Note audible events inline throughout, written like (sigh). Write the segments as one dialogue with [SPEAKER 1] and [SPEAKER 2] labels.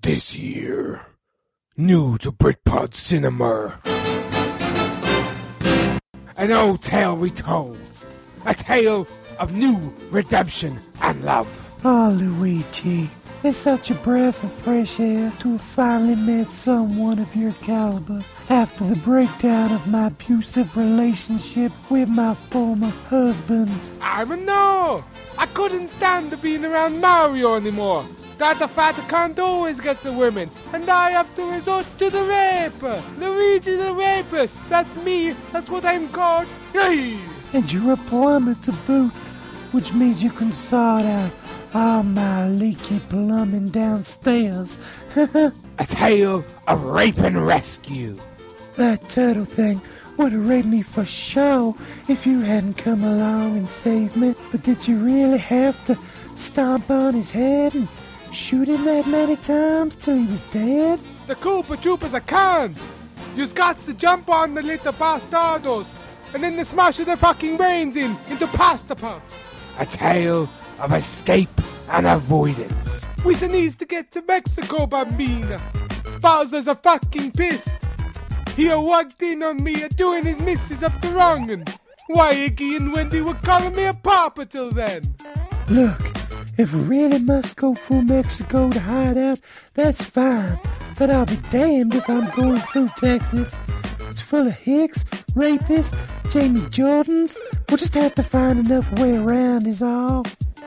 [SPEAKER 1] This year, new to Britpod Cinema, an old tale retold, a tale of new redemption and love.
[SPEAKER 2] Oh, Luigi, it's such a breath of fresh air to have finally met someone of your caliber after the breakdown of my abusive relationship with my former husband.
[SPEAKER 1] I don't know. I couldn't stand to being around Mario anymore. Dr. Faticant always gets the women, and I have to resort to the rape. Luigi the rapist. That's me. That's what I'm called. Hey!
[SPEAKER 2] And you're a plumber to boot, which means you can sort out all my leaky plumbing downstairs. (laughs)
[SPEAKER 1] A tale of rape and rescue.
[SPEAKER 2] That turtle thing would have raped me for sure if you hadn't come along and saved me. But did you really have to stomp on his head and shoot him that many times till he was dead?
[SPEAKER 1] The Koopa Troopers are cons. You's got to jump on the little bastardos and then the smash of their fucking brains in into pasta puffs. A tale of escape and avoidance. We needs to get to Mexico, Bambina. Bowser's a fucking pissed. He a walked in on me a doing his missus up the wrong un. Why, Iggy and Wendy were calling me a papa till then.
[SPEAKER 2] Look, if we really must go through Mexico to hide out, that's fine. But I'll be damned if I'm going through Texas. It's full of hicks, rapists, Jamie Jordans. We'll just have to find enough way around, is all.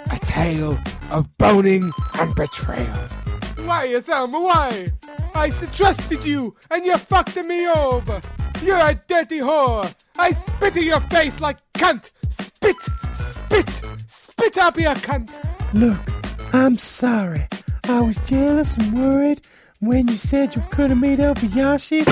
[SPEAKER 1] A tale of boning and betrayal. Why, Thelma, why? I trusted you, and you fucked me over. You're a dirty whore. I spit in your face like cunt. Spit, spit, spit up your cunt.
[SPEAKER 2] Look, I'm sorry. I was jealous and worried when you said you could have made Elbayashi.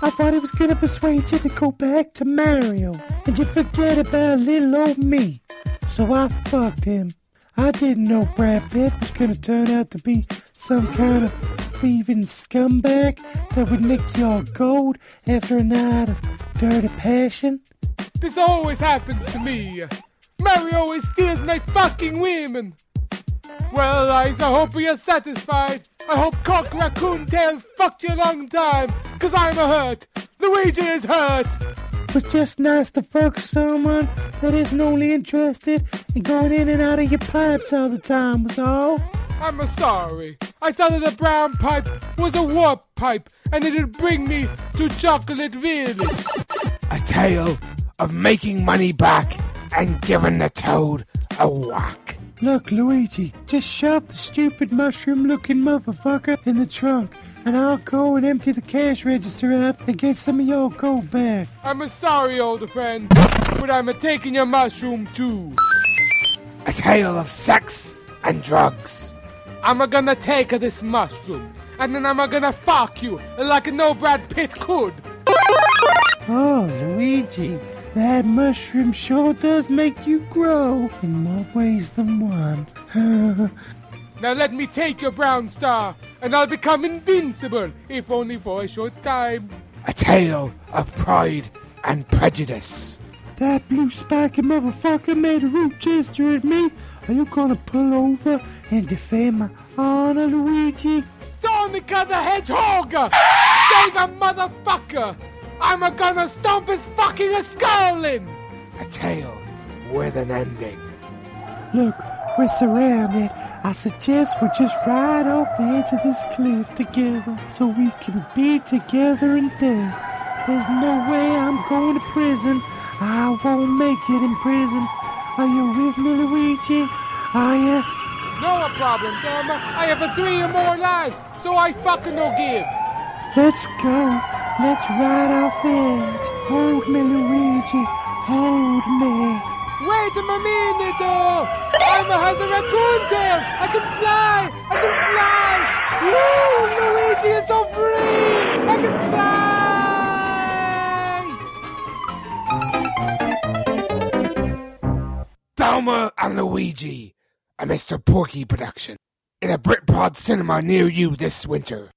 [SPEAKER 2] I thought he was going to persuade you to go back to Mario and you forget about little old me. So I fucked him. I didn't know Brad Pitt was going to turn out to be some kind of thieving scumbag that would nick your gold after a night of dirty passion.
[SPEAKER 1] This always happens to me. Mary always steals my fucking women. Well, Liza, I hope you're satisfied. I hope Cock Raccoon Tail fucked you a long time, cause I'm a hurt. Luigi is hurt.
[SPEAKER 2] It was just nice to fuck someone that isn't only interested in going in and out of your pipes all the time, was all.
[SPEAKER 1] I'm sorry. I thought that the brown pipe was a warp pipe, and it'd bring me to Chocolate Village. A tale of making money back and giving the toad a whack.
[SPEAKER 2] Look, Luigi, just shove the stupid mushroom looking motherfucker in the trunk, and I'll go and empty the cash register out and get some of your gold back.
[SPEAKER 1] I'm sorry, old friend, but I'm a taking your mushroom too. A tale of sex and drugs. I'm a gonna take this mushroom, and then I'm a gonna fuck you like no Brad Pitt could.
[SPEAKER 2] Oh, Luigi, that mushroom sure does make you grow in more ways than
[SPEAKER 1] (laughs)
[SPEAKER 2] one.
[SPEAKER 1] Now let me take your brown star, and I'll become invincible, if only for a short time. A tale of pride and prejudice.
[SPEAKER 2] that blue spiky motherfucker made a rude gesture at me. Are you gonna pull over and defend my honor, Luigi?
[SPEAKER 1] Sonica the Hedgehog! Save a motherfucker! I'm a gonna stomp his fucking skull in! A tale with an ending.
[SPEAKER 2] Look, we're surrounded. I suggest we just ride off the edge of this cliff together so we can be together in death. There's no way I'm going to prison. I won't make it in prison. Are you with me, Luigi? Are you?
[SPEAKER 1] No a problem, Thelma. I have a three or more lives, so I fucking no give.
[SPEAKER 2] Let's go. Let's ride off the edge. Hold me, Luigi. Hold me.
[SPEAKER 1] Wait a minute, though! I'm a has a raccoon tail! I can fly! I can fly! Woo! Luigi is so free! I can fly! Thelma and Luigi, a Mr. Porky production, in a Britpod cinema near you this winter.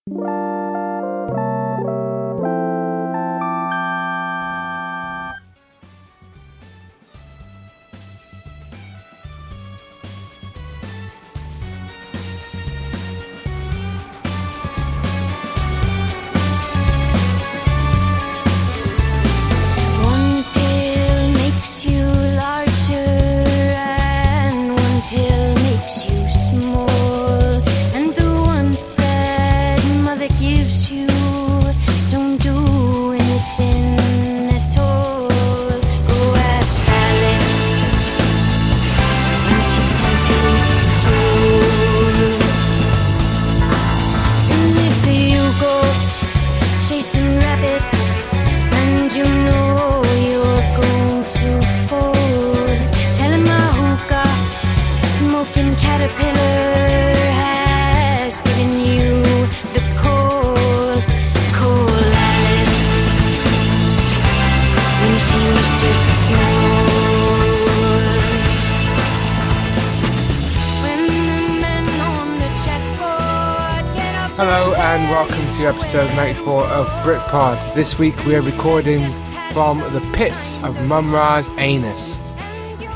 [SPEAKER 3] Hello and welcome to episode 94 of Britpod. This week we are recording from the pits of Mumra's anus.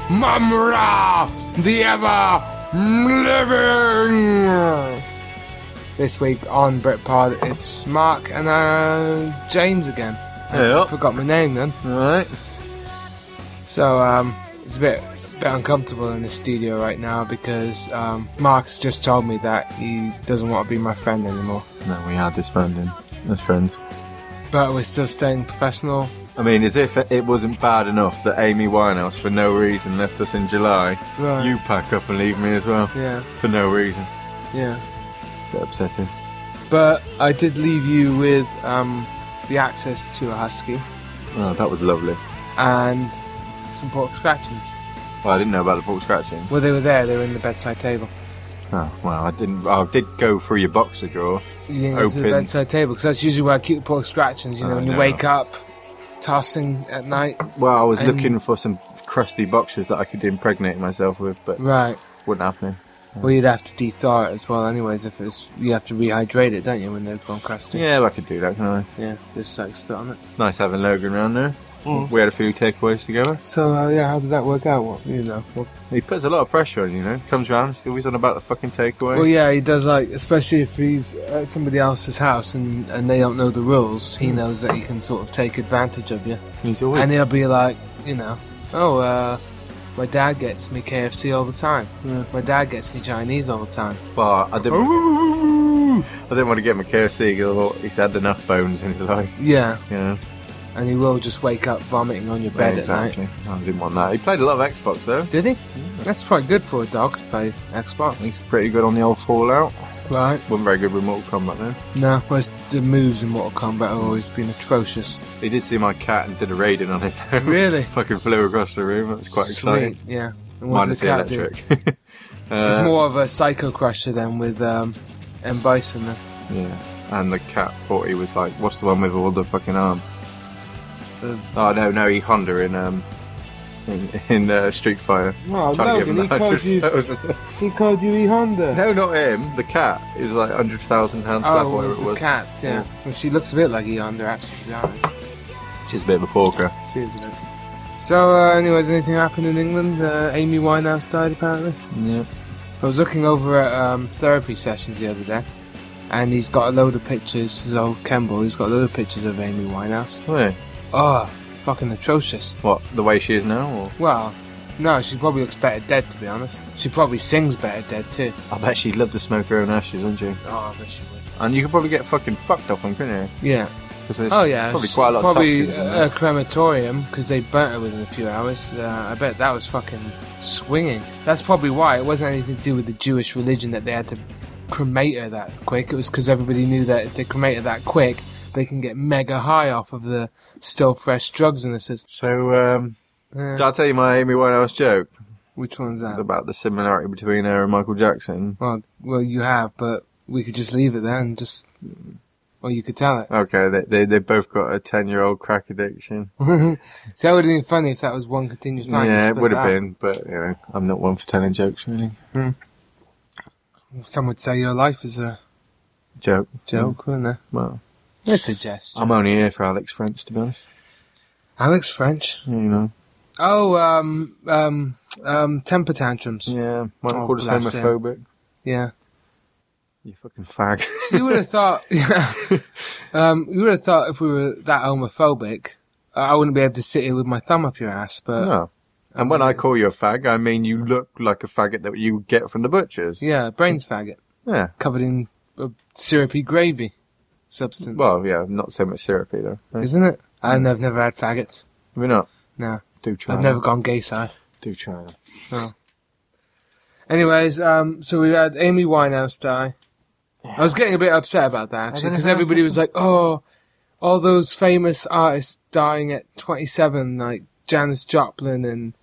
[SPEAKER 3] Mumra, the ever living. This week on Britpod, it's Mark and uh, James again. I
[SPEAKER 4] Yeah.
[SPEAKER 3] forgot my name then.
[SPEAKER 4] Right.
[SPEAKER 3] So um, it's a bit a bit uncomfortable in the studio right now because um, Mark's just told me that he doesn't want to be my friend anymore.
[SPEAKER 4] No, we are disbanding as friends.
[SPEAKER 3] But we're still staying professional.
[SPEAKER 4] I mean, as if it wasn't bad enough that Amy Winehouse, for no reason, left us in July.
[SPEAKER 3] Right.
[SPEAKER 4] You pack up and leave me as well,
[SPEAKER 3] Yeah,
[SPEAKER 4] for no reason.
[SPEAKER 3] yeah.
[SPEAKER 4] Bit upsetting.
[SPEAKER 3] But I did leave you with um, the access to a husky
[SPEAKER 4] Oh, that was lovely.
[SPEAKER 3] and some pork scratchings.
[SPEAKER 4] Well, I didn't know about the pork scratching.
[SPEAKER 3] Well, they were there. They were in the bedside table.
[SPEAKER 4] Oh, well, I didn't. I did go through your boxer drawer.
[SPEAKER 3] You didn't go to the
[SPEAKER 4] Open.
[SPEAKER 3] bedside table because that's usually where I keep the pork scratchings. You know,
[SPEAKER 4] I
[SPEAKER 3] when you
[SPEAKER 4] know.
[SPEAKER 3] wake up, tossing at night.
[SPEAKER 4] Well, I was
[SPEAKER 3] And-
[SPEAKER 4] looking for some crusty boxes that I could impregnate myself with, but
[SPEAKER 3] Right.
[SPEAKER 4] wasn't happening.
[SPEAKER 3] Well, you'd have to dethaw it as well, anyways. If it's you have to rehydrate it, don't you, when they've gone crusty?
[SPEAKER 4] Yeah, I could do that, can I?
[SPEAKER 3] Yeah. This sucks spit on it.
[SPEAKER 4] Nice having Logan round there.
[SPEAKER 3] Mm.
[SPEAKER 4] We had a few takeaways together.
[SPEAKER 3] So uh, yeah, how did that work out? What you know? Well,
[SPEAKER 4] He puts a lot of pressure on you, you know. Comes round, he's always on about the fucking takeaway.
[SPEAKER 3] well, yeah, he does. Like especially if he's at somebody else's house and and they don't know the rules,
[SPEAKER 4] Hmm.
[SPEAKER 3] he knows that he can sort of take advantage of you,
[SPEAKER 4] He's always.
[SPEAKER 3] and he'll be like, you know, oh, uh, my dad gets me KFC all the time. My dad gets me Chinese all the time.
[SPEAKER 4] well, I didn't. I didn't want to get him a KFC because I thought he's had enough bones in his life.
[SPEAKER 3] Yeah,
[SPEAKER 4] You know.
[SPEAKER 3] and he will just wake up vomiting on your bed
[SPEAKER 4] Yeah,
[SPEAKER 3] at night.
[SPEAKER 4] exactly. I didn't want that. He played a lot of Xbox though.
[SPEAKER 3] Did he? That's quite good for a dog to play Xbox.
[SPEAKER 4] He's pretty good on the old Fallout.
[SPEAKER 3] Right.
[SPEAKER 4] wasn't very good with Mortal Kombat though.
[SPEAKER 3] No, whereas the moves in Mortal Kombat have always been atrocious.
[SPEAKER 4] He did see my cat and did a raiding on it. Though.
[SPEAKER 3] Really?
[SPEAKER 4] (laughs) Fucking flew across the room. That's quite exciting.
[SPEAKER 3] Sweet, yeah. And what did
[SPEAKER 4] Minus
[SPEAKER 3] the
[SPEAKER 4] the
[SPEAKER 3] cat do?
[SPEAKER 4] electric. (laughs)
[SPEAKER 3] It's
[SPEAKER 4] Uh,
[SPEAKER 3] more of a psycho crusher than with um, M. Bison. Then.
[SPEAKER 4] Yeah. And the cat thought he was like, what's the one with all the fucking arms?
[SPEAKER 3] The-
[SPEAKER 4] oh no, no, he Honda in um in, in uh, Street Fighter.
[SPEAKER 3] No,
[SPEAKER 4] Trying to give
[SPEAKER 3] Logan,
[SPEAKER 4] him
[SPEAKER 3] he called
[SPEAKER 4] (laughs)
[SPEAKER 3] you-
[SPEAKER 4] 100,000.
[SPEAKER 3] He called you E. Honda.
[SPEAKER 4] no, not him. The cat. He was like hundred thousand pound slap,
[SPEAKER 3] oh,
[SPEAKER 4] whatever
[SPEAKER 3] with
[SPEAKER 4] it
[SPEAKER 3] the
[SPEAKER 4] was.
[SPEAKER 3] cats, yeah.
[SPEAKER 4] Yeah.
[SPEAKER 3] Well, she looks a bit like E. Honda, actually, to be honest.
[SPEAKER 4] She's a bit of a porker.
[SPEAKER 3] She is a bit. So, uh, anyways, anything happened in England? Uh, Amy Winehouse died, apparently.
[SPEAKER 4] Yeah.
[SPEAKER 3] I was looking over at um, therapy sessions the other day, and he's got a load of pictures. His old Kemble, he's got a load of pictures of Amy Winehouse.
[SPEAKER 4] Wait,
[SPEAKER 3] Oh, fucking atrocious.
[SPEAKER 4] what? The way she is now? Or?
[SPEAKER 3] Well, no, she probably looks better dead, to be honest. She probably sings better dead too.
[SPEAKER 4] I bet she'd love to smoke her own ashes, wouldn't you?
[SPEAKER 3] Oh, I bet she would.
[SPEAKER 4] And you could probably get fucking fucked off them, couldn't you?
[SPEAKER 3] Yeah.
[SPEAKER 4] 'Cause there's
[SPEAKER 3] Oh, yeah.
[SPEAKER 4] Probably
[SPEAKER 3] she-
[SPEAKER 4] quite a lot
[SPEAKER 3] probably uh,
[SPEAKER 4] of toxins in
[SPEAKER 3] a
[SPEAKER 4] there.
[SPEAKER 3] crematorium because they burnt her within a few hours. Uh, I bet that was fucking swinging. That's probably why it wasn't anything to do with the Jewish religion that they had to cremate her that quick. It was because everybody knew that if they cremate her that quick, they can get mega high off of the still fresh drugs in the system.
[SPEAKER 4] So, um,
[SPEAKER 3] Uh,
[SPEAKER 4] did I tell you my Amy Winehouse joke?
[SPEAKER 3] which one's that?
[SPEAKER 4] about the similarity between her and Michael Jackson.
[SPEAKER 3] Well, well, you have, but we could just leave it there and just, or you could tell it. (laughs)
[SPEAKER 4] Okay, they they, they both got a ten year old crack addiction.
[SPEAKER 3] So that would have been funny if that was one continuous line. You
[SPEAKER 4] yeah, it
[SPEAKER 3] split
[SPEAKER 4] would have
[SPEAKER 3] that.
[SPEAKER 4] been, but you know, I'm not one for telling jokes really.
[SPEAKER 3] Some would say your life is a
[SPEAKER 4] Joke,
[SPEAKER 3] joke, wouldn't they?
[SPEAKER 4] Mm, Well,
[SPEAKER 3] It's a jest.
[SPEAKER 4] I'm only here for Alex French, to be honest.
[SPEAKER 3] Alex French.
[SPEAKER 4] You know.
[SPEAKER 3] Oh, um, um, um, temper tantrums. Yeah.
[SPEAKER 4] Yeah,
[SPEAKER 3] Oh,
[SPEAKER 4] Michael called us
[SPEAKER 3] bless him.
[SPEAKER 4] homophobic. You
[SPEAKER 3] (laughs)
[SPEAKER 4] fucking fag.
[SPEAKER 3] So you would have thought, yeah, um, you would have thought if we were that homophobic, uh, I wouldn't be able to sit here with my thumb up your ass, but
[SPEAKER 4] no. Uh, And when I call you a fag, I mean you look like a faggot that you get from the butchers.
[SPEAKER 3] yeah, brains faggot
[SPEAKER 4] Yeah.
[SPEAKER 3] covered in uh, syrupy gravy substance.
[SPEAKER 4] Well, yeah, not so much syrupy though. Have
[SPEAKER 3] isn't it? I know I've never had faggots.
[SPEAKER 4] we not?
[SPEAKER 3] No,
[SPEAKER 4] Do China.
[SPEAKER 3] I've never gone gay side.
[SPEAKER 4] Do China.
[SPEAKER 3] Anyways, um, so we had Amy Winehouse die. I was getting a bit upset about that actually
[SPEAKER 4] don't know
[SPEAKER 3] because
[SPEAKER 4] how else
[SPEAKER 3] everybody
[SPEAKER 4] to-
[SPEAKER 3] was like, "Oh, all those famous artists dying at 27, like Janis Joplin and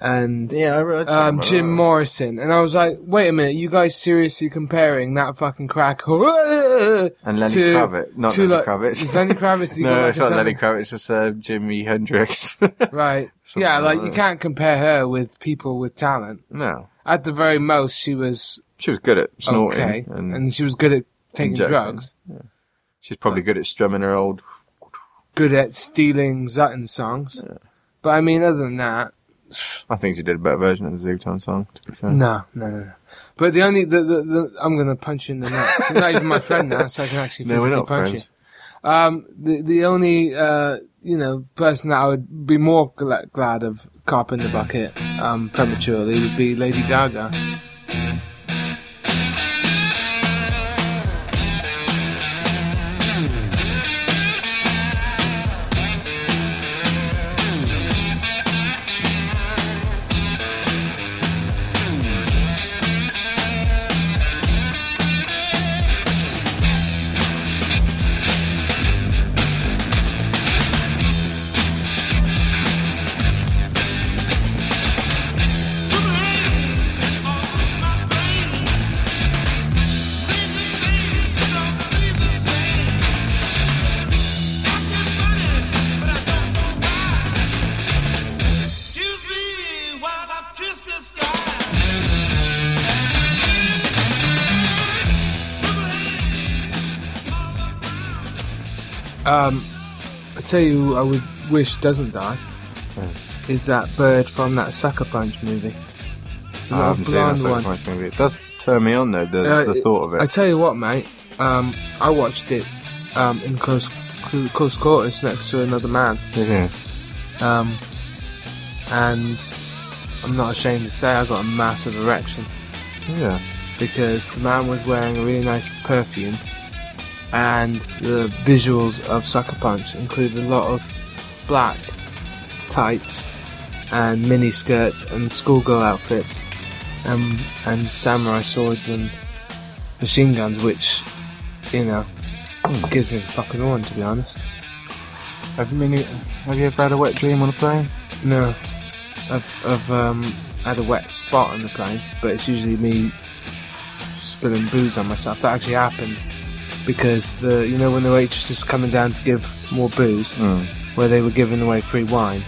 [SPEAKER 3] and
[SPEAKER 4] Yeah, I read
[SPEAKER 3] um, Jim Morrison," and I was like, "Wait a minute, you guys seriously comparing that fucking crack?" (laughs)
[SPEAKER 4] And Lenny
[SPEAKER 3] to-
[SPEAKER 4] Kravitz. Not
[SPEAKER 3] to,
[SPEAKER 4] Lenny
[SPEAKER 3] like-
[SPEAKER 4] Kravitz.
[SPEAKER 3] Is Lenny Kravitz the guy
[SPEAKER 4] (laughs) no, it's
[SPEAKER 3] that
[SPEAKER 4] not
[SPEAKER 3] can
[SPEAKER 4] Lenny
[SPEAKER 3] tell-
[SPEAKER 4] Kravitz, it's just uh, Jimi
[SPEAKER 3] (laughs)
[SPEAKER 4] Hendrix.
[SPEAKER 3] Right.
[SPEAKER 4] Something
[SPEAKER 3] Yeah,
[SPEAKER 4] like
[SPEAKER 3] like you
[SPEAKER 4] that.
[SPEAKER 3] can't compare her with people with talent.
[SPEAKER 4] no.
[SPEAKER 3] At the very most, she was
[SPEAKER 4] She was good at snorting.
[SPEAKER 3] okay,
[SPEAKER 4] And,
[SPEAKER 3] and, uh, she was good at taking
[SPEAKER 4] Injecting.
[SPEAKER 3] drugs.
[SPEAKER 4] She's probably good at strumming her old.
[SPEAKER 3] Good at stealing Zutton songs. But I mean, other than that,
[SPEAKER 4] I think she did a better version of the Zootown song. To be fair.
[SPEAKER 3] no, no, no, no. But the only the, the, the I'm gonna punch you in the nuts. You're not even my friend now, so I can actually
[SPEAKER 4] (laughs) No, we're
[SPEAKER 3] physically
[SPEAKER 4] not
[SPEAKER 3] punch
[SPEAKER 4] friends.
[SPEAKER 3] you. Um, the the only uh you know person that I would be more gla- glad of copping the bucket um prematurely would be Lady Gaga.
[SPEAKER 5] Excuse me while I kiss the sky. Purple haze all around.
[SPEAKER 3] Um, I tell you, who I would wish doesn't die. Is that bird from that Sucker Punch movie? The
[SPEAKER 4] I
[SPEAKER 3] little
[SPEAKER 4] haven't seen that
[SPEAKER 3] blonde
[SPEAKER 4] so much movie. It does turn me on though. The,
[SPEAKER 3] Uh,
[SPEAKER 4] the thought of
[SPEAKER 3] I
[SPEAKER 4] it.
[SPEAKER 3] tell you what, mate. Um, I watched it um, in close cl- close quarters next to another man,
[SPEAKER 4] yeah.
[SPEAKER 3] um, and I'm not ashamed to say I got a massive erection
[SPEAKER 4] yeah.
[SPEAKER 3] because the man was wearing a really nice perfume, and the visuals of Sucker Punch include a lot of black tights and mini skirts and schoolgirl outfits, um, and samurai swords and machine guns, which, you know, gives me the fucking on to be honest.
[SPEAKER 4] Have you, mean, have you ever had a wet dream on a plane?
[SPEAKER 3] No, I've I've um, had a wet spot on the plane, but it's usually me spilling booze on myself. That actually happened because the you know when the waitress is coming down to give more booze, where they were giving away free wine.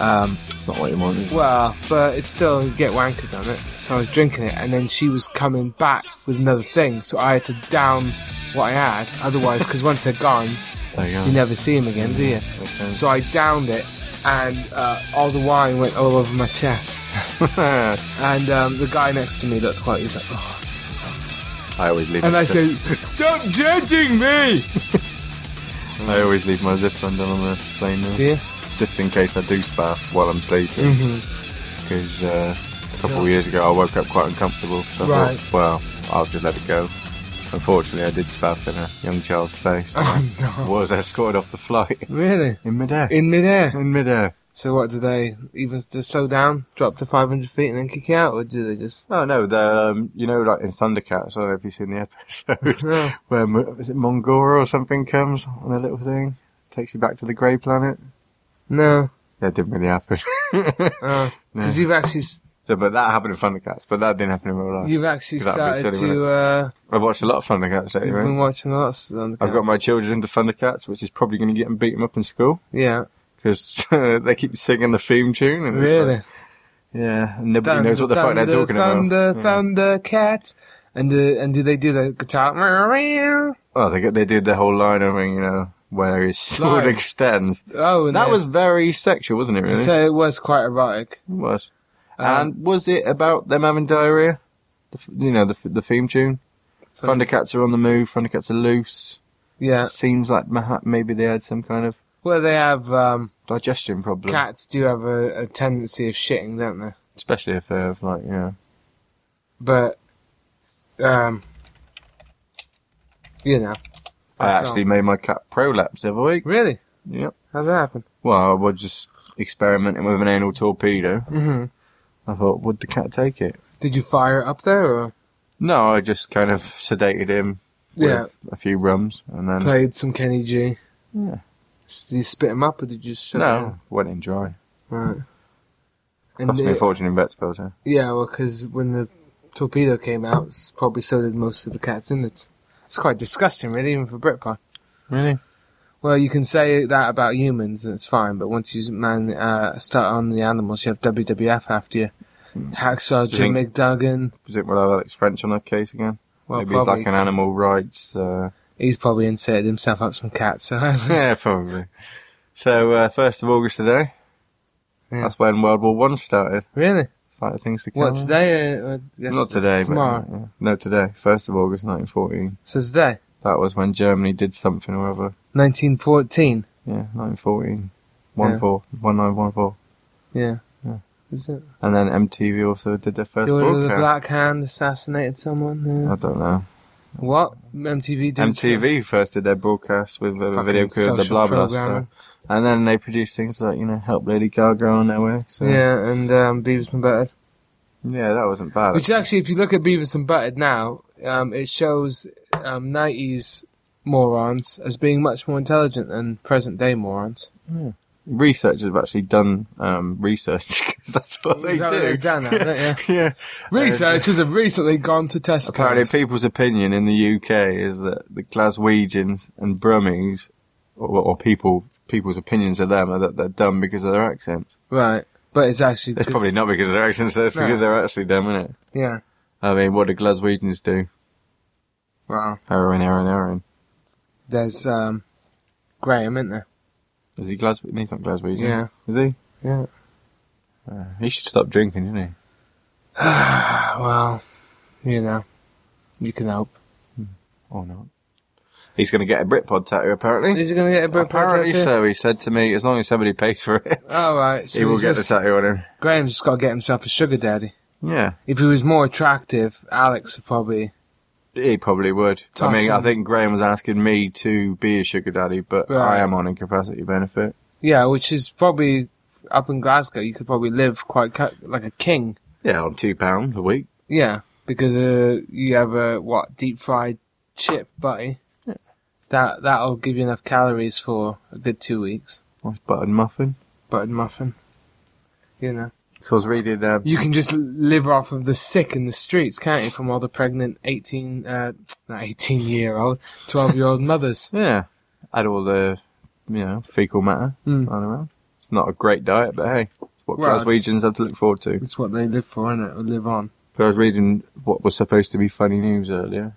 [SPEAKER 3] Um,
[SPEAKER 4] It's not what you want. is it?
[SPEAKER 3] well, but it's still get wankered on it. So I was drinking it, and then she was coming back with another thing, so I had to down what I had. Otherwise, because once they're gone,
[SPEAKER 4] There you go.
[SPEAKER 3] you never see him again, do you?
[SPEAKER 4] Okay. (laughs)
[SPEAKER 3] So I downed it, and uh, all the wine went all over my chest. (laughs) and um, the guy next to me looked quite. He was like, "Oh." thanks."
[SPEAKER 4] I always leave.
[SPEAKER 3] And
[SPEAKER 4] my
[SPEAKER 3] I
[SPEAKER 4] zip-
[SPEAKER 3] said, "Stop judging me."
[SPEAKER 4] I always leave my zip undone on the plane, though,
[SPEAKER 3] Do you?
[SPEAKER 4] just in case I do spar while I'm sleeping.
[SPEAKER 3] Mm-hmm.
[SPEAKER 4] Because uh, a couple of years ago, I woke up quite uncomfortable. So I
[SPEAKER 3] Right.
[SPEAKER 4] thought, well, I'll just let it go. Unfortunately, I did spaff in a young
[SPEAKER 3] (laughs)
[SPEAKER 4] child's face.
[SPEAKER 3] (laughs) Oh
[SPEAKER 4] was escorted off the flight
[SPEAKER 3] no! Really?
[SPEAKER 4] in midair.
[SPEAKER 3] (laughs) In midair.
[SPEAKER 4] in midair.
[SPEAKER 3] So what do they even s- just slow down, drop to 500 feet, and then kick you out, or do they just?
[SPEAKER 4] No, no, the um, you know, like in Thundercats. I don't know if you've seen the
[SPEAKER 3] (laughs)
[SPEAKER 4] episode
[SPEAKER 3] No.
[SPEAKER 4] where M- is it Mongora or something comes on a little thing, takes you back to the Grey Planet.
[SPEAKER 3] No.
[SPEAKER 4] That didn't really happen. (laughs)
[SPEAKER 3] Because
[SPEAKER 4] No.
[SPEAKER 3] you've actually s-
[SPEAKER 4] so, but that happened in Thundercats, but that didn't happen in real life.
[SPEAKER 3] you've actually
[SPEAKER 4] That'd be
[SPEAKER 3] started
[SPEAKER 4] silly,
[SPEAKER 3] to. Uh,
[SPEAKER 4] I watched a lot of Thundercats
[SPEAKER 3] You've
[SPEAKER 4] lately.
[SPEAKER 3] been
[SPEAKER 4] Right?
[SPEAKER 3] watching a lot. Of Thundercats.
[SPEAKER 4] I've got my children into Thundercats, which is probably going to get them beat 'em up in school
[SPEAKER 3] Yeah.
[SPEAKER 4] because (laughs) they keep singing the theme tune. And it's like-
[SPEAKER 3] Really.
[SPEAKER 4] yeah, and nobody knows what the fuck they're talking
[SPEAKER 3] thunder,
[SPEAKER 4] about. Yeah.
[SPEAKER 3] Thunder, cat. And uh, and do they do the guitar?
[SPEAKER 4] Well, they they did the whole line of you know where his (laughs) sword
[SPEAKER 3] Line.
[SPEAKER 4] extends.
[SPEAKER 3] Oh, and
[SPEAKER 4] That
[SPEAKER 3] they-
[SPEAKER 4] was very sexual, wasn't it? Really, it
[SPEAKER 3] So it was quite erotic.
[SPEAKER 4] was.
[SPEAKER 3] Uh,
[SPEAKER 4] and was it about them having diarrhea? The, f- you know, the f- the theme tune. Thundercats are on the move. Thundercats are loose.
[SPEAKER 3] Yeah.
[SPEAKER 4] Seems like maha- maybe they had some kind of
[SPEAKER 3] Well, they have um,
[SPEAKER 4] digestion problem,
[SPEAKER 3] cats. Do have a, a tendency of shitting, don't they?
[SPEAKER 4] especially if they're like you know.
[SPEAKER 3] But um, you know,
[SPEAKER 4] I
[SPEAKER 3] That's
[SPEAKER 4] actually made my cat prolapse the other week.
[SPEAKER 3] really,
[SPEAKER 4] Yep.
[SPEAKER 3] how that happened?
[SPEAKER 4] Well, I was just experimenting with an anal torpedo.
[SPEAKER 3] Mm-hmm.
[SPEAKER 4] I thought, would the cat take it?
[SPEAKER 3] Did you fire it up there or
[SPEAKER 4] No, I just kind of sedated him
[SPEAKER 3] Yeah.
[SPEAKER 4] with a few rums and then
[SPEAKER 3] played some Kenny G?
[SPEAKER 4] Yeah.
[SPEAKER 3] S- Did you spit him up or did you just shut it
[SPEAKER 4] no
[SPEAKER 3] in?
[SPEAKER 4] went in dry.
[SPEAKER 3] Right. And
[SPEAKER 4] Cost me a
[SPEAKER 3] it-
[SPEAKER 4] fortune in vet bills. huh?
[SPEAKER 3] Yeah, well, because when the torpedo came out, s- probably so did most of the cats in it. It's quite disgusting, really, even for Britpie.
[SPEAKER 4] Really?
[SPEAKER 3] Well, you can say that about humans, and it's fine, but once you man uh, start on the animals, you have WWF after you. Hacksaw
[SPEAKER 4] Do you
[SPEAKER 3] Jim
[SPEAKER 4] think-
[SPEAKER 3] McDuggan.
[SPEAKER 4] Do you think we'll have Alex French on that case again?
[SPEAKER 3] Well,
[SPEAKER 4] Maybe
[SPEAKER 3] probably,
[SPEAKER 4] it's like an animal rights. Uh, (laughs)
[SPEAKER 3] He's probably inserted himself up some cats. (laughs) hasn't
[SPEAKER 4] yeah, probably. So uh, first of August today.
[SPEAKER 3] Yeah.
[SPEAKER 4] That's when World War One started.
[SPEAKER 3] he? really?
[SPEAKER 4] Started things to come.
[SPEAKER 3] What today? uh, Or, or yesterday?
[SPEAKER 4] Not today,
[SPEAKER 3] Tomorrow.
[SPEAKER 4] but yeah. no, today. First of August, nineteen fourteen.
[SPEAKER 3] So today,
[SPEAKER 4] That was when Germany did something or other.
[SPEAKER 3] 1914.
[SPEAKER 4] Yeah, nineteen fourteen. One
[SPEAKER 3] Yeah.
[SPEAKER 4] four, one nine one four.
[SPEAKER 3] Yeah.
[SPEAKER 4] Yeah.
[SPEAKER 3] Is it?
[SPEAKER 4] And then MTV also did their first
[SPEAKER 3] Jordan of the
[SPEAKER 4] broadcast.
[SPEAKER 3] Black Hand assassinated someone. Yeah.
[SPEAKER 4] I don't know.
[SPEAKER 3] What? MTV doing
[SPEAKER 4] MTV first did their broadcast with a
[SPEAKER 3] Fucking
[SPEAKER 4] video called The
[SPEAKER 3] social
[SPEAKER 4] Blah Blah
[SPEAKER 3] programming.
[SPEAKER 4] stuff. And then they produced things like, you know, Help Lady Gaga on their way. So,
[SPEAKER 3] Yeah, and um, Beavis and Butthead.
[SPEAKER 4] Yeah, that wasn't bad.
[SPEAKER 3] Which actually, if you look at Beavis and Butthead now, um, it shows um, 90s morons as being much more intelligent than present day morons.
[SPEAKER 4] Researchers have actually done um, research (laughs) because that's what they
[SPEAKER 3] Is that
[SPEAKER 4] do.
[SPEAKER 3] what they've done now, don't you?
[SPEAKER 4] (laughs) yeah.
[SPEAKER 3] Researchers have recently gone to Tesco.
[SPEAKER 4] Apparently, people's opinion in the UK is that the Glaswegians and Brummies, or, or people, people's opinions of them are that they're dumb because of their accents.
[SPEAKER 3] Right. But it's actually.
[SPEAKER 4] It's
[SPEAKER 3] 'cause-
[SPEAKER 4] probably not because of their accents. That's
[SPEAKER 3] No.
[SPEAKER 4] because they're actually dumb, isn't it?
[SPEAKER 3] Yeah.
[SPEAKER 4] I mean, what do Glaswegians do?
[SPEAKER 3] Wow.
[SPEAKER 4] Heroin, heroin, heroin.
[SPEAKER 3] There's um, Graham, isn't there?
[SPEAKER 4] Is he Glaswegian? He's not Glaswegian.
[SPEAKER 3] Yeah.
[SPEAKER 4] Is he?
[SPEAKER 3] Yeah.
[SPEAKER 4] He should stop drinking, shouldn't he?
[SPEAKER 3] Oh, Well, you know, you can help.
[SPEAKER 4] Or not. He's going to get a Britpod tattoo, apparently.
[SPEAKER 3] Is he going to get a Brit
[SPEAKER 4] apparently
[SPEAKER 3] tattoo?
[SPEAKER 4] so, he said to me, as long as somebody pays for it,
[SPEAKER 3] All right. So
[SPEAKER 4] he will
[SPEAKER 3] he's
[SPEAKER 4] get the
[SPEAKER 3] just-
[SPEAKER 4] tattoo on him.
[SPEAKER 3] Graham's just got to get himself a sugar daddy.
[SPEAKER 4] Yeah.
[SPEAKER 3] If he was more attractive, Alex would probably.
[SPEAKER 4] He probably would. I mean, I
[SPEAKER 3] Tyson.
[SPEAKER 4] think Graham was asking me to be a sugar daddy, but
[SPEAKER 3] Right.
[SPEAKER 4] I am on incapacity benefit.
[SPEAKER 3] Yeah, which is probably up in Glasgow. You could probably live quite ca- like a king.
[SPEAKER 4] Yeah, on two pounds a week.
[SPEAKER 3] Yeah, because uh, you have a what deep fried chip buddy. That that'll give you enough calories for a good two weeks.
[SPEAKER 4] Nice buttered muffin.
[SPEAKER 3] Buttered muffin. You know,
[SPEAKER 4] So I was reading. Um,
[SPEAKER 3] you can just live off of the sick in the streets, can't you? From all the pregnant eighteen, uh, not eighteen year old, twelve year old mothers.
[SPEAKER 4] (laughs) yeah, had all the you know fecal matter
[SPEAKER 3] Mm.
[SPEAKER 4] lying around. It's not a great diet, but hey, it's what
[SPEAKER 3] Well, it's-
[SPEAKER 4] Glaswegians have to look forward to.
[SPEAKER 3] It's what they live for, innit? Or live on.
[SPEAKER 4] But I was reading what was supposed to be funny news earlier.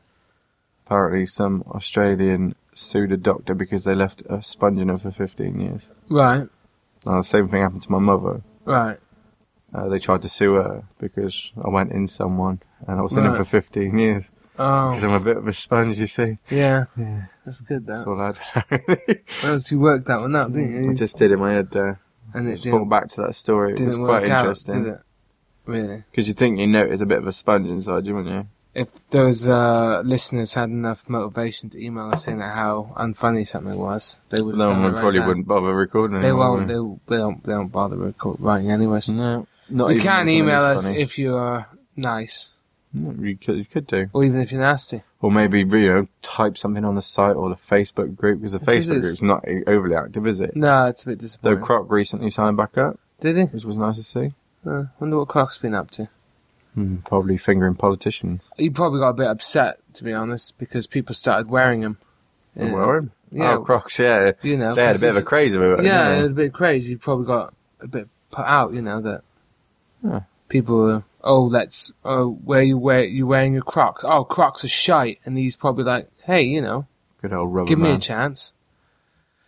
[SPEAKER 4] Apparently, some Australian sued a doctor because they left a sponge in her for 15 years.
[SPEAKER 3] Right,
[SPEAKER 4] Now, the same thing happened to my mother.
[SPEAKER 3] right.
[SPEAKER 4] Uh, they tried to sue her because I went in someone and I was in it
[SPEAKER 3] Right.
[SPEAKER 4] for 15 years because
[SPEAKER 3] Oh,
[SPEAKER 4] I'm a bit of a sponge, you see.
[SPEAKER 3] yeah.
[SPEAKER 4] Yeah.
[SPEAKER 3] That's good. That.
[SPEAKER 4] That's all I
[SPEAKER 3] (laughs)
[SPEAKER 4] had.
[SPEAKER 3] Well, you worked that one out, didn't you?
[SPEAKER 4] I just did in my head there.
[SPEAKER 3] and it
[SPEAKER 4] Just thought
[SPEAKER 3] didn't,
[SPEAKER 4] back to that story. It
[SPEAKER 3] didn't
[SPEAKER 4] was
[SPEAKER 3] work
[SPEAKER 4] quite
[SPEAKER 3] out, did
[SPEAKER 4] interesting.
[SPEAKER 3] it? Really?
[SPEAKER 4] Because you think you notice a bit of a sponge inside you, wouldn't you?
[SPEAKER 3] If those uh, listeners had enough motivation to email us in at how unfunny something was, they would. have
[SPEAKER 4] No
[SPEAKER 3] done
[SPEAKER 4] one
[SPEAKER 3] it right
[SPEAKER 4] probably
[SPEAKER 3] then.
[SPEAKER 4] wouldn't bother recording
[SPEAKER 3] They
[SPEAKER 4] anymore,
[SPEAKER 3] won't.
[SPEAKER 4] would
[SPEAKER 3] They, they don't. They don't bother record, writing anyways.
[SPEAKER 4] they? No. Not
[SPEAKER 3] you
[SPEAKER 4] even
[SPEAKER 3] can
[SPEAKER 4] when something
[SPEAKER 3] email
[SPEAKER 4] is
[SPEAKER 3] us
[SPEAKER 4] funny.
[SPEAKER 3] if you are nice,
[SPEAKER 4] Mm, You could, you could do.
[SPEAKER 3] or even if you're nasty.
[SPEAKER 4] Or maybe, you know, type something on the site or the Facebook group, because the
[SPEAKER 3] Because
[SPEAKER 4] Facebook
[SPEAKER 3] it's-
[SPEAKER 4] group's not e-, overly active, is it?
[SPEAKER 3] No, it's a bit
[SPEAKER 4] Though
[SPEAKER 3] disappointing.
[SPEAKER 4] Croc recently signed back up,
[SPEAKER 3] Did he?
[SPEAKER 4] which was nice to see.
[SPEAKER 3] Uh, wonder what Croc's been up to.
[SPEAKER 4] Hmm, probably fingering politicians.
[SPEAKER 3] He probably got a bit upset, to be honest, because people started wearing them.
[SPEAKER 4] Yeah.
[SPEAKER 3] Yeah.
[SPEAKER 4] Oh, Crocs, yeah.
[SPEAKER 3] You know,
[SPEAKER 4] They had a bit of a
[SPEAKER 3] because-
[SPEAKER 4] craze about it.
[SPEAKER 3] Yeah, it
[SPEAKER 4] didn't
[SPEAKER 3] was a bit crazy. You probably got a bit put out, you know, that
[SPEAKER 4] Yeah.
[SPEAKER 3] people were, oh, let's, oh, where you wear, you wearing your Crocs? Oh, Crocs are shite. And he's probably like, hey, you know,
[SPEAKER 4] they? Good old rubber
[SPEAKER 3] give me
[SPEAKER 4] man.
[SPEAKER 3] a chance.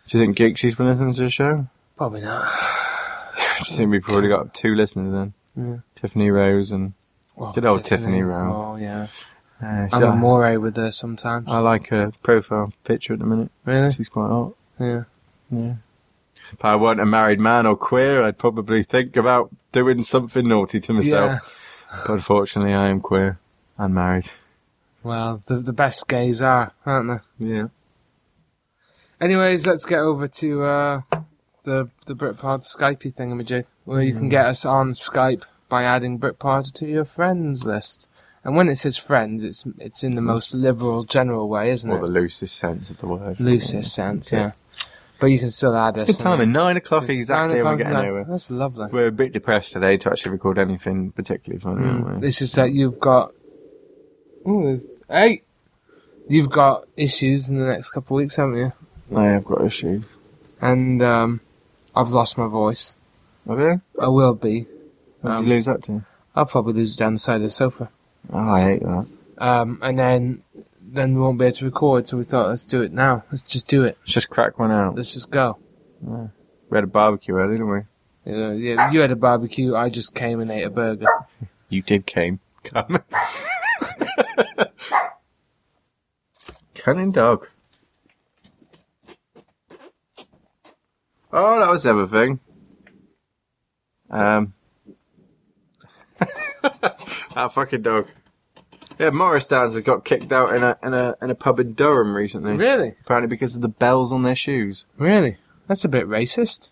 [SPEAKER 4] Do you think Geek She's been listening to the show? (laughs)
[SPEAKER 3] Probably not.
[SPEAKER 4] I just think we've probably got two listeners then.
[SPEAKER 3] Yeah.
[SPEAKER 4] Tiffany Rose and...
[SPEAKER 3] Well,
[SPEAKER 4] Good old Tiffany Rowell.
[SPEAKER 3] Oh, yeah.
[SPEAKER 4] Uh,
[SPEAKER 3] I'm
[SPEAKER 4] so-
[SPEAKER 3] a moray with her sometimes.
[SPEAKER 4] I like her profile picture at the minute.
[SPEAKER 3] really?
[SPEAKER 4] She's quite hot.
[SPEAKER 3] Yeah.
[SPEAKER 4] Yeah. If I weren't a married man or queer, I'd probably think about doing something naughty to myself.
[SPEAKER 3] Yeah.
[SPEAKER 4] (laughs) But unfortunately, I am queer and married.
[SPEAKER 3] Well, the, the best gays are, aren't they?
[SPEAKER 4] Yeah.
[SPEAKER 3] Anyways, let's get over to uh, the the Britpod Skypey thingamajig, where you can get
[SPEAKER 4] Hmm.
[SPEAKER 3] us on Skype by adding Britpod to your friends list. And when it says friends, it's it's
[SPEAKER 4] Hmm.
[SPEAKER 3] in the most liberal, general way, isn't
[SPEAKER 4] Or the
[SPEAKER 3] it?
[SPEAKER 4] loosest sense of the word.
[SPEAKER 3] Loosest sense, yeah.
[SPEAKER 4] Yeah.
[SPEAKER 3] But you can still add us.
[SPEAKER 4] It's good
[SPEAKER 3] and-
[SPEAKER 4] timing. Nine o'clock
[SPEAKER 3] to-
[SPEAKER 4] exactly,
[SPEAKER 3] nine
[SPEAKER 4] and we're
[SPEAKER 3] o'clock
[SPEAKER 4] getting
[SPEAKER 3] exact-
[SPEAKER 4] over.
[SPEAKER 3] That's lovely.
[SPEAKER 4] We're a bit depressed today to actually record anything particularly
[SPEAKER 3] Hmm.
[SPEAKER 4] funny, aren't we?
[SPEAKER 3] It's just that you've got. Ooh, there's eight. You've got issues in the next couple of weeks, haven't you?
[SPEAKER 4] I have got issues.
[SPEAKER 3] And um, I've lost my voice.
[SPEAKER 4] Have you?
[SPEAKER 3] I will be.
[SPEAKER 4] What
[SPEAKER 3] Um,
[SPEAKER 4] did you lose that to?
[SPEAKER 3] I'll probably lose it down the side of the sofa.
[SPEAKER 4] Oh, I hate that.
[SPEAKER 3] um, and then then we won't be able to record. So we thought, let's do it now. Let's just do it.
[SPEAKER 4] Let's just crack one out.
[SPEAKER 3] Let's just go.
[SPEAKER 4] We had a barbecue earlier, didn't we?
[SPEAKER 3] You know, yeah, you had a barbecue. I just came and ate a burger.
[SPEAKER 4] You did came. Come. (laughs) Cunning dog. Oh, that was everything. Um, (laughs) that fucking dog. Yeah, Morris dancers got kicked out in a in a in a pub in Durham recently.
[SPEAKER 3] Really,
[SPEAKER 4] Apparently because of the bells on their shoes.
[SPEAKER 3] really, that's a bit racist.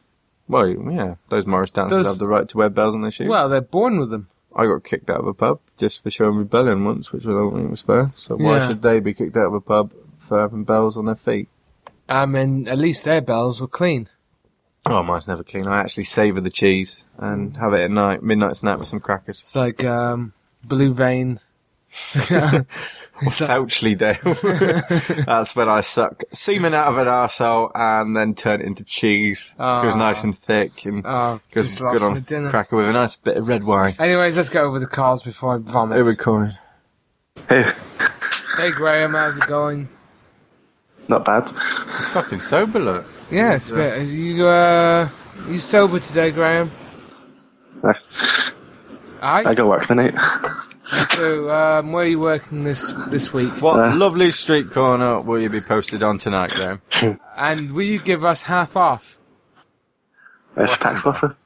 [SPEAKER 4] Well, yeah, those Morris dancers
[SPEAKER 3] Those-
[SPEAKER 4] have the right to wear bells on their shoes.
[SPEAKER 3] Well, they're born with them.
[SPEAKER 4] I got kicked out of a pub just for showing rebellion once, which I don't think was fair. So why
[SPEAKER 3] Yeah.
[SPEAKER 4] should they be kicked out of a pub for having bells on their feet?
[SPEAKER 3] I mean, Um, at least their bells were clean.
[SPEAKER 4] Oh, mine's never clean. I actually savour the cheese and have it at night, midnight snack with some crackers.
[SPEAKER 3] (laughs) It's like um, blue vein. (laughs) Oh,
[SPEAKER 4] Fauchley
[SPEAKER 3] (laughs)
[SPEAKER 4] Dale. That's when I suck semen out of an arsehole and then turn it into cheese. it was
[SPEAKER 3] Ah.
[SPEAKER 4] nice and thick and
[SPEAKER 3] Oh,
[SPEAKER 4] goes
[SPEAKER 3] just lost
[SPEAKER 4] good
[SPEAKER 3] my
[SPEAKER 4] on
[SPEAKER 3] dinner.
[SPEAKER 4] cracker with a nice bit of red wine.
[SPEAKER 3] Anyways, let's get over the cars before I
[SPEAKER 4] Here we
[SPEAKER 3] vomit.
[SPEAKER 4] go.
[SPEAKER 3] Hey Graham, how's it going?
[SPEAKER 6] Not bad.
[SPEAKER 4] It's fucking sober, look.
[SPEAKER 3] Yeah, it's a bit. Is you uh, you sober today, Graham?
[SPEAKER 6] No, I
[SPEAKER 3] Aye.
[SPEAKER 6] go work tonight.
[SPEAKER 3] So, um, where are you working this this week?
[SPEAKER 4] What lovely street corner will you be posted on tonight, Graham?
[SPEAKER 3] And will you give us half off?
[SPEAKER 6] It's a tax offer.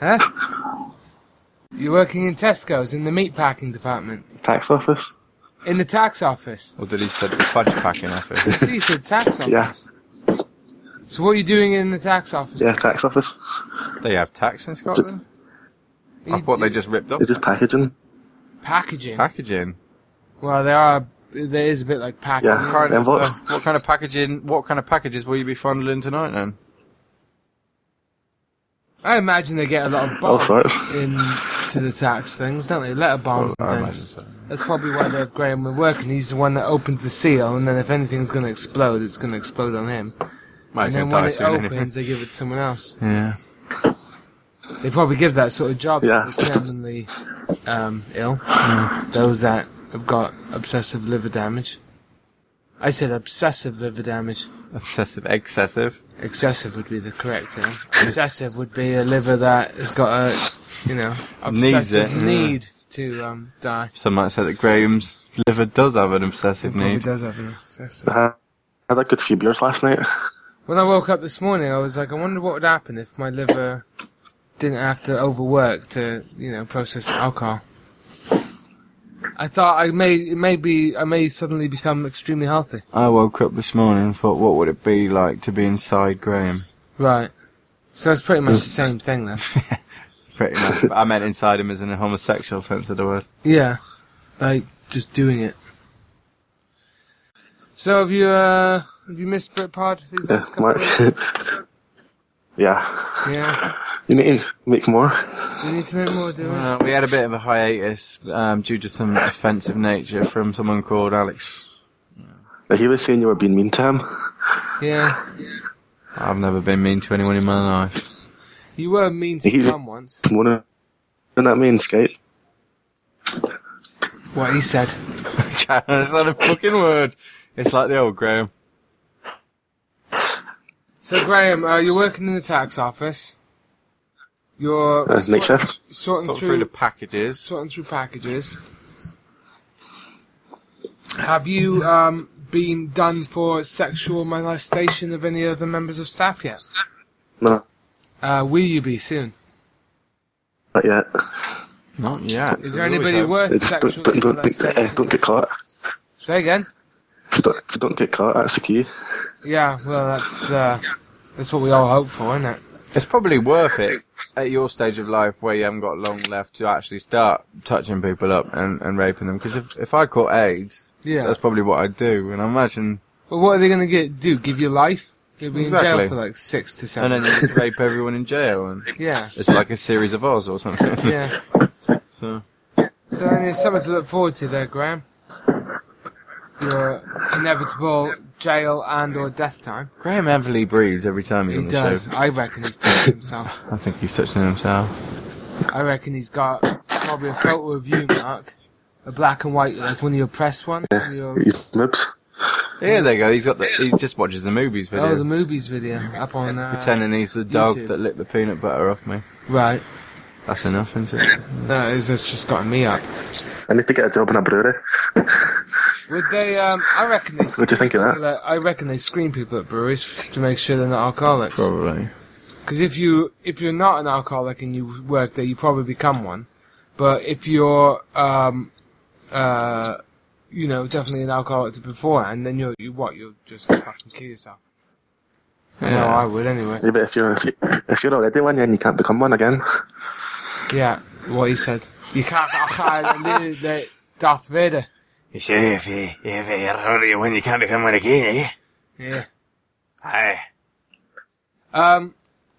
[SPEAKER 3] Huh? You're working in Tesco's in the meat packing department.
[SPEAKER 6] Tax office.
[SPEAKER 3] In the tax office.
[SPEAKER 4] Or did he said the fudge
[SPEAKER 3] (laughs)
[SPEAKER 4] packing office?
[SPEAKER 3] You said tax office.
[SPEAKER 6] (laughs) Yeah.
[SPEAKER 3] So what are you doing in the tax office?
[SPEAKER 6] Yeah, tax office.
[SPEAKER 4] they have tax in Scotland.
[SPEAKER 3] Are
[SPEAKER 4] I
[SPEAKER 3] you
[SPEAKER 4] thought they
[SPEAKER 3] do-
[SPEAKER 4] just ripped off
[SPEAKER 6] It's just packaging.
[SPEAKER 3] packaging.
[SPEAKER 4] packaging.
[SPEAKER 3] well, there are. There is a bit like packing.
[SPEAKER 6] Yeah.
[SPEAKER 4] Kind of,
[SPEAKER 6] what-
[SPEAKER 4] uh, what kind of packaging? What kind of packages will you be fondling tonight then?
[SPEAKER 3] I imagine they get a lot of
[SPEAKER 6] All
[SPEAKER 3] bombs
[SPEAKER 6] sorts. Oh,
[SPEAKER 3] in to the tax things, don't they? Letter bombs and things. That's probably why they have Graham with work, and he's the one that opens the seal, and then if anything's going to explode, it's going to explode on him. And
[SPEAKER 4] Might as
[SPEAKER 3] then when
[SPEAKER 4] well die
[SPEAKER 3] it
[SPEAKER 4] soon anyway.
[SPEAKER 3] opens, they give it to someone else.
[SPEAKER 4] Yeah.
[SPEAKER 3] They probably give that sort of job
[SPEAKER 6] Yeah.
[SPEAKER 3] to the terminally um, ill, those that have got obsessive liver damage. I said obsessive liver damage.
[SPEAKER 4] Obsessive, excessive.
[SPEAKER 3] Excessive would be the correct term. Obsessive would be a liver that has got a, you know,
[SPEAKER 4] Needs it,
[SPEAKER 3] obsessive
[SPEAKER 4] yeah.
[SPEAKER 3] need to um, die.
[SPEAKER 4] Some might say that Graham's liver does have an obsessive
[SPEAKER 3] Probably
[SPEAKER 4] need.
[SPEAKER 3] does have an obsessive.
[SPEAKER 6] Uh, I had a good few beers last night.
[SPEAKER 3] When I woke up this morning, I was like, I wonder what would happen if my liver didn't have to overwork to, you know, process alcohol. I thought I may, maybe I may suddenly become extremely healthy.
[SPEAKER 4] I woke up this morning and thought, what would it be like to be inside Graham?
[SPEAKER 3] Right. So it's pretty much the same thing then.
[SPEAKER 4] Pretty much. but I meant inside him as in a homosexual sense of the word.
[SPEAKER 3] Yeah. Like just doing it. So have you uh have you missed Brit Pod these
[SPEAKER 6] Yeah,
[SPEAKER 3] last
[SPEAKER 6] (laughs)
[SPEAKER 3] couple
[SPEAKER 6] Mark.
[SPEAKER 3] of weeks?
[SPEAKER 6] yeah.
[SPEAKER 3] Yeah.
[SPEAKER 6] You need to make more.
[SPEAKER 3] Do you need to make more do
[SPEAKER 6] (laughs)
[SPEAKER 3] it?
[SPEAKER 4] Uh, we had a bit of a hiatus um, due to some offensive nature from someone called Alex.
[SPEAKER 6] But he was saying you were being mean to him.
[SPEAKER 3] Yeah.
[SPEAKER 4] I've never been mean to anyone in my life. (laughs)
[SPEAKER 3] You were mean to
[SPEAKER 6] He-
[SPEAKER 3] Tom once.
[SPEAKER 6] Moaning at me in Skype.
[SPEAKER 3] What he said.
[SPEAKER 4] It's not a fucking word. It's like the old Graham.
[SPEAKER 3] So Graham, uh, you're working in the tax office. You're
[SPEAKER 6] Uh, next
[SPEAKER 3] sorting,
[SPEAKER 6] shift.
[SPEAKER 3] sorting
[SPEAKER 4] Sort
[SPEAKER 3] through,
[SPEAKER 4] through the packages.
[SPEAKER 3] sorting through packages. Have you um, been done for sexual molestation of any of the members of staff yet?
[SPEAKER 6] No,
[SPEAKER 3] Uh, will you be soon?
[SPEAKER 6] not yet.
[SPEAKER 4] Not yet.
[SPEAKER 3] Is there anybody worth
[SPEAKER 6] It's,
[SPEAKER 3] sexually
[SPEAKER 6] don't, don't, don't,
[SPEAKER 3] molestation?
[SPEAKER 6] eh, don't get caught.
[SPEAKER 3] Say again?
[SPEAKER 6] If you don't, if you don't get caught, that's the key.
[SPEAKER 3] Yeah, well, that's uh, that's what we all hope for, isn't it?
[SPEAKER 4] It's probably worth it at your stage of life where you haven't got long left to actually start touching people up and, and raping them. Because if, if I caught AIDS,
[SPEAKER 3] Yeah.
[SPEAKER 4] that's probably what I'd do. And I imagine,
[SPEAKER 3] But what are they going to get? Do give you life? You'll be in
[SPEAKER 4] Exactly.
[SPEAKER 3] jail for like six to
[SPEAKER 4] and
[SPEAKER 3] seven.
[SPEAKER 4] then you just rape everyone in jail, and
[SPEAKER 3] yeah,
[SPEAKER 4] it's like a series of Oz or something.
[SPEAKER 3] yeah. So
[SPEAKER 4] So-
[SPEAKER 3] then there's something to look forward to there, Graham. Your inevitable jail and or death time.
[SPEAKER 4] (laughs) Graham heavily breathes every time he's
[SPEAKER 3] He
[SPEAKER 4] on the
[SPEAKER 3] does.
[SPEAKER 4] show.
[SPEAKER 3] I reckon he's touching himself.
[SPEAKER 4] I think he's touching himself.
[SPEAKER 3] I reckon he's got probably a photo of you, Mark, a black and white, like one of your press one. Your,
[SPEAKER 6] You mibs.
[SPEAKER 4] Here they go. He's got the. He just watches the movies video,
[SPEAKER 3] oh, the movies video up on uh,
[SPEAKER 4] pretending he's the dog
[SPEAKER 3] YouTube.
[SPEAKER 4] that licked the peanut butter off me.
[SPEAKER 3] Right,
[SPEAKER 4] That's enough, isn't it?
[SPEAKER 3] that is it's just gotten me up.
[SPEAKER 6] I need to get a job in a brewery.
[SPEAKER 3] Would they? Um, I reckon they.
[SPEAKER 6] What do you think of that?
[SPEAKER 3] I reckon they screen people at breweries to make sure they're not alcoholics.
[SPEAKER 4] Probably.
[SPEAKER 3] Because if you if you're not an alcoholic and you work there, you probably become one. But if you're, um, uh, you know, definitely an alcoholic beforehand, then you're you what you'll just fucking kill yourself. I know I would anyway.
[SPEAKER 6] Yeah, but if you're if, you, if you're already one, then you can't become one again.
[SPEAKER 3] Yeah, what he said. You can't. I can't Darth Vader.
[SPEAKER 4] You see, if you if you're only when you can't become one again,
[SPEAKER 3] Yeah.
[SPEAKER 4] Aye.
[SPEAKER 3] Um,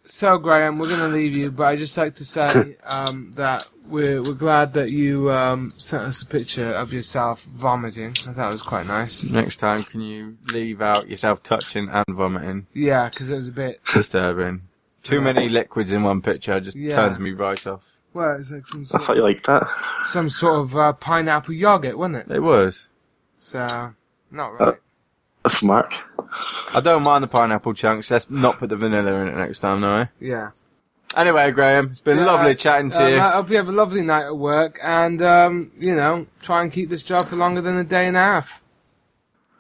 [SPEAKER 3] so Graham, we're going to leave you, but I just like to say um, that we're we're glad that you um, sent us a picture of yourself vomiting. I thought it was quite nice.
[SPEAKER 4] Next time, can you leave out yourself touching and vomiting?
[SPEAKER 3] Yeah, because it was a bit.
[SPEAKER 4] Disturbing. Too many liquids in one picture just
[SPEAKER 3] Yeah.
[SPEAKER 4] turns me right off.
[SPEAKER 3] Well, it's like some
[SPEAKER 6] I
[SPEAKER 3] sort,
[SPEAKER 6] thought you liked that.
[SPEAKER 3] some sort of uh, pineapple yogurt, wasn't it?
[SPEAKER 4] It was.
[SPEAKER 3] So, not
[SPEAKER 4] Uh,
[SPEAKER 3] right.
[SPEAKER 6] That's from Mark.
[SPEAKER 4] I don't mind the pineapple chunks. Let's not put the vanilla in it next time, no. eh?
[SPEAKER 3] Yeah.
[SPEAKER 4] Anyway, Graham, it's been
[SPEAKER 3] Yeah,
[SPEAKER 4] lovely
[SPEAKER 3] uh,
[SPEAKER 4] chatting to
[SPEAKER 3] Um,
[SPEAKER 4] you.
[SPEAKER 3] I hope you have a lovely night at work, and um, you know, try and keep this job for longer than a day and a half.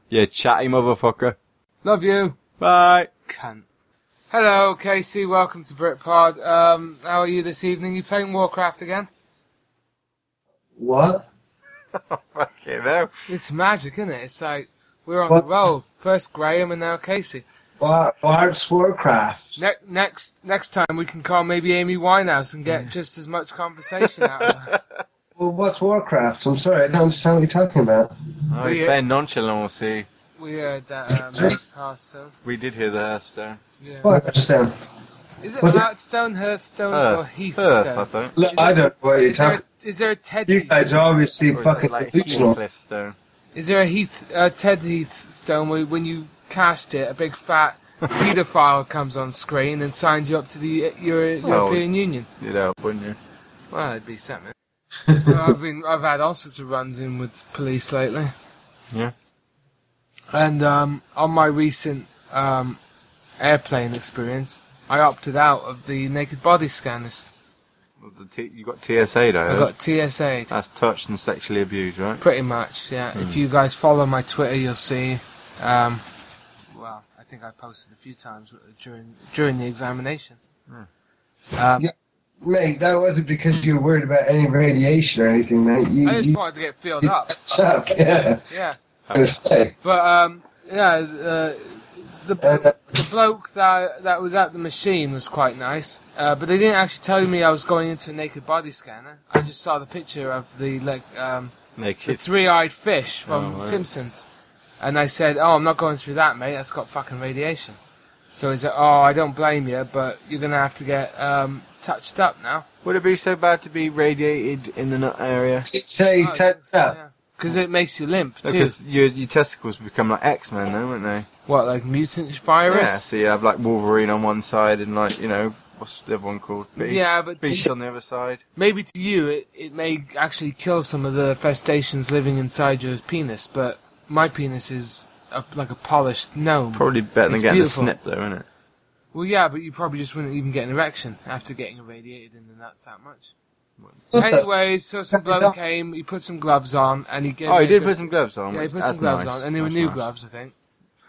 [SPEAKER 4] you chatty motherfucker.
[SPEAKER 3] Love you.
[SPEAKER 4] Bye. (laughs)
[SPEAKER 3] Cunt. Hello, Casey. Welcome to Britpod. Um, how are you this evening? You playing Warcraft again?
[SPEAKER 7] What?
[SPEAKER 4] Oh, Fucking hell.
[SPEAKER 3] It's magic, isn't it? It's like we're on
[SPEAKER 7] What?
[SPEAKER 3] the roll. First Graham and now Casey.
[SPEAKER 7] What? What's Warcraft?
[SPEAKER 3] Ne- next next time we can call maybe Amy Winehouse and get just as much conversation out of her.
[SPEAKER 7] Well, what's Warcraft? I'm sorry, I don't understand what you're talking about.
[SPEAKER 4] Oh, he's
[SPEAKER 3] Yeah.
[SPEAKER 4] playing nonchalant, see.
[SPEAKER 3] We heard that um, Hearthstone.
[SPEAKER 4] We did hear the Hearthstone.
[SPEAKER 3] Yeah.
[SPEAKER 7] What? Understand?
[SPEAKER 3] Is it
[SPEAKER 7] Was it-
[SPEAKER 3] Hearthstone, Hearthstone, or
[SPEAKER 4] Earth. Earth, I
[SPEAKER 3] Heathstone?
[SPEAKER 4] think.
[SPEAKER 7] Look, I don't know what you're
[SPEAKER 3] Is there,
[SPEAKER 7] talking.
[SPEAKER 3] a, is there a Ted?
[SPEAKER 7] You
[SPEAKER 3] Heath-
[SPEAKER 7] guys are obviously
[SPEAKER 4] Or is it
[SPEAKER 7] fucking
[SPEAKER 4] like
[SPEAKER 7] delusional.
[SPEAKER 4] Heathcliff Stone?
[SPEAKER 3] Is there a Heath uh, Ted Heathstone where when you cast it, a big fat
[SPEAKER 4] (laughs)
[SPEAKER 3] paedophile comes on screen and signs you up to the uh, Euro-
[SPEAKER 4] Oh,
[SPEAKER 3] European Union?
[SPEAKER 4] You'd help, wouldn't you?
[SPEAKER 3] Well, it'd be something. well, I've been, I've had all sorts of runs in with police lately.
[SPEAKER 4] Yeah.
[SPEAKER 3] And um, on my recent um, airplane experience, I opted out of the naked body scanners.
[SPEAKER 4] Well, the T- you got TSA though.
[SPEAKER 3] I got TSA'd.
[SPEAKER 4] That's touched and sexually abused, right?
[SPEAKER 3] Pretty much, yeah. If you guys follow my Twitter, you'll see. Um, well, I think I posted a few times during during the examination. Um,
[SPEAKER 7] Yeah, Mate, that wasn't because you were worried about any radiation or anything, mate. You,
[SPEAKER 3] I just
[SPEAKER 7] you (laughs)
[SPEAKER 3] wanted to get filled
[SPEAKER 7] you
[SPEAKER 3] up.
[SPEAKER 7] catch up, (laughs) yeah.
[SPEAKER 3] Yeah,
[SPEAKER 7] I was gonna say.
[SPEAKER 3] but um, yeah, uh, the blo- the bloke that that was at the machine was quite nice, uh, but they didn't actually tell me I was going into a naked body scanner. I just saw the picture of the like um, the
[SPEAKER 4] Naked.
[SPEAKER 3] three-eyed fish from
[SPEAKER 4] Oh, right.
[SPEAKER 3] Simpsons. And I said, "Oh, I'm not going through that, mate. That's got fucking radiation." So he said, "Oh, I don't blame you, but you're gonna have to get um, touched up now."
[SPEAKER 4] Would it be so bad to be radiated in the nut area?
[SPEAKER 7] Say,
[SPEAKER 3] Oh,
[SPEAKER 7] touch up.
[SPEAKER 3] Because it makes you limp too.
[SPEAKER 4] Because your your testicles become like X Men, though, wouldn't they?
[SPEAKER 3] what, like mutant
[SPEAKER 4] Yeah.
[SPEAKER 3] virus?
[SPEAKER 4] So you have like Wolverine on one side and like you know what's the other one called? Beast.
[SPEAKER 3] Yeah, but-
[SPEAKER 4] Beast on the other side.
[SPEAKER 3] Maybe to you, it, it may actually kill some of the festations living inside your penis, but my penis is a, like a polished gnome.
[SPEAKER 4] Probably better than
[SPEAKER 3] It's
[SPEAKER 4] getting
[SPEAKER 3] beautiful.
[SPEAKER 4] a snip, though, isn't it?
[SPEAKER 3] Well, yeah, but you probably just wouldn't even get an erection after getting irradiated in the nuts that much.
[SPEAKER 7] What the-
[SPEAKER 3] Anyways, so some bloke came, he put some gloves on, and he gave
[SPEAKER 4] Oh,
[SPEAKER 3] me
[SPEAKER 4] he
[SPEAKER 3] a
[SPEAKER 4] did
[SPEAKER 3] good-
[SPEAKER 4] put some gloves on.
[SPEAKER 3] Yeah, he
[SPEAKER 4] which-
[SPEAKER 3] put
[SPEAKER 4] that's
[SPEAKER 3] some gloves
[SPEAKER 4] nice.
[SPEAKER 3] on, and they were
[SPEAKER 4] That's
[SPEAKER 3] new
[SPEAKER 4] nice.
[SPEAKER 3] gloves, I
[SPEAKER 4] (laughs)
[SPEAKER 3] think.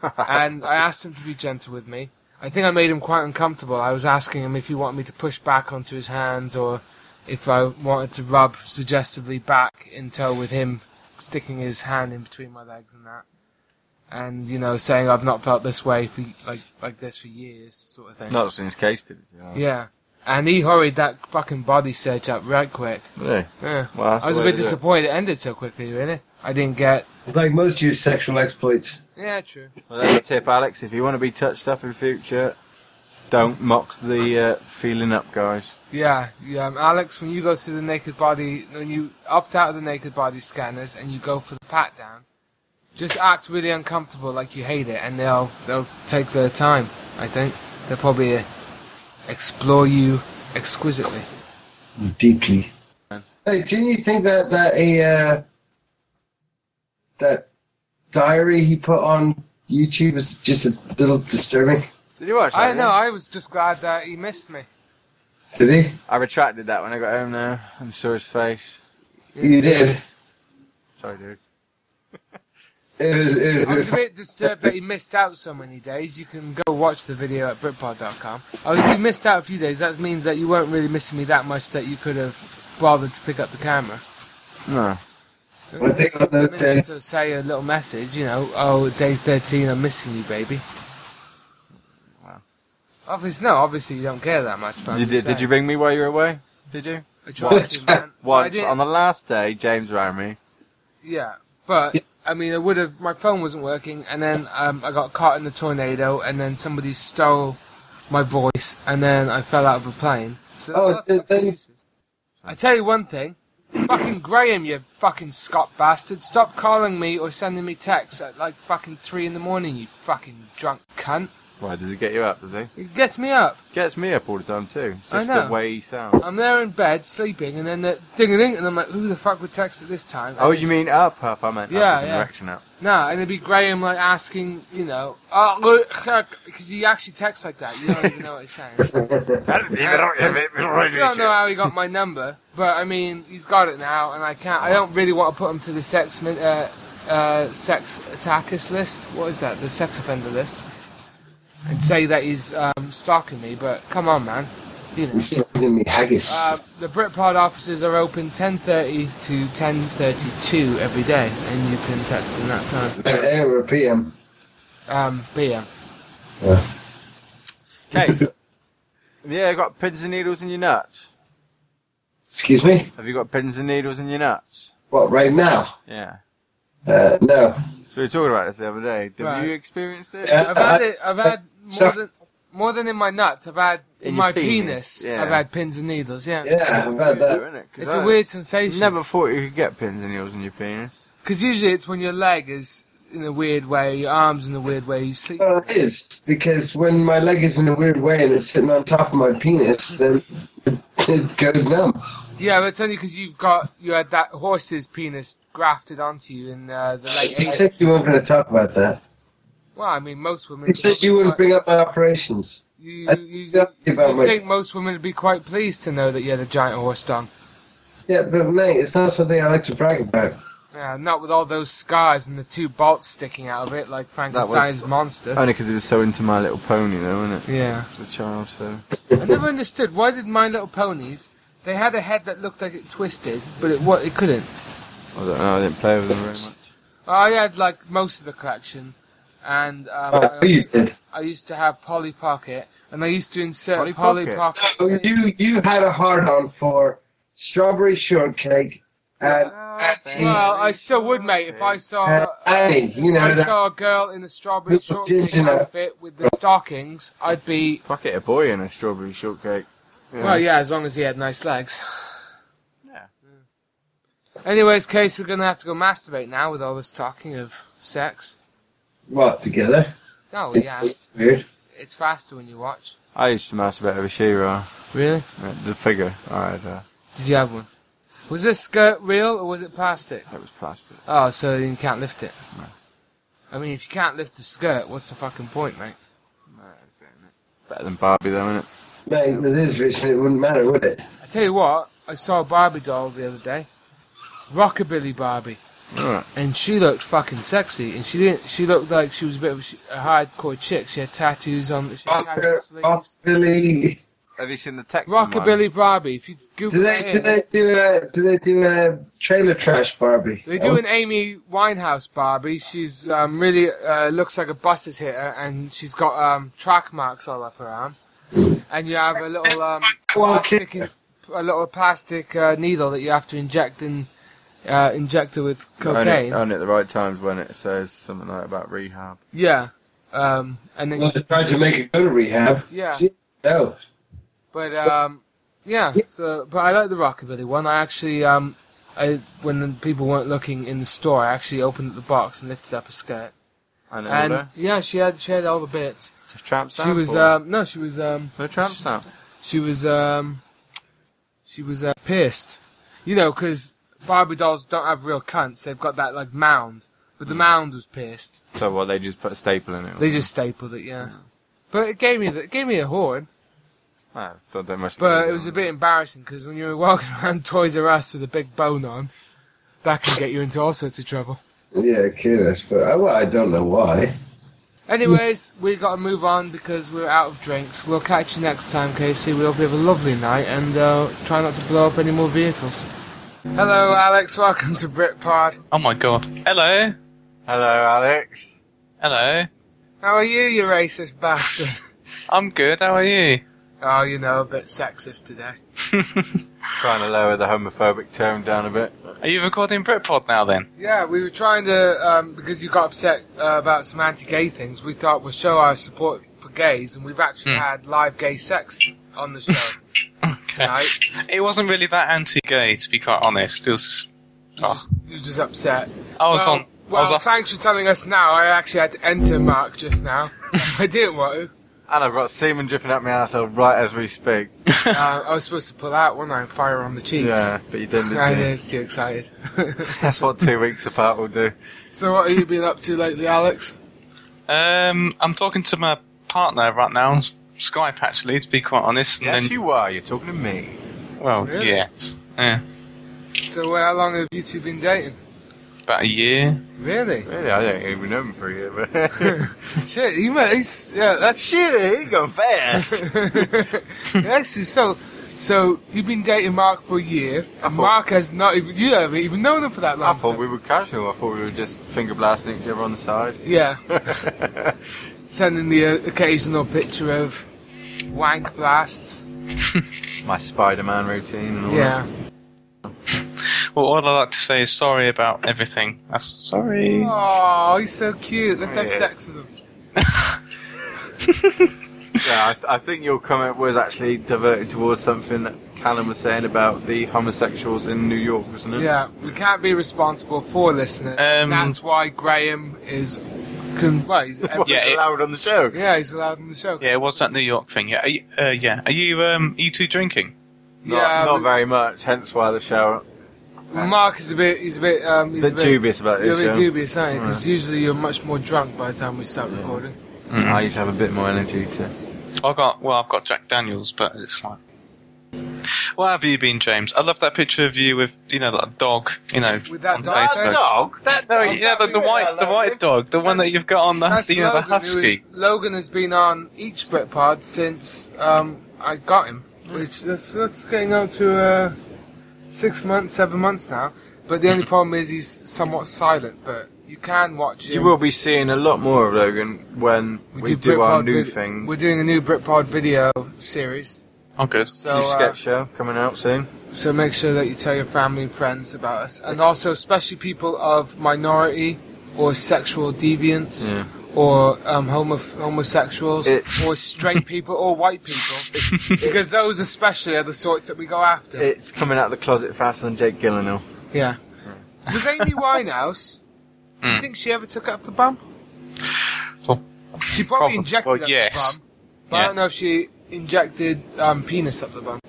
[SPEAKER 3] and I asked him to be gentle with me. I think I made him quite uncomfortable. I was asking him if he wanted me to push back onto his hands or if I wanted to rub suggestively back in tow with him sticking his hand in between my legs and that. And, you know, saying I've not felt this way for like like this for years, sort of thing.
[SPEAKER 4] Not since Case did it. You know.
[SPEAKER 3] Yeah. And he hurried that fucking body search up right quick.
[SPEAKER 4] Really?
[SPEAKER 3] Yeah.
[SPEAKER 4] Well, that's
[SPEAKER 3] I was
[SPEAKER 4] the
[SPEAKER 3] a
[SPEAKER 4] way
[SPEAKER 3] bit
[SPEAKER 4] to do it.
[SPEAKER 3] disappointed it ended so quickly, really. I didn't get.
[SPEAKER 7] It's like most of your sexual exploits.
[SPEAKER 3] Yeah, true.
[SPEAKER 4] Well, that's a tip, Alex. If you want to be touched up in future, don't mock the uh, feeling up guys.
[SPEAKER 3] Yeah, yeah. um, Alex, when you go through the naked body, when you opt out of the naked body scanners and you go for the pat down, just act really uncomfortable, like you hate it, and they'll they'll take their time. I think they'll probably uh, explore you exquisitely.
[SPEAKER 7] Deeply. Hey, didn't you think that, that a, uh, that diary he put on YouTube is just a little disturbing.
[SPEAKER 8] Did you watch that?
[SPEAKER 3] I know.
[SPEAKER 8] yeah?
[SPEAKER 3] I was just glad that he missed me.
[SPEAKER 7] Did he?
[SPEAKER 8] I retracted that when I got home now and saw his face.
[SPEAKER 7] You did.
[SPEAKER 8] Sorry, dude.
[SPEAKER 7] It was. It,
[SPEAKER 3] I was a
[SPEAKER 7] it,
[SPEAKER 3] bit disturbed that he missed out so many days. You can go watch the video at Britpod.com. Oh, if you missed out a few days, that means that you weren't really missing me that much that you could have bothered to pick up the camera.
[SPEAKER 8] No.
[SPEAKER 7] Well, I think on that day-
[SPEAKER 3] So say a little message, you know, oh, day 13, I'm missing you, baby. Obviously, no, obviously you don't care that much. But I'm
[SPEAKER 8] You
[SPEAKER 3] just
[SPEAKER 8] did, did you ring
[SPEAKER 3] saying.
[SPEAKER 8] me while you were away? Did you?
[SPEAKER 3] I tried to, man.
[SPEAKER 8] (laughs)
[SPEAKER 3] I
[SPEAKER 8] Once,
[SPEAKER 3] didn't-
[SPEAKER 8] on the last day, James rang me.
[SPEAKER 3] Yeah, but I mean, I would have. My phone wasn't working, and then um, I got caught in the tornado, and then somebody stole my voice, and then I fell out of a plane. So
[SPEAKER 7] Oh,
[SPEAKER 3] lots of
[SPEAKER 7] did they-
[SPEAKER 3] excuses. I tell you one thing, fucking Graham, you fucking Scot bastard, stop calling me or sending me texts at like fucking three in the morning, you fucking drunk cunt.
[SPEAKER 8] Why, does he get you up, does he?
[SPEAKER 3] It gets me up.
[SPEAKER 8] Gets me up all the time, too. It's
[SPEAKER 3] I
[SPEAKER 8] just
[SPEAKER 3] know.
[SPEAKER 8] the way he sounds.
[SPEAKER 3] I'm there in bed sleeping, and then the ding a ding, and I'm like, who the fuck would text at this time? And
[SPEAKER 8] Oh,
[SPEAKER 3] it's-
[SPEAKER 8] you mean up, up? I meant
[SPEAKER 3] Yeah,
[SPEAKER 8] up as an
[SPEAKER 3] yeah.
[SPEAKER 8] erection up.
[SPEAKER 3] No, and it'd be Graham like asking, you know, "Oh, because he actually texts like that. You don't even know what he's saying. I still (laughs) don't know how he got my number, but I mean, he's got it now, and I can't. I don't really want to put him to the sex min, uh, uh, sex attackers list. What is that? The sex offender list, and say that he's um, stalking me. But come on, man, you know.
[SPEAKER 7] he's giving me haggis.
[SPEAKER 3] Uh, the Britpod offices are open 10:30 to 10:32 every day, and you can text in that time.
[SPEAKER 7] Uh, or PM.
[SPEAKER 3] Um, PM.
[SPEAKER 7] Yeah.
[SPEAKER 8] Okay. so- yeah, you got pins and needles in your nuts.
[SPEAKER 7] Excuse me.
[SPEAKER 8] Have you got pins and needles in your nuts?
[SPEAKER 7] What? Right now?
[SPEAKER 8] Yeah.
[SPEAKER 7] Uh, no.
[SPEAKER 8] So we were talking about this the other day. Have
[SPEAKER 3] Right.
[SPEAKER 8] you experienced it?
[SPEAKER 7] Yeah.
[SPEAKER 3] I've had it. I've had more
[SPEAKER 7] Uh, So-
[SPEAKER 3] than more than in my nuts. I've had in,
[SPEAKER 8] In your
[SPEAKER 3] my penis.
[SPEAKER 8] penis, yeah.
[SPEAKER 3] I've had pins and needles. Yeah,
[SPEAKER 7] Yeah, it's about that.
[SPEAKER 3] it's a weird sensation.
[SPEAKER 8] Never thought you could get pins and needles in your penis.
[SPEAKER 3] because usually it's when your leg is in a weird way, your arms in a weird way, you sleep.
[SPEAKER 7] Well, it is because when my leg is in a weird way and it's sitting on top of my penis, then it goes numb.
[SPEAKER 3] Yeah, but it's only because you've got you had that horse's penis grafted onto you in uh, the late
[SPEAKER 7] You said
[SPEAKER 3] eighties.
[SPEAKER 7] you weren't going to talk about that.
[SPEAKER 3] Well, I mean, most women.
[SPEAKER 7] You said you wouldn't bring up my operations.
[SPEAKER 3] You,
[SPEAKER 7] I-
[SPEAKER 3] you, you,
[SPEAKER 7] Yeah, about my-
[SPEAKER 3] think most women would be quite pleased to know that you had a giant horse dong.
[SPEAKER 7] Yeah, but mate, it's not something I like to brag about.
[SPEAKER 3] Yeah, not with all those scars and the two bolts sticking out of it like Frankenstein's monster.
[SPEAKER 8] Only because it was so into My Little Pony, though, wasn't it?
[SPEAKER 3] yeah.
[SPEAKER 8] As a child, so.
[SPEAKER 3] I never understood why did My Little Ponies? They had a head that looked like it twisted, but it what it couldn't.
[SPEAKER 8] I don't know, I didn't play with them very much.
[SPEAKER 3] I had like most of the collection, and um,
[SPEAKER 7] Oh,
[SPEAKER 3] I,
[SPEAKER 7] you did.
[SPEAKER 3] I used to have Polly Pocket, and I used to insert Polly,
[SPEAKER 8] Polly
[SPEAKER 3] Pocket.
[SPEAKER 8] Pocket?
[SPEAKER 7] Oh, you you had a hard on for strawberry shortcake and
[SPEAKER 3] Oh,
[SPEAKER 7] and,
[SPEAKER 3] Well, I still would, mate, if I
[SPEAKER 7] and
[SPEAKER 3] saw.
[SPEAKER 7] Annie, Uh, you know
[SPEAKER 3] I
[SPEAKER 7] that.
[SPEAKER 3] saw a girl in a strawberry
[SPEAKER 7] This
[SPEAKER 3] shortcake
[SPEAKER 7] particular-
[SPEAKER 3] outfit with the stockings. I'd be
[SPEAKER 8] Pocket a boy in a strawberry shortcake.
[SPEAKER 3] well, yeah, as long as he had nice legs.
[SPEAKER 8] Yeah.
[SPEAKER 3] Anyways, case we're gonna have to go masturbate now with all this talking of sex.
[SPEAKER 7] What together?
[SPEAKER 3] Oh yeah, it's,
[SPEAKER 7] Weird.
[SPEAKER 3] it's faster when you watch.
[SPEAKER 8] I used to masturbate over She-Ra.
[SPEAKER 3] Really?
[SPEAKER 8] uh, The figure. I had, uh,
[SPEAKER 3] Did you have one? Was this skirt real or was it plastic?
[SPEAKER 8] that was plastic.
[SPEAKER 3] Oh, so you can't lift it. I mean, if you can't lift the skirt, what's the fucking point, mate?
[SPEAKER 8] Better than Barbie, though, isn't it?
[SPEAKER 7] Mate, with this vision, it wouldn't matter, would it?
[SPEAKER 3] I tell you what, I saw a Barbie doll the other day, rockabilly Barbie,
[SPEAKER 8] Alright.
[SPEAKER 3] and she looked fucking sexy. And she didn't. She looked like she was a bit of a, sh- a hardcore chick. She had tattoos on. She had tattoo
[SPEAKER 7] Rock-
[SPEAKER 3] sleeves.
[SPEAKER 7] Rockabilly.
[SPEAKER 8] Have you seen the text?
[SPEAKER 3] Rockabilly Barbie. If you
[SPEAKER 7] Do
[SPEAKER 3] Google that
[SPEAKER 7] they do
[SPEAKER 3] in,
[SPEAKER 7] they do a do they do a trailer trash Barbie?
[SPEAKER 3] They do an Amy Winehouse Barbie. She's um, really uh, looks like a bus has hit her, and she's got um, track marks all up her arm. And you have a little um,
[SPEAKER 7] Oh, Well,
[SPEAKER 3] plastic, a little plastic uh, needle that you have to inject in, uh, inject her with
[SPEAKER 8] Only,
[SPEAKER 3] cocaine.
[SPEAKER 8] only at the right times when it says something like about rehab.
[SPEAKER 3] Yeah, um, and then
[SPEAKER 7] Well, they tried to make it go to rehab.
[SPEAKER 3] yeah,
[SPEAKER 7] No.
[SPEAKER 3] but um, yeah. So, but I like the rockabilly one. I actually um, I when the people weren't looking in the store, I actually opened up the box and lifted up her skirt.
[SPEAKER 8] And,
[SPEAKER 3] And
[SPEAKER 8] all
[SPEAKER 3] yeah, she had she had all the bits.
[SPEAKER 8] the tramp
[SPEAKER 3] She
[SPEAKER 8] stamp
[SPEAKER 3] was
[SPEAKER 8] or-
[SPEAKER 3] um no, she was um
[SPEAKER 8] no tramp stamp.
[SPEAKER 3] she was um she was uh, pissed, you know, because Barbie dolls don't have real cunts. They've got that like mound, But the mound was pierced.
[SPEAKER 4] So what? They just put a staple in it.
[SPEAKER 3] They just stapled it, yeah. But it gave me the, it gave me a horn.
[SPEAKER 4] Ah, don't, don't much.
[SPEAKER 3] But it was a bit embarrassing because when you were walking (laughs) around Toys R Us with a big bone on, that can get you into all sorts of trouble.
[SPEAKER 7] Yeah, kid, I suppose. I, well, I don't know why.
[SPEAKER 3] Anyways, we got to move on because we're out of drinks. We'll catch you next time, Casey. We hope you have a lovely night and uh, try not to blow up any more vehicles. Hello, Alex. Welcome to Britpod.
[SPEAKER 9] Oh my god. Hello.
[SPEAKER 4] Hello, Alex.
[SPEAKER 9] Hello.
[SPEAKER 3] How are you, you racist bastard? (laughs)
[SPEAKER 9] I'm good. How are you?
[SPEAKER 3] oh, you know, a bit sexist today.
[SPEAKER 4] Trying to lower the homophobic tone down a bit.
[SPEAKER 9] are you recording Britpod now then?
[SPEAKER 3] Yeah, we were trying to um, because you got upset uh, about some anti-gay things. We thought we'll show our support for gays, and we've actually had live gay sex on the show
[SPEAKER 9] Okay.
[SPEAKER 3] tonight.
[SPEAKER 9] It wasn't really that anti-gay, to be quite honest. It was.
[SPEAKER 3] You're,
[SPEAKER 9] Oh.
[SPEAKER 3] just, you're just upset.
[SPEAKER 9] I was
[SPEAKER 3] well,
[SPEAKER 9] on.
[SPEAKER 3] Well,
[SPEAKER 9] I was off-
[SPEAKER 3] thanks for telling us now. I actually had to enter Mark just
[SPEAKER 9] (laughs)
[SPEAKER 3] now. I didn't want
[SPEAKER 4] And I've got semen dripping out my asshole right as we speak.
[SPEAKER 9] (laughs)
[SPEAKER 3] to. Uh, I was supposed to pull out, wasn't I? And fire on the cheeks.
[SPEAKER 4] Yeah, but you didn't.
[SPEAKER 3] I
[SPEAKER 4] Did you?
[SPEAKER 3] was too excited.
[SPEAKER 4] (laughs) That's what two weeks apart will do.
[SPEAKER 3] so, what have you been up to lately, Alex?
[SPEAKER 9] Um, I'm talking to my partner right now. on Skype, actually, to be quite honest. And
[SPEAKER 4] Yes,
[SPEAKER 9] then,
[SPEAKER 4] you are. You're talking to me.
[SPEAKER 9] well,
[SPEAKER 3] Really?
[SPEAKER 9] yes, yeah,
[SPEAKER 3] So, uh, how long have you two been dating?
[SPEAKER 9] about a year.
[SPEAKER 3] Really?
[SPEAKER 4] Really, I don't even know him for you. But (laughs)
[SPEAKER 3] Shit, he must. He's, yeah, that's (laughs)
[SPEAKER 4] shit, he going fast.
[SPEAKER 3] this is so. So you've been dating Mark for a year, and
[SPEAKER 4] thought-
[SPEAKER 3] Mark has not even you haven't even known him for that
[SPEAKER 4] (laughs) I
[SPEAKER 3] long.
[SPEAKER 4] thought
[SPEAKER 3] so-
[SPEAKER 4] we were casual. I thought we were just finger blasting each other on the side.
[SPEAKER 3] yeah, (laughs) sending the uh, occasional picture of wank blasts.
[SPEAKER 4] My Spider-Man routine and all
[SPEAKER 3] Yeah,
[SPEAKER 9] Well, all I like to say is sorry about everything. That's sorry.
[SPEAKER 3] oh, he's so cute. Let's have
[SPEAKER 4] Yes.
[SPEAKER 3] sex with him.
[SPEAKER 4] that. Yeah, I, th- I think your comment was actually diverted towards something that Callum was saying about the homosexuals in New York, wasn't it?
[SPEAKER 3] Yeah, we can't be responsible for listeners.
[SPEAKER 9] Um,
[SPEAKER 3] That's why Graham is. Con- well, he's
[SPEAKER 4] What
[SPEAKER 9] Yeah,
[SPEAKER 4] was
[SPEAKER 9] it-
[SPEAKER 4] allowed on the show.
[SPEAKER 3] yeah, he's allowed on the show.
[SPEAKER 9] Yeah, it was that New York thing. Yeah, are you, uh, yeah. Are you um, you two drinking?
[SPEAKER 4] Not,
[SPEAKER 3] Yeah,
[SPEAKER 4] not
[SPEAKER 3] we-
[SPEAKER 4] very much. Hence why the show.
[SPEAKER 3] Mark is a bit. He's a bit. Um, he's
[SPEAKER 4] Bit
[SPEAKER 3] a bit
[SPEAKER 4] dubious about this
[SPEAKER 3] You're a bit
[SPEAKER 4] show.
[SPEAKER 3] dubious, aren't you? Because usually you're much more drunk by the time we start recording.
[SPEAKER 4] Mm. I used to have a bit more energy to.
[SPEAKER 9] I got well. I've got Jack Daniels, but it's like. What have you been, James? I love that picture of you with you know that dog. You know,
[SPEAKER 3] With that
[SPEAKER 9] on
[SPEAKER 3] dog?
[SPEAKER 9] Facebook.
[SPEAKER 3] That
[SPEAKER 4] dog.
[SPEAKER 3] That,
[SPEAKER 9] No, yeah, the, the white, the white dog, the one that
[SPEAKER 3] That's-
[SPEAKER 9] you've got on the,
[SPEAKER 3] That's
[SPEAKER 9] the, you know, the
[SPEAKER 3] Logan, who is-
[SPEAKER 9] husky.
[SPEAKER 3] Logan has been on each Britpod since um, I got him, which that's, that's getting on to uh, six months, seven months now. But
[SPEAKER 4] (laughs)
[SPEAKER 3] the only problem is he's somewhat silent. But you can watch him.
[SPEAKER 4] You will be seeing a lot more of Logan when we, do, our
[SPEAKER 3] Britpod
[SPEAKER 4] new
[SPEAKER 3] vid-
[SPEAKER 4] thing.
[SPEAKER 3] We're doing a new Britpod video series.
[SPEAKER 9] Oh, good.
[SPEAKER 3] So,
[SPEAKER 4] new
[SPEAKER 3] uh,
[SPEAKER 4] sketch show coming out soon.
[SPEAKER 3] So make sure that you tell your family and friends about us, and also especially people of minority or sexual deviance
[SPEAKER 4] Yeah.
[SPEAKER 3] or um, homo- homosexuals
[SPEAKER 4] It's-
[SPEAKER 3] or straight people or white people, because those especially are the sorts that we go after.
[SPEAKER 4] It's coming out of the closet faster than Jake Gyllenhaal.
[SPEAKER 3] yeah. Was Amy Winehouse? do you think she ever took up the bum?
[SPEAKER 9] Hmm. Well,
[SPEAKER 3] She probably
[SPEAKER 9] probably-
[SPEAKER 3] injected
[SPEAKER 9] well,
[SPEAKER 3] up
[SPEAKER 9] yes.
[SPEAKER 3] the bum, but I
[SPEAKER 9] Yeah.
[SPEAKER 3] don't know if she injected um, penis up the bum.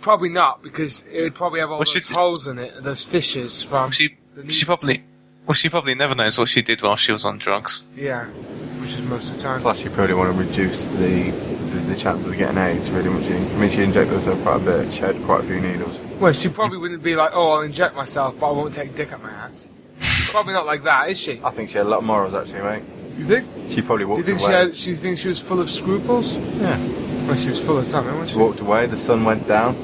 [SPEAKER 3] Probably not, because it would probably have all
[SPEAKER 9] Well, she
[SPEAKER 3] those
[SPEAKER 9] d-
[SPEAKER 3] holes in it, those fissures from.
[SPEAKER 9] She,
[SPEAKER 3] The needles.
[SPEAKER 9] she probably, well, she probably never knows what she did while she was on drugs.
[SPEAKER 3] Yeah, which is most of the time.
[SPEAKER 4] Plus, you probably want to reduce the the, the chances of getting AIDS. Really, wouldn't you? I mean, she injected herself quite a bit. She had quite a few needles.
[SPEAKER 3] Well, she probably wouldn't be like, oh, I'll inject myself, but I won't take dick up my ass. She's probably not like that, is she?
[SPEAKER 4] I think she had a lot of morals, actually, mate.
[SPEAKER 3] You think?
[SPEAKER 4] She probably
[SPEAKER 3] Do you
[SPEAKER 4] walked
[SPEAKER 3] think she,
[SPEAKER 4] away.
[SPEAKER 3] had, she think she was full of scruples?
[SPEAKER 4] Yeah,
[SPEAKER 3] Well, she was full of something,
[SPEAKER 4] she
[SPEAKER 3] wasn't
[SPEAKER 4] walked away. The sun went down.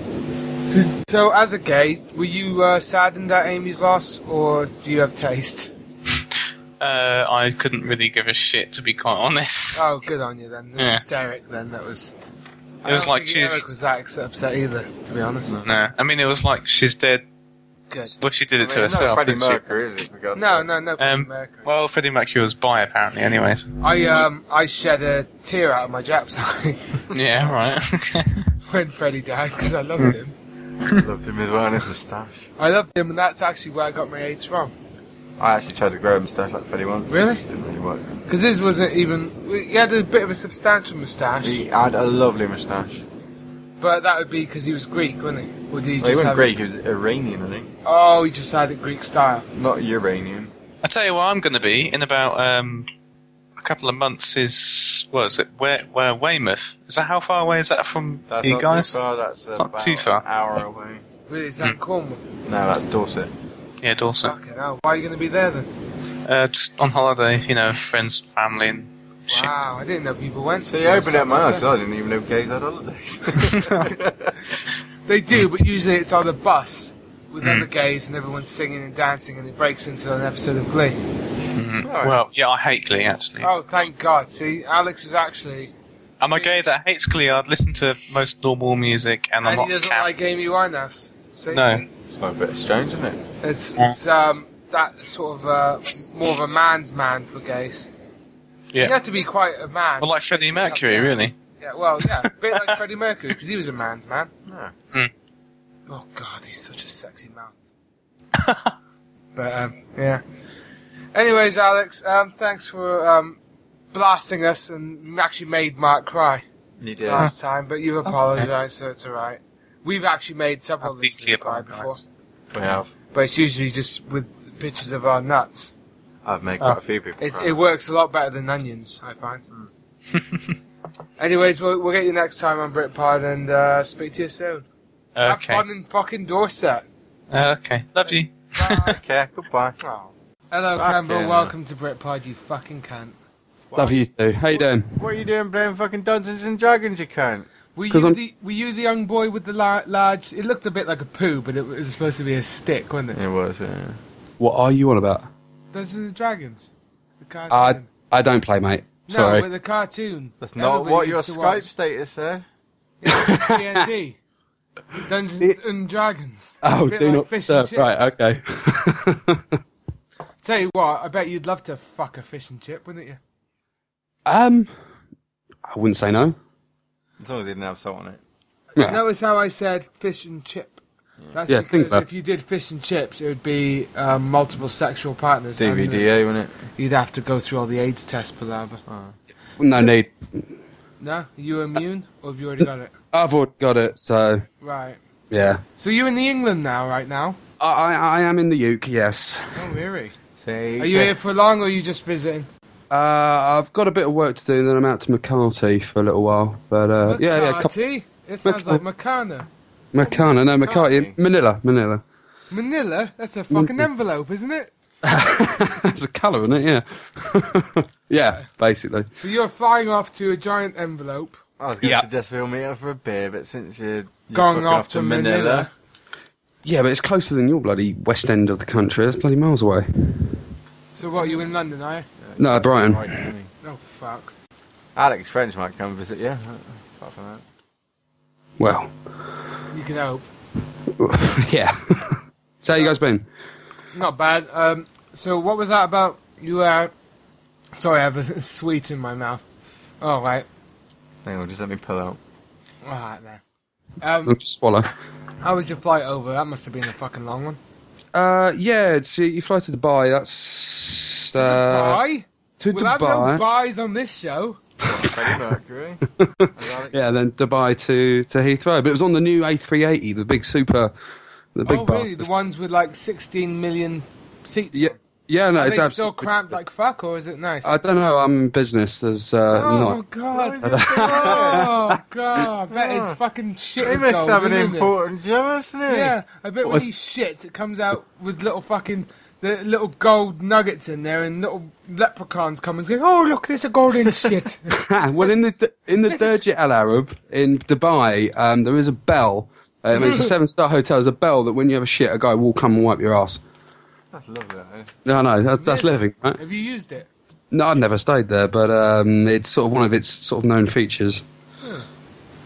[SPEAKER 3] she? So, so as a gay, were you uh, saddened at Amy's loss, or do you have taste?
[SPEAKER 9] Uh, I couldn't really give a shit, to be quite honest.
[SPEAKER 3] Oh, good on you then. This
[SPEAKER 9] Yeah.
[SPEAKER 3] was Derek then, that was...
[SPEAKER 9] It was like she's,
[SPEAKER 3] Derek was that ex- upset either, to be honest.
[SPEAKER 9] no, I mean, it was like she's dead.
[SPEAKER 3] Good.
[SPEAKER 9] Well, she did it
[SPEAKER 4] I
[SPEAKER 9] to
[SPEAKER 4] mean, no
[SPEAKER 9] herself,
[SPEAKER 4] Freddie
[SPEAKER 9] didn't she?
[SPEAKER 4] Mercury, is it? for God's
[SPEAKER 3] No,
[SPEAKER 4] sake?
[SPEAKER 3] no, no.
[SPEAKER 9] Um,
[SPEAKER 3] Mercury.
[SPEAKER 9] well, Freddie Mercury was bi, apparently, anyways.
[SPEAKER 3] I um I shed a tear out of my japs
[SPEAKER 9] Yeah, right.
[SPEAKER 3] (laughs)
[SPEAKER 9] (laughs)
[SPEAKER 3] when Freddie died because I loved him.
[SPEAKER 4] (laughs) Loved him as well, and his moustache.
[SPEAKER 3] I loved him, and that's actually where I got my AIDS from.
[SPEAKER 4] I actually tried to grow a moustache like Freddie once.
[SPEAKER 3] Really?
[SPEAKER 4] Didn't really work.
[SPEAKER 3] Because his wasn't even. He had a bit of a substantial moustache,
[SPEAKER 4] He had a lovely moustache.
[SPEAKER 3] but that would be because he was Greek, wouldn't he? Or did he
[SPEAKER 4] Well, he
[SPEAKER 3] just
[SPEAKER 4] wasn't
[SPEAKER 3] have
[SPEAKER 4] Greek.
[SPEAKER 3] It?
[SPEAKER 4] He was Iranian, I think.
[SPEAKER 3] Oh, he just had a Greek style.
[SPEAKER 4] Not Uranian.
[SPEAKER 9] I tell you what, I'm going to be in about um, a couple of months. Is what is it? Where, where Weymouth? Is that how far away is that from
[SPEAKER 4] That's
[SPEAKER 9] you
[SPEAKER 4] not
[SPEAKER 9] guys?
[SPEAKER 4] too far. That's uh,
[SPEAKER 9] Not too
[SPEAKER 4] about
[SPEAKER 9] far.
[SPEAKER 4] An hour away.
[SPEAKER 3] Really,
[SPEAKER 9] Hmm.
[SPEAKER 3] is that Cornwall?
[SPEAKER 4] No, that's Dorset.
[SPEAKER 9] Yeah, Dorset.
[SPEAKER 3] Fucking hell. Why are you going to be there then?
[SPEAKER 9] Uh, just on holiday, you know, friends, family, and shit.
[SPEAKER 3] Wow, I didn't know people went.
[SPEAKER 4] So
[SPEAKER 3] to
[SPEAKER 4] you opened
[SPEAKER 3] Dorset
[SPEAKER 4] up my
[SPEAKER 3] like
[SPEAKER 4] eyes.
[SPEAKER 3] that.
[SPEAKER 4] I didn't even know gays had (laughs) holidays.
[SPEAKER 3] They do, but usually it's on a bus with
[SPEAKER 9] Hmm.
[SPEAKER 3] other gays and everyone's singing and dancing, and it breaks into an episode of Glee.
[SPEAKER 9] Well, yeah, I hate Glee actually.
[SPEAKER 3] Oh, thank God! See, Alex is actually,
[SPEAKER 9] I'm a gay that hates Glee. I'd listen to most normal music, and I'm
[SPEAKER 3] and he
[SPEAKER 9] not.
[SPEAKER 3] doesn't
[SPEAKER 9] Cam-
[SPEAKER 3] like Amy Winehouse. See,
[SPEAKER 9] no,
[SPEAKER 4] it's
[SPEAKER 9] Hmm.
[SPEAKER 4] a bit strange, isn't it?
[SPEAKER 3] it's, it's um that sort of uh, more of a man's man for gays.
[SPEAKER 9] Yeah.
[SPEAKER 3] you have to be quite a man.
[SPEAKER 9] well, like Freddie Mercury, really.
[SPEAKER 3] yeah, well, yeah, a bit like Freddie Mercury because he was a man's man.
[SPEAKER 4] No.
[SPEAKER 9] Mm.
[SPEAKER 3] Oh God, he's such a sexy mouth.
[SPEAKER 9] (laughs)
[SPEAKER 3] but um, yeah. Anyways, Alex, um, thanks for um, blasting us and you actually made Mark cry
[SPEAKER 4] You did.
[SPEAKER 3] last time, but you apologised, so it's all right. We've actually made several
[SPEAKER 9] I've deeply
[SPEAKER 3] listeners cry before,
[SPEAKER 9] apologised.
[SPEAKER 4] We have.
[SPEAKER 3] but it's usually just with pictures of our nuts.
[SPEAKER 4] I've made quite a few people.
[SPEAKER 3] It's,
[SPEAKER 4] cry.
[SPEAKER 3] it works a lot better than onions, I find.
[SPEAKER 9] Hmm.
[SPEAKER 3] Anyways, we'll, we'll get you next time on Britpod and uh, speak to you soon. Have
[SPEAKER 9] (laughs) Okay. Uh,
[SPEAKER 3] fun in fucking Dorset.
[SPEAKER 9] Okay. Love you.
[SPEAKER 4] Okay, goodbye.
[SPEAKER 3] Hello,
[SPEAKER 4] Fucking
[SPEAKER 3] Campbell.
[SPEAKER 4] hell.
[SPEAKER 3] Welcome to Britpod, you fucking cunt.
[SPEAKER 10] Love you too. How you doing?
[SPEAKER 4] What are you doing playing fucking Dungeons and Dragons, you cunt?
[SPEAKER 3] Were
[SPEAKER 10] 'Cause
[SPEAKER 3] you,
[SPEAKER 10] I'm-
[SPEAKER 3] the, were you the young boy with the la- large... It looked a bit like a poo, but it was supposed to be a stick, wasn't it?
[SPEAKER 4] It was, yeah.
[SPEAKER 10] What are you on about?
[SPEAKER 3] Dungeons and Dragons. The
[SPEAKER 10] I
[SPEAKER 3] cartoon.
[SPEAKER 10] I don't play, mate.
[SPEAKER 3] no,
[SPEAKER 10] Sorry.
[SPEAKER 3] with the cartoon.
[SPEAKER 4] That's not what your Skype
[SPEAKER 3] Skype
[SPEAKER 4] status said.
[SPEAKER 3] It's
[SPEAKER 4] (laughs)
[SPEAKER 3] D&D. Dungeons and Dragons.
[SPEAKER 10] oh,
[SPEAKER 3] A bit
[SPEAKER 10] do
[SPEAKER 3] like
[SPEAKER 10] not
[SPEAKER 3] fish
[SPEAKER 10] disturb.
[SPEAKER 3] and chips.
[SPEAKER 10] Right. (laughs) Okay.
[SPEAKER 3] Tell you what, I bet you'd love to fuck a fish and chip, wouldn't you?
[SPEAKER 10] um, I wouldn't say no.
[SPEAKER 4] As long as he didn't have salt on it.
[SPEAKER 10] Yeah.
[SPEAKER 3] Notice how I said fish and chip. That's
[SPEAKER 10] Yeah,
[SPEAKER 3] because
[SPEAKER 10] think about it.
[SPEAKER 3] if you did fish and chips, it would be um, multiple sexual partners. and
[SPEAKER 4] DVDA, wasn't it?
[SPEAKER 3] You'd have to go through all the AIDS test palaver.
[SPEAKER 10] Ah. No need.
[SPEAKER 3] No? you immune? Or have you already got it?
[SPEAKER 10] I've already got it. So
[SPEAKER 3] Right.
[SPEAKER 10] yeah.
[SPEAKER 3] So you're in England now, right now?
[SPEAKER 10] I I, I am in the UK. Yes.
[SPEAKER 3] Oh, really?
[SPEAKER 4] Say,
[SPEAKER 3] Are you here for long or are you just visiting?
[SPEAKER 10] Uh, I've got a bit of work to do. and Then I'm out to McCarty for a little while. But uh, yeah, yeah. Couple,
[SPEAKER 3] McCarty? It sounds like Macana.
[SPEAKER 10] Macana. No, McCarty. Manila. Manila.
[SPEAKER 3] Manila? That's a
[SPEAKER 10] Mm-hmm.
[SPEAKER 3] fucking envelope, isn't it?
[SPEAKER 10] There's a colour in it. Yeah. yeah. Basically.
[SPEAKER 3] So you're flying off to a giant envelope.
[SPEAKER 4] I was going to
[SPEAKER 10] Yeah.
[SPEAKER 4] suggest we'll meet up for a beer, but since you're, you're
[SPEAKER 3] Going
[SPEAKER 4] fucking
[SPEAKER 3] off to Manila.
[SPEAKER 10] Yeah, but it's closer than your bloody west end of the country. It's bloody miles away.
[SPEAKER 3] So what, you in London, are you?
[SPEAKER 10] No, Brighton.
[SPEAKER 4] Right, I mean,
[SPEAKER 3] Oh, fuck.
[SPEAKER 4] Alex French might come visit you. Apart from that.
[SPEAKER 10] Well,
[SPEAKER 3] You can hope.
[SPEAKER 10] yeah. so how you guys been?
[SPEAKER 3] Not bad. Um, so what was that about? You uh, sorry, I have a (laughs) sweet in my mouth. All right,
[SPEAKER 4] Hang on, just let me pull out.
[SPEAKER 3] all right then. Um,
[SPEAKER 10] I'll just swallow. Mm.
[SPEAKER 3] how was your flight over? That must have been a fucking long one.
[SPEAKER 10] Uh, yeah. It's, you fly to Dubai. That's uh,
[SPEAKER 3] Bye.
[SPEAKER 10] to
[SPEAKER 3] We'll have no
[SPEAKER 10] Dubai.
[SPEAKER 3] buys on this show. (laughs)
[SPEAKER 4] Freddie Mercury. Alex.
[SPEAKER 10] yeah, then Dubai to to Heathrow. But it was on the new A380, the big super, the big
[SPEAKER 3] oh, really?
[SPEAKER 10] bastard.
[SPEAKER 3] The ones with like 16 million seats.
[SPEAKER 10] Yeah, yeah. No,
[SPEAKER 3] Are
[SPEAKER 10] it's
[SPEAKER 3] they still
[SPEAKER 10] absolutely.
[SPEAKER 3] cramped like fuck, or is it nice?
[SPEAKER 10] I don't know. I'm in business. There's uh,
[SPEAKER 3] oh
[SPEAKER 10] not.
[SPEAKER 3] god! (laughs) oh god! I bet his fucking shit
[SPEAKER 4] He
[SPEAKER 3] is
[SPEAKER 4] must
[SPEAKER 3] gold,
[SPEAKER 4] have an
[SPEAKER 3] isn't it?
[SPEAKER 4] important job, hasn't he?
[SPEAKER 3] Yeah, I bet when
[SPEAKER 10] was-
[SPEAKER 3] he shits, it comes out with little fucking the little gold nuggets in there, and little leprechauns come and say, "Oh, look, there's a golden
[SPEAKER 4] (laughs)
[SPEAKER 3] shit."
[SPEAKER 10] Ah, well, in the in the Dirty Al Arab in Dubai, um, there is a bell. Um, it's a seven star hotel. There's a bell that when you have a shit, a guy will come and wipe your ass.
[SPEAKER 4] That's lovely. that is.
[SPEAKER 10] No, no, that's, that's
[SPEAKER 3] Really?
[SPEAKER 10] living. Right?
[SPEAKER 3] Have you used it?
[SPEAKER 10] No, I've never stayed there, but um, it's sort of one of its sort of known features.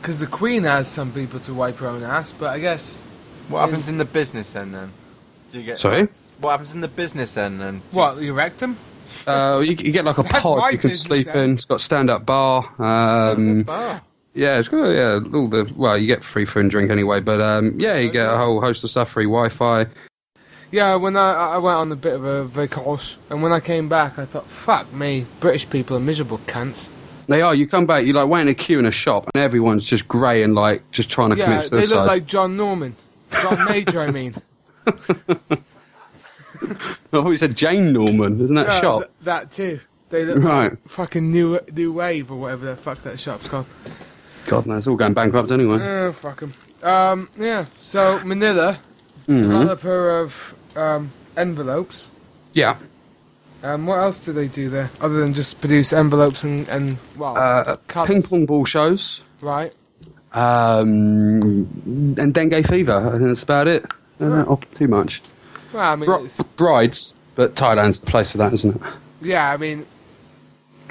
[SPEAKER 3] Because the Queen has some people to wipe her own ass, but I guess
[SPEAKER 4] What happens in the business then? Then do you get
[SPEAKER 10] Sorry,
[SPEAKER 4] What happens in the business then? Then
[SPEAKER 3] what the
[SPEAKER 10] (laughs)
[SPEAKER 3] rectum?
[SPEAKER 10] uh, you, you get like a
[SPEAKER 3] That's my
[SPEAKER 10] pod you can
[SPEAKER 3] business,
[SPEAKER 10] sleep
[SPEAKER 3] eh?
[SPEAKER 10] in. It's got stand up bar. Um,
[SPEAKER 4] bar.
[SPEAKER 10] yeah, it's got yeah all the well, you get free food and drink anyway, but um, yeah, you get a whole host of stuff, free Wi-Fi.
[SPEAKER 3] Yeah, when I I went on a bit of a vacation, and when I came back, I thought, "Fuck me, British people are miserable cunts."
[SPEAKER 10] They are. You come back, you like wait in a queue in a shop, and everyone's just grey and like just trying to (laughs)
[SPEAKER 3] Yeah,
[SPEAKER 10] commit
[SPEAKER 3] they
[SPEAKER 10] suicide.
[SPEAKER 3] look like John Norman, John Major, I mean.
[SPEAKER 10] I always said Jane Norman, isn't that (laughs)
[SPEAKER 3] Yeah,
[SPEAKER 10] shop?
[SPEAKER 3] th- that too.
[SPEAKER 10] (laughs)
[SPEAKER 3] They look
[SPEAKER 10] Right.
[SPEAKER 3] fucking new new wave or whatever the fuck that shop's called.
[SPEAKER 10] God, no, it's all going bankrupt anyway.
[SPEAKER 3] Oh fuck 'em. Um, yeah. So Manila,
[SPEAKER 10] Mhm.
[SPEAKER 3] developer of um, envelopes.
[SPEAKER 10] Yeah.
[SPEAKER 3] Um, what else do they do there other than just produce envelopes and and well,
[SPEAKER 10] Uh, ping pong ball shows.
[SPEAKER 3] right?
[SPEAKER 10] Um, and dengue fever. I think that's about it. Uh, oh, too much.
[SPEAKER 3] Well, I mean,
[SPEAKER 10] Bri-
[SPEAKER 3] it's,
[SPEAKER 10] brides, but Thailand's the place for that, isn't it?
[SPEAKER 3] yeah, I mean,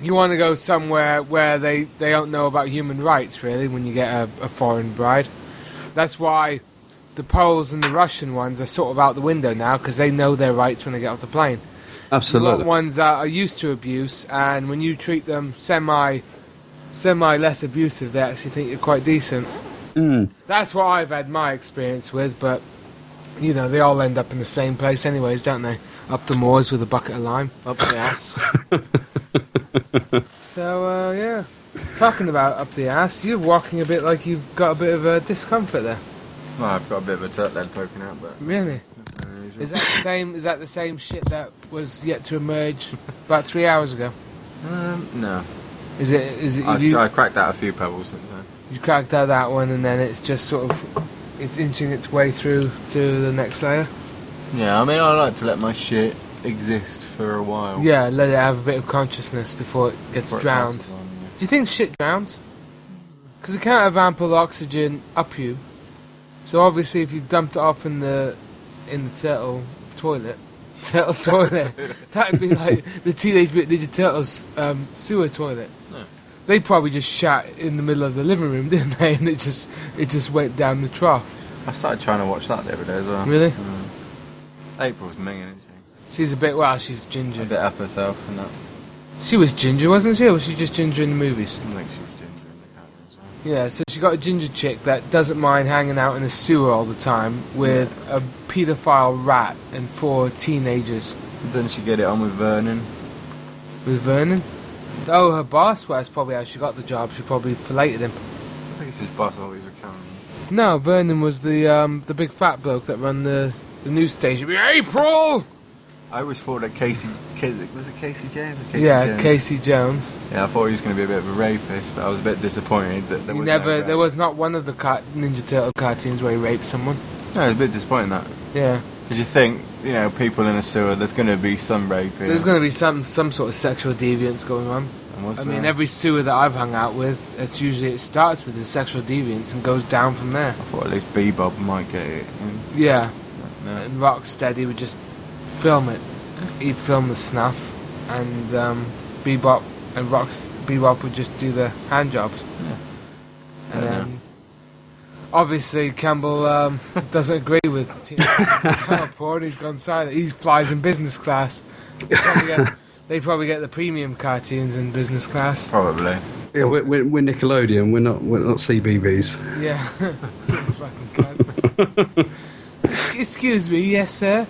[SPEAKER 3] you want to go somewhere where they they don't know about human rights really when you get a, a foreign bride. That's why the Poles and the Russian ones are sort of out the window now because they know their rights when they get off the plane. You
[SPEAKER 10] Absolutely.
[SPEAKER 3] want ones that are used to abuse, and when you treat them semi, semi less abusive, they actually think you're quite decent.
[SPEAKER 10] Mm.
[SPEAKER 3] That's what I've had my experience with, but you know they all end up in the same place, anyways, don't they? Up the moors with a bucket of lime up the
[SPEAKER 4] (laughs)
[SPEAKER 3] ass. so uh, yeah, talking about up the ass, you're walking a bit like you've got a bit of a discomfort there.
[SPEAKER 4] Well, I've got a bit of a turtle head poking out, but
[SPEAKER 3] Really? Is that the same? Is that the same shit that was yet to emerge about three hours ago?
[SPEAKER 4] (laughs) um, no.
[SPEAKER 3] Is it? Is it?
[SPEAKER 4] I,
[SPEAKER 3] have you,
[SPEAKER 4] I cracked out a few pebbles since then.
[SPEAKER 3] you cracked out that one, and then it's just sort of it's inching its way through to the next layer.
[SPEAKER 4] Yeah, I mean, I like to let my shit exist for a while.
[SPEAKER 3] Yeah, let it have a bit of consciousness before it gets
[SPEAKER 4] Before it
[SPEAKER 3] drowned.
[SPEAKER 4] passes on,
[SPEAKER 3] Do you think shit drowns? Because it can't have ample oxygen up you. So obviously, if you've dumped it off in the in the turtle toilet, (laughs) turtle toilet, that'd be like the Teenage Mutant Ninja Turtles um, sewer toilet.
[SPEAKER 4] Yeah.
[SPEAKER 3] They probably just shat in the middle of the living room, (laughs) didn't they? And it just it just went down the trough.
[SPEAKER 4] I started trying to watch that the other day as well.
[SPEAKER 3] Really?
[SPEAKER 4] Mm. April's minging, isn't
[SPEAKER 3] She's a bit well, she's ginger.
[SPEAKER 4] she? A bit up herself and that.
[SPEAKER 3] She was ginger, wasn't she? Or was she just ginger in the movies?
[SPEAKER 4] I think she was ginger in the camera as well.
[SPEAKER 3] Yeah, so she got a ginger chick that doesn't mind hanging out in a sewer all the time with a paedophile rat and four teenagers.
[SPEAKER 4] Didn't she get it on with Vernon?
[SPEAKER 3] With Vernon? Oh, her boss, well, that's probably how she got the job. She probably filleted him.
[SPEAKER 4] I think it's his boss always recovering.
[SPEAKER 3] No, Vernon was the um, the big fat bloke that ran the, the news station. April!
[SPEAKER 4] I always thought that Casey, Casey was it Casey James? Or Casey
[SPEAKER 3] yeah,
[SPEAKER 4] Jones?
[SPEAKER 3] Casey Jones.
[SPEAKER 4] Yeah, I thought he was going to be a bit of a rapist, but I was a bit disappointed that there
[SPEAKER 3] You
[SPEAKER 4] was
[SPEAKER 3] never,
[SPEAKER 4] No,
[SPEAKER 3] there was not one of the car- Ninja Turtle cartoons where he raped someone.
[SPEAKER 4] No, I was a bit disappointed that
[SPEAKER 3] Yeah.
[SPEAKER 4] because you think you know people in a sewer, there's going to be some rape. here.
[SPEAKER 3] There's going to be some some sort of sexual deviance going on.
[SPEAKER 4] And what's
[SPEAKER 3] I mean,
[SPEAKER 4] that?
[SPEAKER 3] every sewer that I've hung out with, it's usually it starts with the sexual deviance and goes down from there.
[SPEAKER 4] I thought at least Bebop might get it. in.
[SPEAKER 3] Yeah,
[SPEAKER 4] No.
[SPEAKER 3] and Rocksteady would just film it. He'd film the snuff, and um, Bebop and Rocks Bebop would just do the hand jobs.
[SPEAKER 4] Yeah.
[SPEAKER 3] And
[SPEAKER 4] Yeah.
[SPEAKER 3] then, obviously, Campbell um, doesn't agree with (laughs) teleport. He's gone silent. He flies in business class. They probably get, they probably get the premium cartoons in business class.
[SPEAKER 4] Probably.
[SPEAKER 10] Yeah, we're, we're, we're Nickelodeon. We're not we're not CBBS.
[SPEAKER 3] Yeah. (laughs) Fucking cunts. Exc- Excuse me, yes, sir.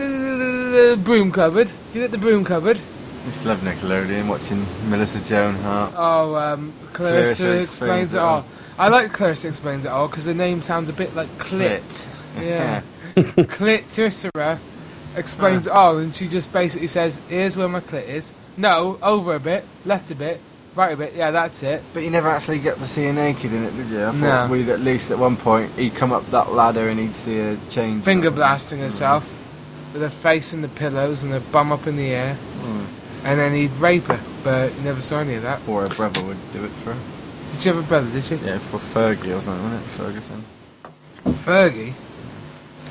[SPEAKER 3] Uh, broom cupboard. Do you get the broom cupboard?
[SPEAKER 4] Just love Nickelodeon, watching Melissa Joan Hart.
[SPEAKER 3] Oh, um, Clarissa,
[SPEAKER 4] Clarissa
[SPEAKER 3] explains, it all. I like Clarissa explains it all because the name sounds a bit like clit. (laughs) Yeah. clit Tissera explains it all, and she just basically says, "Here's where my clit is. No, over a bit, left a bit, right a bit. Yeah, that's it."
[SPEAKER 4] (laughs) But you never actually got to see her naked in it, did you?
[SPEAKER 3] No.
[SPEAKER 4] I thought we'd at least at one point he'd come up that ladder and he'd see her change.
[SPEAKER 3] finger blasting herself with her face in the pillows and her bum up in the air,
[SPEAKER 4] Mm.
[SPEAKER 3] and then he'd rape her. But you never saw any of that.
[SPEAKER 4] Or her brother would do it for her.
[SPEAKER 3] Did you have a brother? Did you?
[SPEAKER 4] Yeah, for Fergie or something, wasn't it? Ferguson.
[SPEAKER 3] Fergie.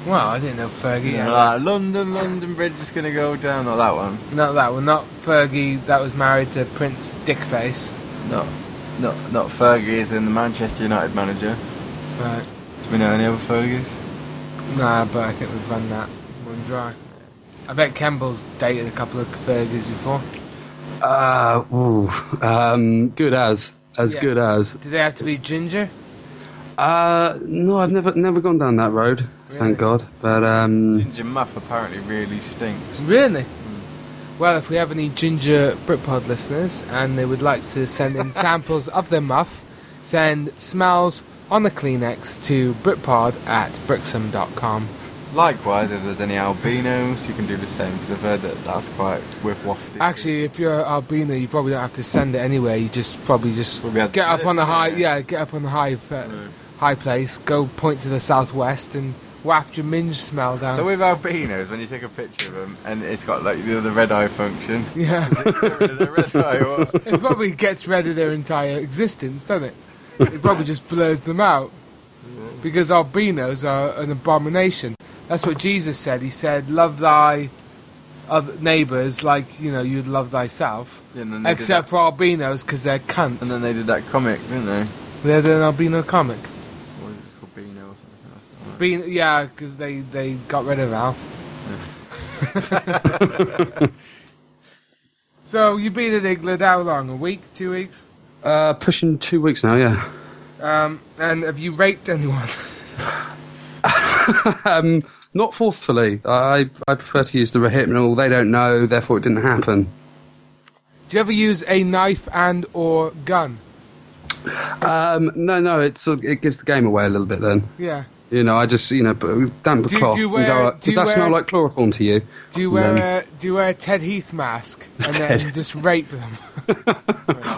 [SPEAKER 3] Wow, I didn't know Fergie.
[SPEAKER 4] Yeah.
[SPEAKER 3] had
[SPEAKER 4] like, London, London Bridge is gonna go down. Not that one.
[SPEAKER 3] that. Not that one. Not Fergie that was married to Prince Dickface.
[SPEAKER 4] Not, not, not Fergie is in the Manchester United manager.
[SPEAKER 3] Right.
[SPEAKER 4] Do we know any other Fergies?
[SPEAKER 3] Nah, but I think we've run that one dry. I bet Campbell's dated a couple of Fergies before.
[SPEAKER 10] Uh, ooh, um, good as as
[SPEAKER 3] Yeah.
[SPEAKER 10] good as.
[SPEAKER 3] Did they have to be ginger?
[SPEAKER 10] Uh, no, I've never never gone down that road.
[SPEAKER 3] Really?
[SPEAKER 10] Thank God. But um,
[SPEAKER 4] Ginger Muff apparently really stinks.
[SPEAKER 3] Really? Well, if we have any ginger Britpod listeners and they would like to send in samples of their muff, send smells on the Kleenex to britpod at brixham.com.
[SPEAKER 4] Likewise, if there's any albinos, you can do the same because I've heard that that's quite whiff wafty.
[SPEAKER 3] Actually, if you're albino, you probably don't have to send it anywhere. You just probably just
[SPEAKER 4] be able to
[SPEAKER 3] get
[SPEAKER 4] see
[SPEAKER 3] up
[SPEAKER 4] it,
[SPEAKER 3] on the high, yeah. get up on the high, uh, high place, go point to the southwest, and waft your minge smell down.
[SPEAKER 4] So with albinos, when you take a picture of them, and it's got like the, the red eye function. (laughs)
[SPEAKER 3] (laughs) Yeah.
[SPEAKER 4] Does it get rid of the red eye or what?
[SPEAKER 3] it probably gets rid of their entire existence, doesn't it? It probably just blurs them out. Because albinos are an abomination. That's what Jesus said. He said, Love thy other neighbours like, you know, you'd love thyself.
[SPEAKER 4] Yeah, and then they did
[SPEAKER 3] Except for albinos, because they're cunts.
[SPEAKER 4] And then they did that comic, didn't they?
[SPEAKER 3] They're an albino comic.
[SPEAKER 4] What was it It's called? Beano or something.
[SPEAKER 3] Bean, yeah, because they, they got rid of
[SPEAKER 4] (laughs)
[SPEAKER 3] Al. so you've been in England how long? A week? Two weeks?
[SPEAKER 10] Uh, pushing two weeks now, yeah.
[SPEAKER 3] Um, and have you raped anyone? (laughs)
[SPEAKER 10] um, not forcefully. I, I prefer to use the rehypnol. They don't know, therefore it didn't happen.
[SPEAKER 3] Do you ever use a knife and or gun?
[SPEAKER 10] Um, no, no, it's it gives the game away a little bit then.
[SPEAKER 3] Yeah.
[SPEAKER 10] You know, I just you know b- damp the
[SPEAKER 3] Do you-
[SPEAKER 10] cloth.
[SPEAKER 3] do you
[SPEAKER 10] and go,
[SPEAKER 3] wear-
[SPEAKER 10] uh,
[SPEAKER 3] do
[SPEAKER 10] Does
[SPEAKER 3] you
[SPEAKER 10] that smell
[SPEAKER 3] wear-
[SPEAKER 10] like chloroform to you?
[SPEAKER 3] Do you
[SPEAKER 10] No.
[SPEAKER 3] wear a do you wear a Ted Heath
[SPEAKER 10] (laughs)
[SPEAKER 3] mask and then
[SPEAKER 10] Ted.
[SPEAKER 3] just
[SPEAKER 10] (laughs)
[SPEAKER 3] rape them?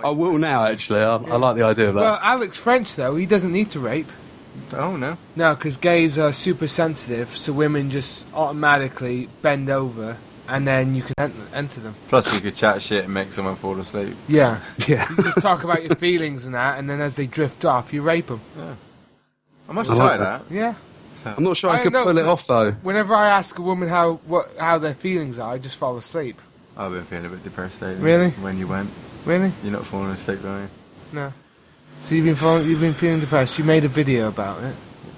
[SPEAKER 10] I will now. Actually, I, I like the idea of that.
[SPEAKER 3] Well, Alex French though he doesn't need to rape.
[SPEAKER 4] Oh no.
[SPEAKER 3] No, because gays are super sensitive, so women just automatically bend over and then you can en- enter them.
[SPEAKER 4] Plus, you could chat shit and make someone fall asleep.
[SPEAKER 3] Yeah.
[SPEAKER 10] (laughs) Yeah.
[SPEAKER 3] You just talk about your feelings and that, and then as they drift off, you rape them. Yeah.
[SPEAKER 4] I must I like try that.
[SPEAKER 3] Yeah.
[SPEAKER 10] I'm not sure I,
[SPEAKER 3] I
[SPEAKER 10] could
[SPEAKER 3] know,
[SPEAKER 10] pull it
[SPEAKER 3] 'cause-
[SPEAKER 10] off though.
[SPEAKER 3] Whenever I ask a woman how what how their feelings are, I just fall asleep.
[SPEAKER 4] I've been feeling a bit depressed lately.
[SPEAKER 3] Really?
[SPEAKER 4] When you went.
[SPEAKER 3] Really?
[SPEAKER 4] You're not falling asleep, are you?
[SPEAKER 3] No. So you've been feeling, you've been feeling depressed. You made a video about it.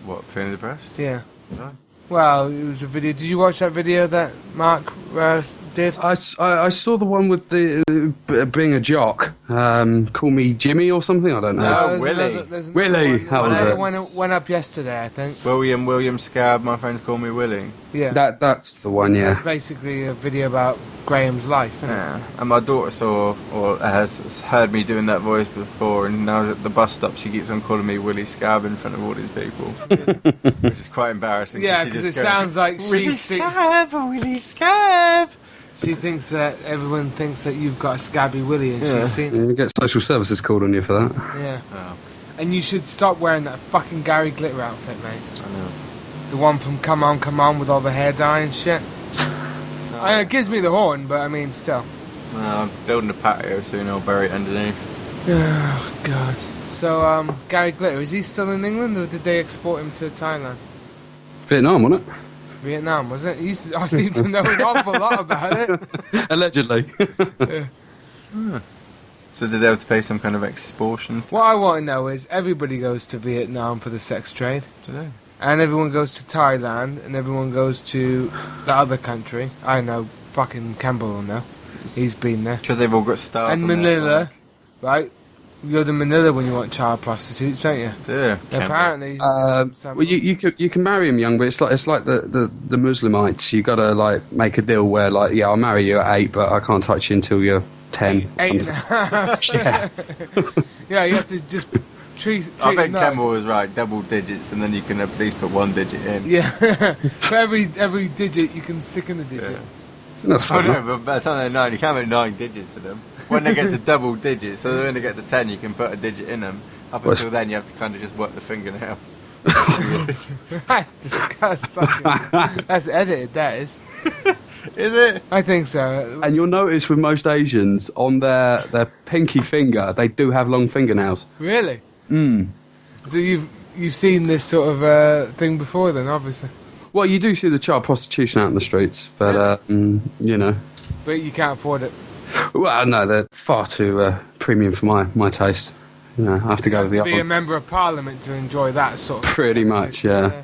[SPEAKER 4] What? Feeling depressed?
[SPEAKER 3] Yeah.
[SPEAKER 4] No.
[SPEAKER 3] Well, it was a video. Did you watch that video that Mark uh, did?
[SPEAKER 10] I, s- I- I saw the one with the uh, b- being a jock. Um, call me Jimmy or something. I don't know.
[SPEAKER 3] there's another- there's another
[SPEAKER 10] Willie,
[SPEAKER 3] one-
[SPEAKER 10] that
[SPEAKER 3] there's
[SPEAKER 10] was
[SPEAKER 3] another
[SPEAKER 10] it.
[SPEAKER 3] one that went up yesterday, I think.
[SPEAKER 4] William William Scab. My friends call me Willie.
[SPEAKER 3] Yeah.
[SPEAKER 10] That that's the one.
[SPEAKER 3] It's
[SPEAKER 10] Yeah.
[SPEAKER 3] basically a video about Graham's life. Isn't
[SPEAKER 4] Yeah. And my daughter saw or has- has heard me doing that voice before, and now at the bus stop she keeps on calling me Willie Scab in front of all
[SPEAKER 3] (laughs)
[SPEAKER 4] these people, which is quite embarrassing.
[SPEAKER 3] It? Yeah,
[SPEAKER 4] she
[SPEAKER 3] because it
[SPEAKER 4] just goes,
[SPEAKER 3] sounds like
[SPEAKER 4] "Willie
[SPEAKER 3] she's
[SPEAKER 4] Scab."
[SPEAKER 3] scab, Willie scab. She thinks that everyone thinks that you've got a scabby Willie, and
[SPEAKER 10] Yeah.
[SPEAKER 3] she's seen.
[SPEAKER 10] You get social services called on you for that.
[SPEAKER 3] Yeah.
[SPEAKER 4] Oh.
[SPEAKER 3] And you should stop wearing that fucking Gary Glitter outfit, mate.
[SPEAKER 4] I know.
[SPEAKER 3] The one from Come On, Come On with all the hair dye and shit.
[SPEAKER 4] Oh,
[SPEAKER 3] Uh, it gives me the horn, but I mean, still.
[SPEAKER 4] No, I'm building a patio soon. I'll bury it underneath.
[SPEAKER 3] Oh, God. So, um, Gary Glitter, is he still in England or did they export him to Thailand?
[SPEAKER 10] Vietnam, wasn't it?
[SPEAKER 3] Vietnam, was it? You, s- (laughs) I seem to know an awful lot about
[SPEAKER 10] (laughs)
[SPEAKER 3] it.
[SPEAKER 10] Allegedly.
[SPEAKER 4] So did they have to pay some kind of expulsion?
[SPEAKER 3] What I want to know is everybody goes to Vietnam for the sex trade,
[SPEAKER 4] Today.
[SPEAKER 3] and everyone goes to Thailand, and everyone goes to the other country. I know, fucking Campbell will know. He's been there.
[SPEAKER 4] Because they've all got stars.
[SPEAKER 3] and
[SPEAKER 4] on their
[SPEAKER 3] Manila, right? You go to Manila when you want child prostitutes, don't you?
[SPEAKER 4] flag. Yeah.
[SPEAKER 3] Apparently,
[SPEAKER 10] Um,
[SPEAKER 3] some-
[SPEAKER 10] well, you you can, you can marry him young, but it's like it's like the, the, the Muslimites. You got to like make a deal where like yeah, I'll marry you at eight, but I can't touch you until you're ten.
[SPEAKER 3] (laughs) eight and a half.
[SPEAKER 10] Yeah.
[SPEAKER 3] (laughs) yeah, you have to just treat. treat
[SPEAKER 4] I bet
[SPEAKER 3] them nice.
[SPEAKER 4] Campbell was right. Double digits, and then you can at least put one digit in.
[SPEAKER 3] Yeah, (laughs) for every every digit you can stick in a digit.
[SPEAKER 10] That's
[SPEAKER 4] Oh
[SPEAKER 10] fair
[SPEAKER 4] no,
[SPEAKER 10] enough.
[SPEAKER 4] but by the time they're nine, you can't put nine digits to them. When they get to double digits, so when they get to ten, you can put a digit in them. Up
[SPEAKER 10] Well,
[SPEAKER 4] until then, you have to kind of just work the fingernail.
[SPEAKER 3] (laughs) That's disgusting. fucking- That's edited. That is.
[SPEAKER 4] Is it?
[SPEAKER 3] I think so.
[SPEAKER 10] And you'll notice with most Asians on their their pinky finger, they do have long fingernails.
[SPEAKER 3] Really?
[SPEAKER 10] Mm.
[SPEAKER 3] So you've you've seen this sort of uh, thing before, then obviously,
[SPEAKER 10] Well, you do see the child prostitution out in the streets, but uh, mm, you know,
[SPEAKER 3] but you can't afford it.
[SPEAKER 10] well, no, they're far too uh, premium for my my taste. You know, I have to go with the
[SPEAKER 3] to
[SPEAKER 10] other
[SPEAKER 3] be a
[SPEAKER 10] one.
[SPEAKER 3] member of parliament to enjoy that sort of.
[SPEAKER 10] Pretty much, yeah.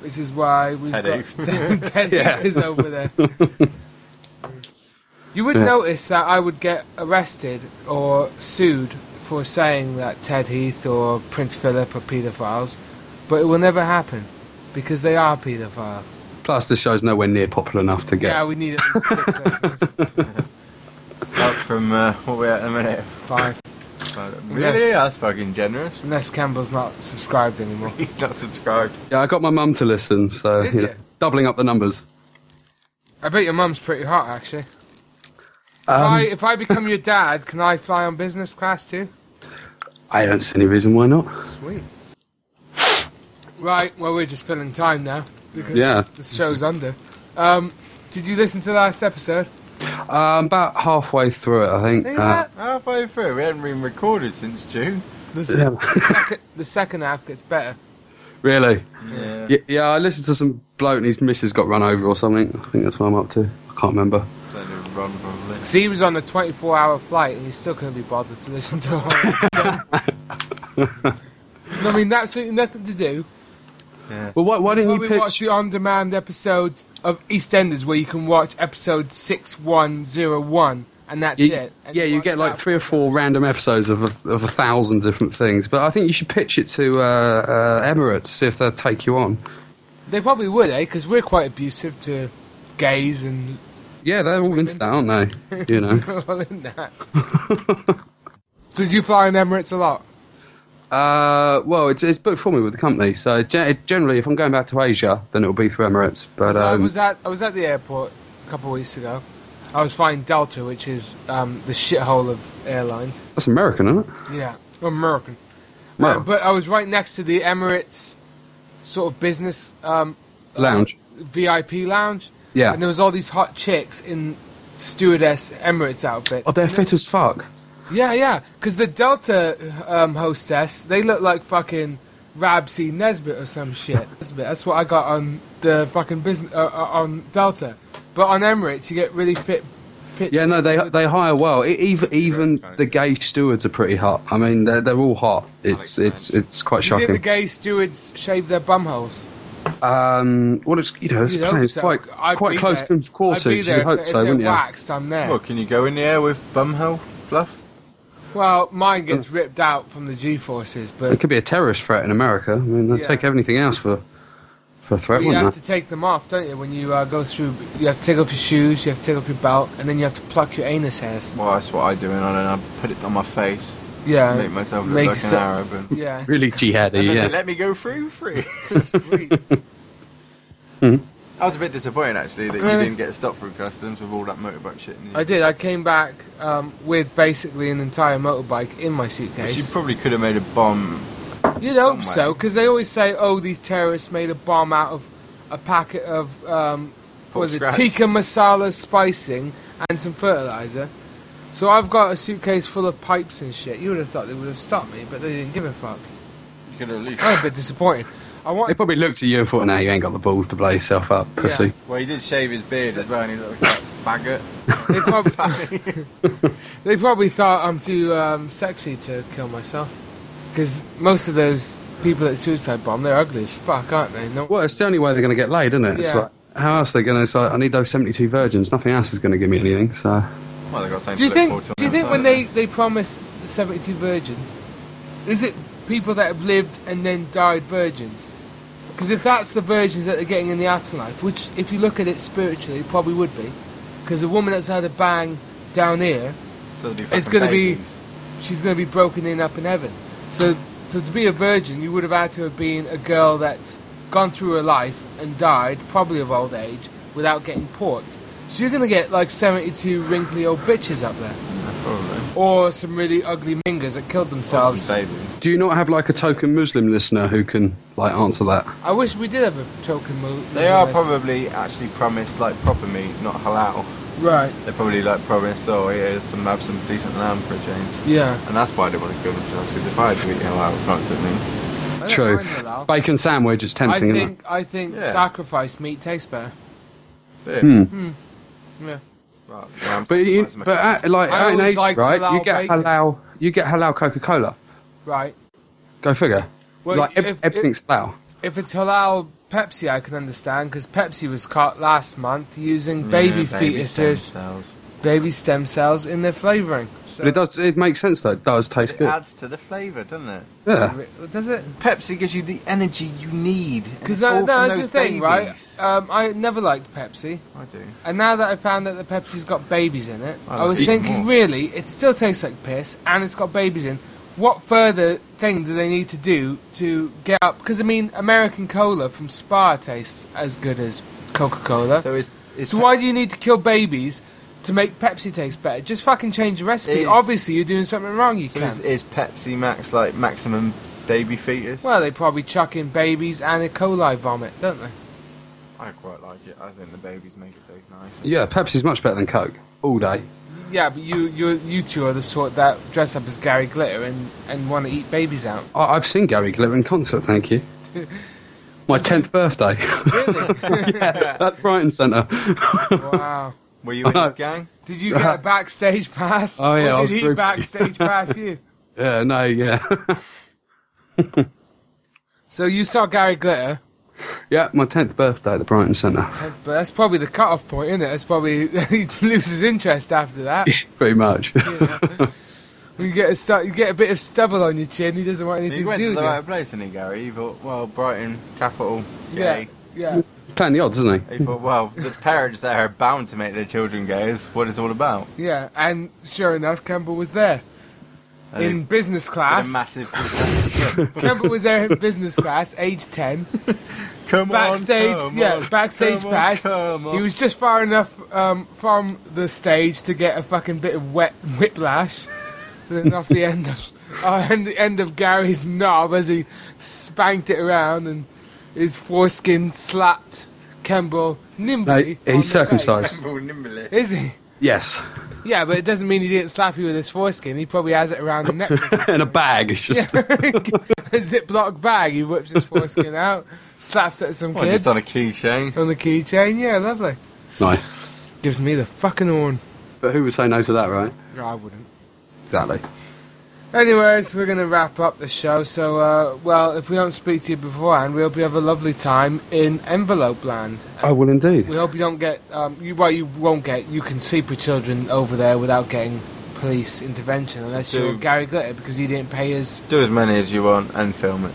[SPEAKER 3] Which is why we've
[SPEAKER 4] Ted
[SPEAKER 3] got
[SPEAKER 4] Heath.
[SPEAKER 3] Ted, Ted (laughs) Heath
[SPEAKER 10] Yeah.
[SPEAKER 3] is over
[SPEAKER 10] (laughs)
[SPEAKER 3] there. You would
[SPEAKER 10] Yeah.
[SPEAKER 3] notice that I would get arrested or sued for saying that Ted Heath or Prince Philip are paedophiles, but it will never happen because they are paedophiles.
[SPEAKER 10] Plus, this show's nowhere near popular enough to get.
[SPEAKER 3] Yeah, we need at least
[SPEAKER 10] (laughs)
[SPEAKER 3] six listeners.
[SPEAKER 4] Up from uh, what we're at in a minute.
[SPEAKER 3] Five.
[SPEAKER 4] Five. photo.
[SPEAKER 3] Yes.
[SPEAKER 4] Really? That's fucking generous. (laughs)
[SPEAKER 3] Unless Campbell's not subscribed anymore.
[SPEAKER 4] He's not subscribed.
[SPEAKER 10] Yeah, I got my mum to listen,
[SPEAKER 3] (laughs)
[SPEAKER 10] so
[SPEAKER 3] Did
[SPEAKER 10] you know,
[SPEAKER 3] you?
[SPEAKER 10] doubling up the numbers.
[SPEAKER 3] I bet your mum's pretty hot, actually. if,
[SPEAKER 10] Um,
[SPEAKER 3] I, if I become your dad, can I fly on business class too?
[SPEAKER 10] I don't see any reason why not.
[SPEAKER 3] Sweet. Right, well, we're just filling time now because
[SPEAKER 10] Yeah.
[SPEAKER 3] the show's under. Um, did you listen to the last episode?
[SPEAKER 10] Um, about halfway through it, I think.
[SPEAKER 3] See
[SPEAKER 10] uh,
[SPEAKER 3] that?
[SPEAKER 4] Halfway through, we haven't been recorded since June.
[SPEAKER 3] The, s-
[SPEAKER 10] Yeah.
[SPEAKER 3] the second, the second half gets better.
[SPEAKER 10] Really?
[SPEAKER 4] Yeah.
[SPEAKER 10] Yeah, yeah, I listened to some bloke and his missus got run over or something. I think that's what I'm up to. I can't remember.
[SPEAKER 4] Don't do it wrong, probably.
[SPEAKER 3] See, he was on a 24 hour flight and he's still couldn't be bothered to listen to it.
[SPEAKER 10] (laughs)
[SPEAKER 3] I mean, absolutely nothing to do.
[SPEAKER 10] Well, why, why didn't
[SPEAKER 3] Well,
[SPEAKER 10] you
[SPEAKER 3] we
[SPEAKER 10] pitch?
[SPEAKER 3] watch the on-demand episodes of EastEnders where you can watch episode six one zero one, and that's
[SPEAKER 10] you-
[SPEAKER 3] it. And
[SPEAKER 10] yeah, you
[SPEAKER 3] watch
[SPEAKER 10] get like
[SPEAKER 3] that.
[SPEAKER 10] three or four random episodes of a, of a thousand different things. But I think you should pitch it to uh, uh, Emirates, see if they'll take you on.
[SPEAKER 3] They probably would, eh? Because we're quite abusive to gays and
[SPEAKER 10] Yeah, they're all into that, aren't they?
[SPEAKER 3] (laughs)
[SPEAKER 10] You know.
[SPEAKER 3] all in that. so do you fly in Emirates a lot?
[SPEAKER 10] Uh, well, it's, it's booked for me with the company. So ge- generally, if I'm going back to Asia, then it'll be for Emirates. But
[SPEAKER 3] So I
[SPEAKER 10] um,
[SPEAKER 3] was at I was at the airport a couple of weeks ago. I was flying Delta, which is um, the shithole of airlines.
[SPEAKER 10] that's American, isn't it?
[SPEAKER 3] Yeah, American.
[SPEAKER 10] Well,
[SPEAKER 3] Uh, but I was right next to the Emirates sort of business um,
[SPEAKER 10] lounge.
[SPEAKER 3] VIP lounge.
[SPEAKER 10] Yeah.
[SPEAKER 3] And there was all these hot chicks in stewardess Emirates outfits.
[SPEAKER 10] Oh, they're fit as fuck.
[SPEAKER 3] Yeah, yeah. Because the Delta um, hostess, they look like fucking Rabsy Nesbitt or some shit. Nesbitt. That's what I got on the fucking business uh, uh, on Delta. But on Emirates, you get really fit. fit
[SPEAKER 10] Yeah, no, they
[SPEAKER 3] chicks with-
[SPEAKER 10] they hire well. E- even even the gay stewards are pretty hot. I mean, they're, they're all hot. It's it's it's quite
[SPEAKER 3] You think the
[SPEAKER 10] shocking.
[SPEAKER 3] gay stewards shave their bum holes?
[SPEAKER 10] Um, well, it's you know it's,
[SPEAKER 3] You'd hope
[SPEAKER 10] quite- it's
[SPEAKER 3] so.
[SPEAKER 10] quite
[SPEAKER 3] I'd be
[SPEAKER 10] quite close
[SPEAKER 3] there.
[SPEAKER 10] quarters.
[SPEAKER 3] I'd be there
[SPEAKER 10] You'd
[SPEAKER 3] if,
[SPEAKER 10] hope
[SPEAKER 3] they- if
[SPEAKER 10] so,
[SPEAKER 3] they're
[SPEAKER 10] wouldn't you?
[SPEAKER 3] waxed, I'm there.
[SPEAKER 4] Well, can you go in the air with bumhole fluff?
[SPEAKER 3] Well, mine gets
[SPEAKER 10] Uh.
[SPEAKER 3] ripped out from the G-forces, but
[SPEAKER 10] It could be a terrorist threat in America. I mean, they'd
[SPEAKER 3] Yeah.
[SPEAKER 10] take everything else for for a threat,
[SPEAKER 3] Well, you have
[SPEAKER 10] wouldn't
[SPEAKER 3] to take them off, don't you? When you uh, go through, you have to take off your shoes, you have to take off your belt, and then you have to pluck your anus hairs.
[SPEAKER 4] Well, that's what I do, and I, and I put it on my face.
[SPEAKER 3] Yeah.
[SPEAKER 4] Make myself look
[SPEAKER 3] Make
[SPEAKER 4] like an
[SPEAKER 3] yourself-
[SPEAKER 4] Arab. And,
[SPEAKER 3] Yeah.
[SPEAKER 4] (laughs)
[SPEAKER 10] they? Really
[SPEAKER 4] and
[SPEAKER 10] jihadi,
[SPEAKER 4] then
[SPEAKER 10] yeah.
[SPEAKER 4] they let me go through free.
[SPEAKER 3] (laughs) Sweet.
[SPEAKER 4] I was a bit disappointed, actually, that you
[SPEAKER 3] Really?
[SPEAKER 4] didn't get stopped through customs with all that motorbike shit. in you.
[SPEAKER 3] I did. I came back um, with basically an entire motorbike in my
[SPEAKER 4] Which you
[SPEAKER 3] suitcase.
[SPEAKER 4] probably could have made a bomb.
[SPEAKER 3] You'd hope
[SPEAKER 4] somewhere.
[SPEAKER 3] so, because they always say, "Oh, these terrorists made a bomb out of a packet of um, what
[SPEAKER 4] Pork
[SPEAKER 3] was it
[SPEAKER 4] scratch.
[SPEAKER 3] tikka masala spicing and some fertilizer." So I've got a suitcase full of pipes and shit. You would have thought they would have stopped me, but they didn't give a fuck.
[SPEAKER 4] You could have at least.
[SPEAKER 3] I'm a bit disappointed. I
[SPEAKER 10] They
[SPEAKER 3] want.
[SPEAKER 10] probably looked at you and thought, "No, you ain't got the balls to blow yourself up, pussy." (laughs)
[SPEAKER 4] Well, he did shave his beard as well, and he looked like a faggot.
[SPEAKER 3] They probably, (laughs) they probably thought I'm too um, sexy to kill myself. Because most of those people that suicide bomb, they're ugly as fuck, aren't they? No,
[SPEAKER 10] Well, it's the only way they're going to get laid, isn't it? It's
[SPEAKER 3] Yeah.
[SPEAKER 10] like, how else are they going to? It's like, I need those 72 virgins. Nothing else is going to give me anything. So,
[SPEAKER 4] Well, they got something
[SPEAKER 3] do you
[SPEAKER 4] to look
[SPEAKER 3] think?
[SPEAKER 4] forward to on
[SPEAKER 3] Do you
[SPEAKER 4] the
[SPEAKER 3] think when
[SPEAKER 4] outside,
[SPEAKER 3] they they promise the 72 virgins, is it people that have lived and then died virgins? Because if that's the virgins that they're getting in the afterlife, which if you look at it spiritually, probably would be, because a woman that's had a bang down here
[SPEAKER 4] So they'll
[SPEAKER 3] it's
[SPEAKER 4] fucking
[SPEAKER 3] gonna be-
[SPEAKER 4] pagans.
[SPEAKER 3] she's going to be broken in up in heaven. So, so to be a virgin, you would have had to have been a girl that's gone through her life and died, probably of old age, without getting porked. So you're going to get like 72 wrinkly old bitches up there.
[SPEAKER 4] Probably.
[SPEAKER 3] Or some really ugly mingers that killed
[SPEAKER 4] Or
[SPEAKER 3] themselves.
[SPEAKER 4] some baby.
[SPEAKER 10] do you not have like a token Muslim listener who can like answer that?
[SPEAKER 3] I wish we did have a token move.
[SPEAKER 4] They are probably actually promised like proper meat, not halal.
[SPEAKER 3] Right,
[SPEAKER 4] They probably like promised, oh yeah, some have some decent lamb for a change.
[SPEAKER 3] yeah.
[SPEAKER 4] And that's why I didn't want to kill themselves because if I had to eat halal constantly,
[SPEAKER 3] I don't
[SPEAKER 10] True.
[SPEAKER 3] mind halal.
[SPEAKER 10] Bacon sandwich is
[SPEAKER 3] I
[SPEAKER 10] tempting. isn't
[SPEAKER 3] think, I think
[SPEAKER 4] Yeah.
[SPEAKER 3] sacrifice meat tastes better.
[SPEAKER 4] yeah.
[SPEAKER 10] Hmm.
[SPEAKER 3] Yeah.
[SPEAKER 4] Right, lamb's
[SPEAKER 10] it? But you,
[SPEAKER 4] sacrifice,
[SPEAKER 10] but at, like
[SPEAKER 3] I
[SPEAKER 10] out in
[SPEAKER 3] always
[SPEAKER 10] Asia,
[SPEAKER 3] liked
[SPEAKER 10] right?
[SPEAKER 3] halal
[SPEAKER 10] You get
[SPEAKER 3] bacon.
[SPEAKER 10] halal. You get halal Coca Cola.
[SPEAKER 3] Right.
[SPEAKER 10] Go figure.
[SPEAKER 3] Well,
[SPEAKER 10] like ev-
[SPEAKER 3] if- if-
[SPEAKER 10] everything's halal.
[SPEAKER 3] If it's halal Pepsi, I can understand because Pepsi was caught last month using
[SPEAKER 4] yeah,
[SPEAKER 3] baby
[SPEAKER 4] stem
[SPEAKER 3] fetuses
[SPEAKER 4] cells.
[SPEAKER 3] baby stem cells in their flavouring. So
[SPEAKER 10] But it does. It makes sense though. It does taste
[SPEAKER 8] It
[SPEAKER 10] good.
[SPEAKER 8] adds to the flavour, doesn't it?
[SPEAKER 10] Yeah.
[SPEAKER 8] uh,
[SPEAKER 3] Does it?
[SPEAKER 8] Pepsi gives you the energy you need. It's
[SPEAKER 3] Because
[SPEAKER 8] all
[SPEAKER 3] that,
[SPEAKER 8] from
[SPEAKER 3] that's the
[SPEAKER 8] those
[SPEAKER 3] thing,
[SPEAKER 8] babies.
[SPEAKER 3] right? Um, I never liked Pepsi,
[SPEAKER 8] I do.
[SPEAKER 3] and now that I found out that Pepsi's got babies in it,
[SPEAKER 8] I
[SPEAKER 3] I was
[SPEAKER 8] like it even
[SPEAKER 3] thinking,
[SPEAKER 8] more.
[SPEAKER 3] really, it still tastes like piss, and it's got babies in. What further thing do they need to do to get up? Because I mean, American cola from Spa tastes as good as Coca Cola.
[SPEAKER 8] So is is
[SPEAKER 3] So why do you need to kill babies to make Pepsi taste better? Just fucking change the recipe.
[SPEAKER 8] Is-
[SPEAKER 3] Obviously, you're doing something wrong. You
[SPEAKER 8] so
[SPEAKER 3] can't.
[SPEAKER 8] is, is Pepsi Max like maximum baby fetus?
[SPEAKER 3] well, they probably chuck in babies and E. coli vomit, don't they?
[SPEAKER 8] I quite like it. I think the babies make it taste nice.
[SPEAKER 10] Yeah, Pepsi's much better than Coke all day.
[SPEAKER 3] Yeah, but you you you two are the sort that dress up as Gary Glitter and, and want to eat babies
[SPEAKER 10] (laughs)
[SPEAKER 3] out.
[SPEAKER 10] I- I've seen Gary Glitter in concert. Thank you. My tenth birthday. yeah, at Brighton Centre.
[SPEAKER 3] Wow.
[SPEAKER 8] Were you in
[SPEAKER 10] (laughs)
[SPEAKER 8] his gang?
[SPEAKER 3] Did you get a backstage pass?
[SPEAKER 10] Oh, yeah,
[SPEAKER 3] Or
[SPEAKER 10] I
[SPEAKER 3] did
[SPEAKER 10] was
[SPEAKER 3] he
[SPEAKER 10] groupie. (laughs)
[SPEAKER 3] backstage pass you?
[SPEAKER 10] yeah, no, yeah, (laughs)
[SPEAKER 3] So you saw Gary Glitter.
[SPEAKER 10] yeah. My tenth birthday at the Brighton Centre.
[SPEAKER 3] But that's probably the cut-off point, isn't it? That's probably (laughs) he loses interest
[SPEAKER 10] (laughs)
[SPEAKER 3] after that.
[SPEAKER 10] Pretty much.
[SPEAKER 3] (laughs) You get a stu- you get a bit of stubble on your chin. He doesn't want anything
[SPEAKER 8] He
[SPEAKER 3] to
[SPEAKER 8] went
[SPEAKER 3] do
[SPEAKER 8] to
[SPEAKER 3] with
[SPEAKER 8] the
[SPEAKER 3] you.
[SPEAKER 8] right place, didn't he, Gary? He thought, well, Brighton, capital,
[SPEAKER 3] Yeah,
[SPEAKER 8] gay.
[SPEAKER 3] yeah.
[SPEAKER 10] Playing the odds, isn't he?
[SPEAKER 8] He thought, well, the parents there are bound to make their children gay. Is what it's all about.
[SPEAKER 3] Yeah, and sure enough, Campbell was there
[SPEAKER 8] And
[SPEAKER 3] in
[SPEAKER 8] he
[SPEAKER 3] business
[SPEAKER 8] did a
[SPEAKER 3] class.
[SPEAKER 8] massive. (laughs)
[SPEAKER 3] Campbell was there in business class, age ten,
[SPEAKER 8] come
[SPEAKER 3] backstage.
[SPEAKER 8] on, come
[SPEAKER 3] yeah,
[SPEAKER 8] on,
[SPEAKER 3] backstage
[SPEAKER 8] come on,
[SPEAKER 3] pass.
[SPEAKER 8] come on.
[SPEAKER 3] He was just far enough um, from the stage to get a fucking bit of wet whiplash, then off the end of (laughs) uh, and the end of Gary's knob as he spanked it around and his foreskin slapped Campbell
[SPEAKER 10] No,
[SPEAKER 3] nimbly. on the
[SPEAKER 10] he's circumcised.
[SPEAKER 8] Campbell Nimbley.
[SPEAKER 3] face. Is he?
[SPEAKER 10] Yes.
[SPEAKER 3] Yeah, but it doesn't mean he didn't slap you with his foreskin. He probably has
[SPEAKER 10] (laughs)
[SPEAKER 3] it around the necklace.
[SPEAKER 10] In a bag. It's just.
[SPEAKER 3] (laughs) a Ziploc bag. He whips his foreskin out, slaps at some
[SPEAKER 8] Well,
[SPEAKER 3] kids
[SPEAKER 8] just on a keychain.
[SPEAKER 3] on the keychain. Yeah, lovely.
[SPEAKER 10] Nice.
[SPEAKER 3] Gives me the fucking horn.
[SPEAKER 10] But who would say no to that, right?
[SPEAKER 3] No, I wouldn't.
[SPEAKER 10] Exactly.
[SPEAKER 3] Anyways, we're going to wrap up the show. So, uh, well, if we don't speak to you beforehand, we hope you have a lovely time in Envelope Land.
[SPEAKER 10] I will indeed.
[SPEAKER 3] We hope you don't get, um, you, well, you won't get, you can sleep with children over there without getting police intervention unless
[SPEAKER 8] So-
[SPEAKER 3] you're Gary Glitter because he didn't pay his.
[SPEAKER 8] Do as many as you want and film it.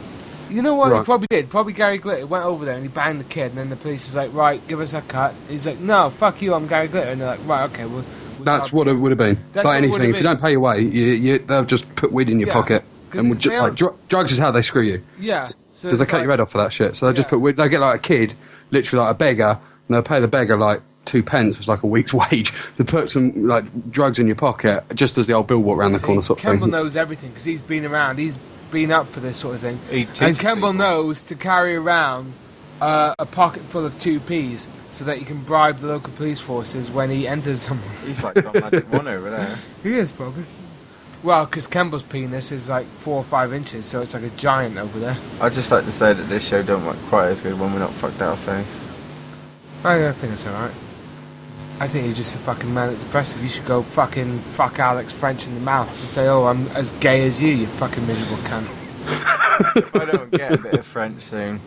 [SPEAKER 3] You know what? He
[SPEAKER 10] Right.
[SPEAKER 3] probably did. Probably Gary Glitter went over there and he banged the kid, and then the police is like, right, give us a cut. He's like, no, fuck you, I'm Gary Glitter. And they're like, right, okay, well. we
[SPEAKER 10] That's
[SPEAKER 3] can't-
[SPEAKER 10] what it would have been. It's
[SPEAKER 3] That's what it
[SPEAKER 10] like
[SPEAKER 3] would
[SPEAKER 10] anything.
[SPEAKER 3] have
[SPEAKER 10] If you don't pay your way, you, you, they'll just put weed in your
[SPEAKER 3] Yeah.
[SPEAKER 10] pocket.
[SPEAKER 3] 'Cause
[SPEAKER 10] And
[SPEAKER 3] if
[SPEAKER 10] we'll ju-
[SPEAKER 3] they
[SPEAKER 10] like,
[SPEAKER 3] are-
[SPEAKER 10] dr- drugs is how they screw you.
[SPEAKER 3] Yeah. So
[SPEAKER 10] Because they
[SPEAKER 3] it's
[SPEAKER 10] cut
[SPEAKER 3] like-
[SPEAKER 10] your head off for that shit. So they'll
[SPEAKER 3] Yeah.
[SPEAKER 10] just put weed. They'll get like a kid, literally like a beggar, and they'll pay the beggar like two pence, which is like a week's (laughs) wage, to put some like drugs in your pocket, just as the old Bill walked round the
[SPEAKER 3] See,
[SPEAKER 10] corner sort of
[SPEAKER 3] Campbell
[SPEAKER 10] thing.
[SPEAKER 3] knows everything because he's been around. He's been up for this sort of thing.
[SPEAKER 8] He
[SPEAKER 3] and
[SPEAKER 8] teaches
[SPEAKER 3] Campbell
[SPEAKER 8] people.
[SPEAKER 3] knows to carry around uh, a pocket full of two P's so that he can bribe the local police forces when he enters someone.
[SPEAKER 8] He's like Don Magic One over there.
[SPEAKER 3] He is, probably. Well, because Campbell's penis is like four or five inches, so it's like a giant over there.
[SPEAKER 8] I'd just like to say that this show don't work quite as good when we're not fucked out of face.
[SPEAKER 3] I, I think it's alright. I think you're just a fucking manic depressive. You should go fucking fuck Alex French in the mouth and say, oh, I'm as gay as you, you fucking miserable cunt.
[SPEAKER 8] if I don't get a bit of French soon,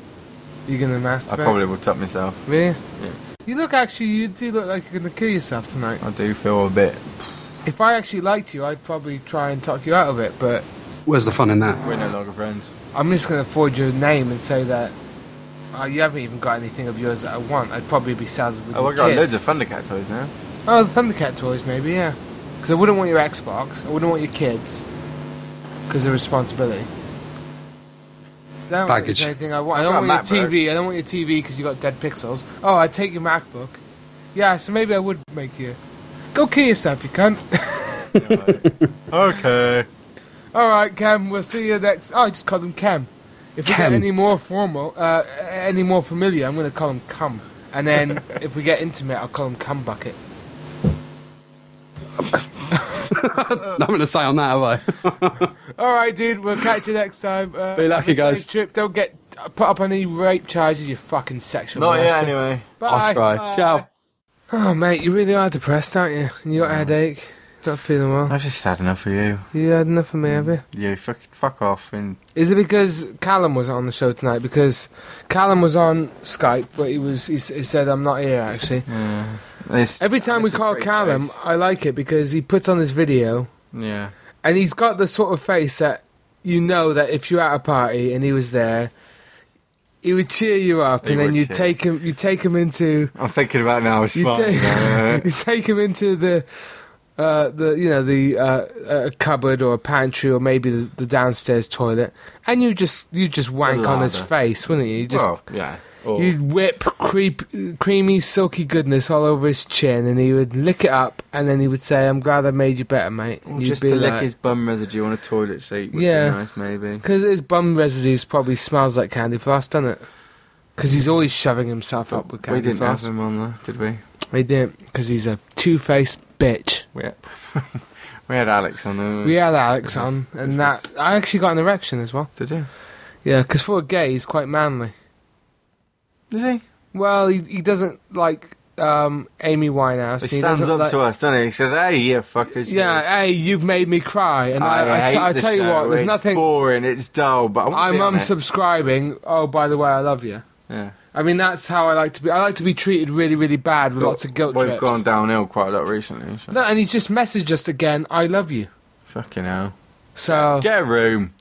[SPEAKER 3] You're gonna
[SPEAKER 8] I
[SPEAKER 3] masturbate.
[SPEAKER 8] probably will tuck myself.
[SPEAKER 3] Really?
[SPEAKER 8] Yeah.
[SPEAKER 3] You look actually, you do look like you're gonna kill yourself tonight.
[SPEAKER 8] I do feel a bit.
[SPEAKER 3] If I actually liked you, I'd probably try and talk you out of it, but
[SPEAKER 10] Where's the fun in that?
[SPEAKER 8] We're no longer friends.
[SPEAKER 3] I'm just gonna forge your name and say that uh, you haven't even got anything of yours that I want. I'd probably be sad with
[SPEAKER 8] Oh,
[SPEAKER 3] your
[SPEAKER 8] I got
[SPEAKER 3] kids.
[SPEAKER 8] loads of Thundercat toys
[SPEAKER 3] (laughs)
[SPEAKER 8] now.
[SPEAKER 3] oh, the Thundercat toys, maybe, yeah. Because I wouldn't want your Xbox, I wouldn't want your kids, because of responsibility. I don't think there's
[SPEAKER 10] Baggage.
[SPEAKER 3] anything I want. I
[SPEAKER 8] I've
[SPEAKER 3] don't want
[SPEAKER 8] got a
[SPEAKER 3] your
[SPEAKER 8] MacBook.
[SPEAKER 3] TV. I don't want your TV because you got dead pixels. Oh, I'd take your MacBook. Yeah, so maybe I would make you. Go kill yourself, you cunt.
[SPEAKER 8] okay.
[SPEAKER 3] All right, Cam. We'll see you next. Oh, I just called him Cam. If we
[SPEAKER 10] Cam.
[SPEAKER 3] get any more formal, uh, any more familiar, I'm going to call him Cum.
[SPEAKER 10] (laughs)
[SPEAKER 3] And then if we get intimate, I'll call him Cum Bucket.
[SPEAKER 10] Nothing to say on that, have I? (laughs)
[SPEAKER 3] All right, dude. We'll catch you next time. Uh,
[SPEAKER 10] Be lucky,
[SPEAKER 3] have a safe
[SPEAKER 10] guys.
[SPEAKER 3] Trip. Don't get uh, put up on any rape charges. You fucking sexual.
[SPEAKER 8] Not yet,
[SPEAKER 3] bastard.
[SPEAKER 8] anyway.
[SPEAKER 3] Bye.
[SPEAKER 10] I'll try. Ciao.
[SPEAKER 3] Oh, mate, you really are depressed, aren't you? And you got a headache. Not feeling well.
[SPEAKER 8] I've just had enough of you.
[SPEAKER 3] You had enough of me, have you?
[SPEAKER 8] You fuck, fuck off and
[SPEAKER 3] Is it because Callum wasn't on the show tonight? Because Callum was on Skype, but he was he, s- he said I'm not here actually. Every time we
[SPEAKER 4] this is
[SPEAKER 3] call
[SPEAKER 4] great
[SPEAKER 3] Callum,
[SPEAKER 4] face.
[SPEAKER 3] I like it because he puts on his video
[SPEAKER 4] Yeah.
[SPEAKER 3] and he's got the sort of face that you know that if you're at a party and he was there, he would cheer you up,
[SPEAKER 4] He
[SPEAKER 3] and then
[SPEAKER 4] would
[SPEAKER 3] you
[SPEAKER 4] cheer.
[SPEAKER 3] take him, you take him into,
[SPEAKER 4] I'm thinking about now.
[SPEAKER 3] you,
[SPEAKER 4] Smart. (laughs)
[SPEAKER 3] take- (laughs) you take him into the. Uh, the you know the uh, uh, cupboard or pantry or maybe the, the downstairs toilet, and you just you just wank on his
[SPEAKER 4] lather.
[SPEAKER 3] face, wouldn't you? you just
[SPEAKER 4] well, yeah. Or,
[SPEAKER 3] You'd whip creep, creamy, silky goodness all over his chin, and he would lick it up, and then he would say, "I'm glad I made you better, mate." And you'd
[SPEAKER 4] just
[SPEAKER 3] be
[SPEAKER 4] to lick
[SPEAKER 3] like,
[SPEAKER 4] his bum residue on a toilet seat would
[SPEAKER 3] Yeah.
[SPEAKER 4] be nice, maybe.
[SPEAKER 3] "Because his bum residues probably smells like candy floss, doesn't it?" Because he's always shoving himself up with
[SPEAKER 4] Hmm. we
[SPEAKER 3] candy
[SPEAKER 4] didn't
[SPEAKER 3] floss.
[SPEAKER 4] have him on there, did we?
[SPEAKER 3] We didn't, because he's a two-faced bitch.
[SPEAKER 4] We had, (laughs) we had Alex on there.
[SPEAKER 3] We had Alex
[SPEAKER 4] Yes,
[SPEAKER 3] on,
[SPEAKER 4] yes,
[SPEAKER 3] and that I actually got an erection as well.
[SPEAKER 4] Did you?
[SPEAKER 3] Yeah, because for a gay, he's quite manly.
[SPEAKER 4] Did he?
[SPEAKER 3] Well, he he doesn't like um, Amy Winehouse.
[SPEAKER 4] He
[SPEAKER 3] and
[SPEAKER 4] stands
[SPEAKER 3] doesn't
[SPEAKER 4] up
[SPEAKER 3] like-
[SPEAKER 4] to us, doesn't he? He says, "Hey, you fuckers."
[SPEAKER 3] Yeah, hey, you've made me cry, and I, I,
[SPEAKER 4] I
[SPEAKER 3] t-
[SPEAKER 4] hate
[SPEAKER 3] I
[SPEAKER 4] the
[SPEAKER 3] tell you what,
[SPEAKER 4] show.
[SPEAKER 3] there's
[SPEAKER 4] It's
[SPEAKER 3] nothing.
[SPEAKER 4] boring. It's dull, but I want
[SPEAKER 3] I'm
[SPEAKER 4] to be on it.
[SPEAKER 3] unsubscribing. Oh, by the way, I love you.
[SPEAKER 4] Yeah.
[SPEAKER 3] I mean, that's how I like to be. I like to be treated really, really bad with
[SPEAKER 4] But
[SPEAKER 3] lots of guilt
[SPEAKER 4] We've
[SPEAKER 3] trips.
[SPEAKER 4] gone downhill quite a lot recently. So.
[SPEAKER 3] No, and he's just messaged us again. I love you.
[SPEAKER 4] Fucking hell.
[SPEAKER 3] So,
[SPEAKER 4] Get a room.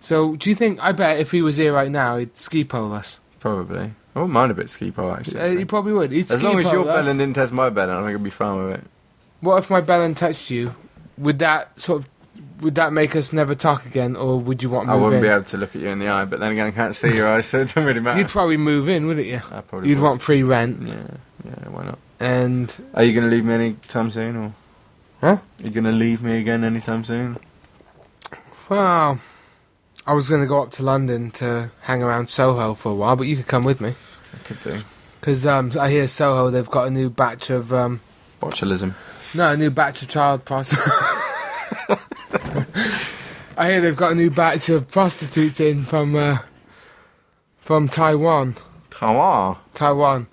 [SPEAKER 3] so do you think? I bet if he was here right now, he'd ski pole us.
[SPEAKER 4] Probably. I wouldn't mind a bit of ski pole actually.
[SPEAKER 3] Uh, he probably would. He'd
[SPEAKER 4] as
[SPEAKER 3] ski
[SPEAKER 4] long as
[SPEAKER 3] pole
[SPEAKER 4] your
[SPEAKER 3] us.
[SPEAKER 4] bellend didn't touch my bellend, I think I'd be fine with it.
[SPEAKER 3] What if my bellend touched you? Would that sort of? Would that make us never talk again, or would you want to
[SPEAKER 4] I
[SPEAKER 3] move
[SPEAKER 4] wouldn't
[SPEAKER 3] in?
[SPEAKER 4] be able to look at you in the eye, but then again, I can't see your eyes, so it doesn't really matter.
[SPEAKER 3] You'd probably move in, wouldn't you?
[SPEAKER 4] I probably
[SPEAKER 3] You'd
[SPEAKER 4] would.
[SPEAKER 3] want free rent,
[SPEAKER 4] Yeah, yeah. Why not?
[SPEAKER 3] and
[SPEAKER 4] Are you going to leave me anytime soon, or
[SPEAKER 3] Huh?
[SPEAKER 4] Are you going to leave me again anytime soon?
[SPEAKER 3] Well, I was going to go up to London to hang around Soho for a while, but you could come with me.
[SPEAKER 4] I could do.
[SPEAKER 3] Because um, I hear Soho, they've got a new batch of. Um,
[SPEAKER 4] Botulism.
[SPEAKER 3] no, a new batch of child prostitutes. (laughs) I hear they've got a new batch of prostitutes in from uh, from Taiwan.
[SPEAKER 4] Come on.
[SPEAKER 3] Taiwan,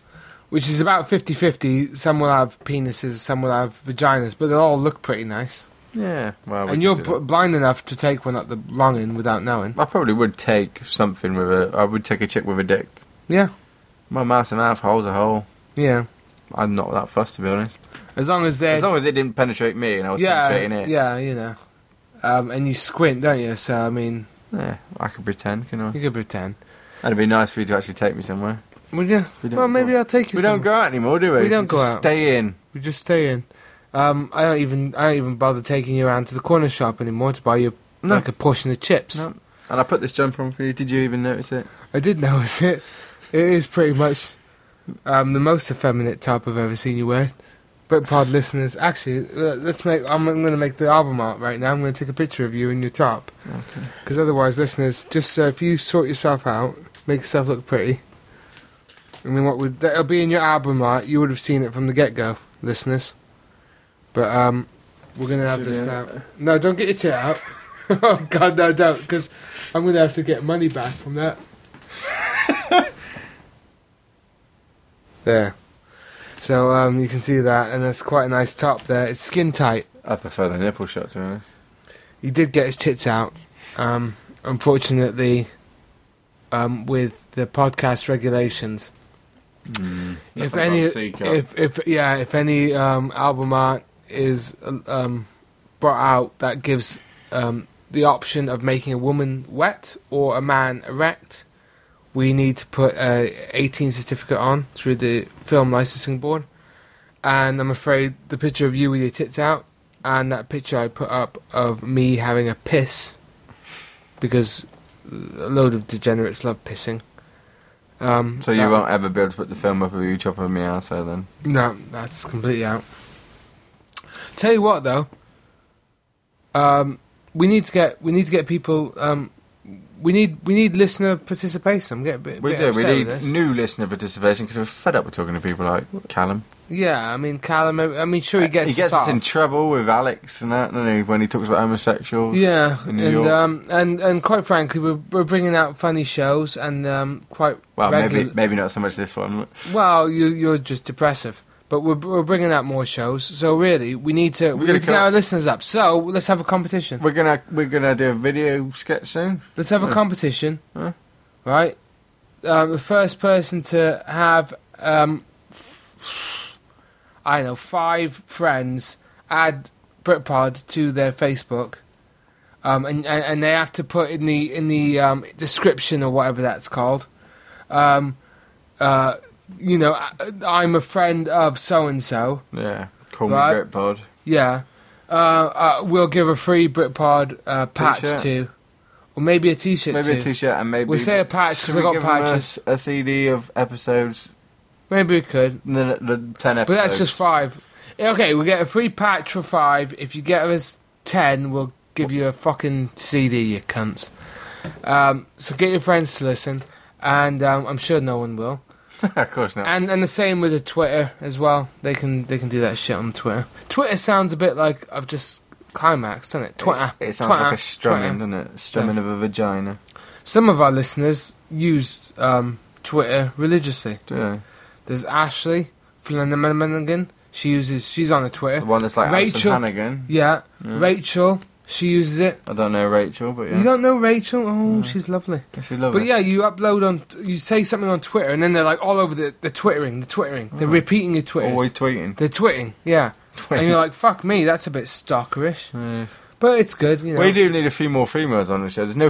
[SPEAKER 3] which is about 50 50. Some will have penises, some will have vaginas, but they'll all look pretty nice.
[SPEAKER 4] Yeah. Well, we
[SPEAKER 3] and
[SPEAKER 4] could
[SPEAKER 3] you're
[SPEAKER 4] do
[SPEAKER 3] b- blind enough to take one up the wrong end without knowing.
[SPEAKER 4] that. I probably would take something with a. I would take a chick with a dick.
[SPEAKER 3] Yeah,
[SPEAKER 4] My mouth and half hole's a hole.
[SPEAKER 3] yeah.
[SPEAKER 4] I'm not that fussed to be honest.
[SPEAKER 3] As long as they're
[SPEAKER 4] As long as it didn't penetrate me and I was penetrating it.
[SPEAKER 3] Yeah, you know. Um, and you squint, don't you? So I mean,
[SPEAKER 4] Yeah, I could pretend, can I?
[SPEAKER 3] you could pretend.
[SPEAKER 4] That'd be nice for you to actually take me somewhere.
[SPEAKER 3] Would you?
[SPEAKER 4] We don't
[SPEAKER 3] well, maybe
[SPEAKER 4] go-
[SPEAKER 3] I'll take you.
[SPEAKER 4] We don't
[SPEAKER 3] somewhere.
[SPEAKER 4] go out anymore, do we?
[SPEAKER 3] We don't go
[SPEAKER 4] just
[SPEAKER 3] out.
[SPEAKER 4] Stay in.
[SPEAKER 3] We just stay in. Um, I don't even. I don't even bother taking you around to the corner shop anymore to buy you
[SPEAKER 4] No.
[SPEAKER 3] like a portion of chips.
[SPEAKER 4] No. And I put this jumper on for you. Did you even notice it?
[SPEAKER 3] I did notice it. It is pretty much um, the most effeminate top I've ever seen you wear. Britpod listeners, actually, uh, let's make. I'm, I'm going to make the album art right now. I'm going to take a picture of you in your top. Because otherwise, listeners, just uh, if you sort yourself out, make yourself look pretty. I mean, what would that'll be in your album art? You would have seen it from the get go, listeners. But um, we're going to have this now. No, don't get your tit out. (laughs) oh God, no, don't, because I'm going to have to get money back from that. There. So um, you can see that, and that's quite a nice top there. It's skin tight.
[SPEAKER 4] I prefer the nipple shot, to be honest.
[SPEAKER 3] He did get his tits out. Um, unfortunately, um, with the podcast regulations, if
[SPEAKER 4] nothing
[SPEAKER 3] any,
[SPEAKER 4] about C cup.
[SPEAKER 3] if if yeah, if any um, album art is uh, um, brought out that gives um, the option of making a woman wet or a man erect, we need to put a 18 certificate on through the film licensing board. And I'm afraid the picture of you with your tits out and that picture I put up of me having a piss because a load of degenerates love pissing. Um,
[SPEAKER 4] So you
[SPEAKER 3] that-
[SPEAKER 4] won't ever be able to put the film up of you chopping me out, so then.
[SPEAKER 3] no, that's completely out. Tell you what, though, um, we need to get we need to get people. Um, we need we need listener participation. I'm getting a bit.
[SPEAKER 4] We
[SPEAKER 3] bit
[SPEAKER 4] do. We
[SPEAKER 3] upset with
[SPEAKER 4] need
[SPEAKER 3] this.
[SPEAKER 4] new listener participation because we're fed up with talking to people like Callum.
[SPEAKER 3] Yeah, I mean, Callum. I I mean, sure, he gets
[SPEAKER 4] Uh, he gets
[SPEAKER 3] us
[SPEAKER 4] us in
[SPEAKER 3] off.
[SPEAKER 4] trouble with Alex and that, doesn't he, when he talks about homosexuals.
[SPEAKER 3] Yeah,
[SPEAKER 4] in New
[SPEAKER 3] and
[SPEAKER 4] York.
[SPEAKER 3] um, and and quite frankly, we're we're bringing out funny shows and um, quite
[SPEAKER 4] Well,
[SPEAKER 3] regular-
[SPEAKER 4] maybe maybe not so much this one.
[SPEAKER 3] Well, you you're just depressive. But we're we're bringing out more shows, so really we need to we
[SPEAKER 4] gonna
[SPEAKER 3] need to get
[SPEAKER 4] come-
[SPEAKER 3] our listeners up. So let's have a competition.
[SPEAKER 4] We're gonna we're gonna do a video sketch soon.
[SPEAKER 3] Let's have a
[SPEAKER 4] Huh.
[SPEAKER 3] competition,
[SPEAKER 4] Hmm. Huh.
[SPEAKER 3] right? Um, the first person to have, um, I know, five friends add Britpod to their Facebook, um, and, and and they have to put in the in the um, description or whatever that's called, um, uh, you know, I- I'm a friend of so and so.
[SPEAKER 4] Yeah, call
[SPEAKER 3] Right.
[SPEAKER 4] me Britpod.
[SPEAKER 3] Yeah. Uh, uh, we'll give a free Britpod uh, patch
[SPEAKER 4] T-shirt.
[SPEAKER 3] to, or maybe a T-shirt.
[SPEAKER 4] Maybe a
[SPEAKER 3] to.
[SPEAKER 4] t-shirt and maybe
[SPEAKER 3] we'll say a patch
[SPEAKER 4] Should
[SPEAKER 3] because I
[SPEAKER 4] we
[SPEAKER 3] got
[SPEAKER 4] give 'em a-
[SPEAKER 3] patches.
[SPEAKER 4] A, CD of episodes.
[SPEAKER 3] Maybe we could.
[SPEAKER 4] The, the ten episodes.
[SPEAKER 3] But that's just five. Okay, we get a free patch for five. If you get us ten, we'll give you a fucking CD, you cunts. Um, so get your friends to listen, and um, I'm sure no one will.
[SPEAKER 4] (laughs) of course not.
[SPEAKER 3] And and the same with the Twitter as well. They can they can do that shit on Twitter. Twitter sounds a bit like I've just climaxed, doesn't it? Twitter.
[SPEAKER 4] It sounds like
[SPEAKER 3] Twitter,
[SPEAKER 4] a strumming,
[SPEAKER 3] Twitter.
[SPEAKER 4] doesn't it? Strumming
[SPEAKER 3] Yes.
[SPEAKER 4] of a vagina.
[SPEAKER 3] Some of our listeners use um, Twitter religiously.
[SPEAKER 4] Do they?
[SPEAKER 3] There's Ashley Flanagan. She uses. She's on the Twitter. The
[SPEAKER 4] one that's like Alison Hannigan.
[SPEAKER 3] Yeah.
[SPEAKER 4] Yeah.
[SPEAKER 3] Rachel. She uses it.
[SPEAKER 4] I don't know Rachel, but Mm. yeah.
[SPEAKER 3] You don't know Rachel? Oh, she's lovely.
[SPEAKER 4] She's lovely.
[SPEAKER 3] But yeah, you upload on, you say something on Twitter, and then they're like all over the, the twittering, the twittering. They're repeating your twitters.
[SPEAKER 4] Mm. Always tweeting.
[SPEAKER 3] They're twitting, yeah. And
[SPEAKER 4] (laughs)
[SPEAKER 3] you're like, fuck me, that's a bit stalkerish. But it's good, you know.
[SPEAKER 4] We do need a few more females on the show. There's no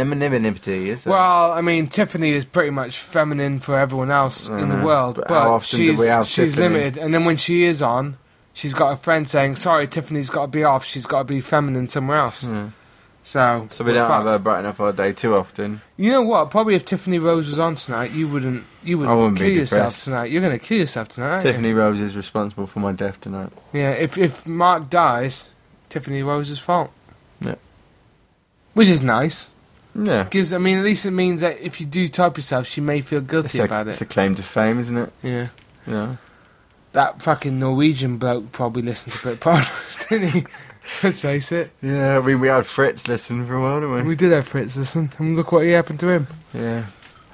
[SPEAKER 4] femininity, is there?
[SPEAKER 3] Well, I mean, Tiffany is pretty much feminine for everyone else in the
[SPEAKER 4] know,
[SPEAKER 3] world,
[SPEAKER 4] but
[SPEAKER 3] but,
[SPEAKER 4] how often do we
[SPEAKER 3] she's
[SPEAKER 4] have
[SPEAKER 3] she's
[SPEAKER 4] Tiffany?
[SPEAKER 3] limited. And then when she is on, she's got a friend saying, "Sorry, Tiffany's got to be off. She's got to be feminine somewhere else." So,
[SPEAKER 4] Hmm. so we
[SPEAKER 3] we're
[SPEAKER 4] don't have
[SPEAKER 3] fucked.
[SPEAKER 4] her brighten up our day too often.
[SPEAKER 3] You know what? Probably if Tiffany Rose was on tonight, you wouldn't you
[SPEAKER 4] I
[SPEAKER 3] wouldn't,
[SPEAKER 4] wouldn't be
[SPEAKER 3] kill yourself
[SPEAKER 4] depressed.
[SPEAKER 3] tonight. You're gonna kill yourself tonight. aren't you?
[SPEAKER 4] Tiffany Rose is responsible for my death tonight.
[SPEAKER 3] Yeah. If if Mark dies, Tiffany Rose's fault.
[SPEAKER 4] Yeah.
[SPEAKER 3] Which is nice.
[SPEAKER 4] Yeah.
[SPEAKER 3] Gives. I mean, at least it means that if you do type yourself, she may feel
[SPEAKER 4] It's
[SPEAKER 3] guilty
[SPEAKER 4] a,
[SPEAKER 3] about
[SPEAKER 4] it's
[SPEAKER 3] it.
[SPEAKER 4] a claim to fame, isn't it?
[SPEAKER 3] yeah.
[SPEAKER 4] Yeah.
[SPEAKER 3] That fucking Norwegian bloke probably listened to Britpod, (laughs) didn't he? Let's face it.
[SPEAKER 4] Yeah, we, we had Fritz listen for a while, didn't we?
[SPEAKER 3] We did have Fritz listen, and look what happened to him.
[SPEAKER 4] Yeah.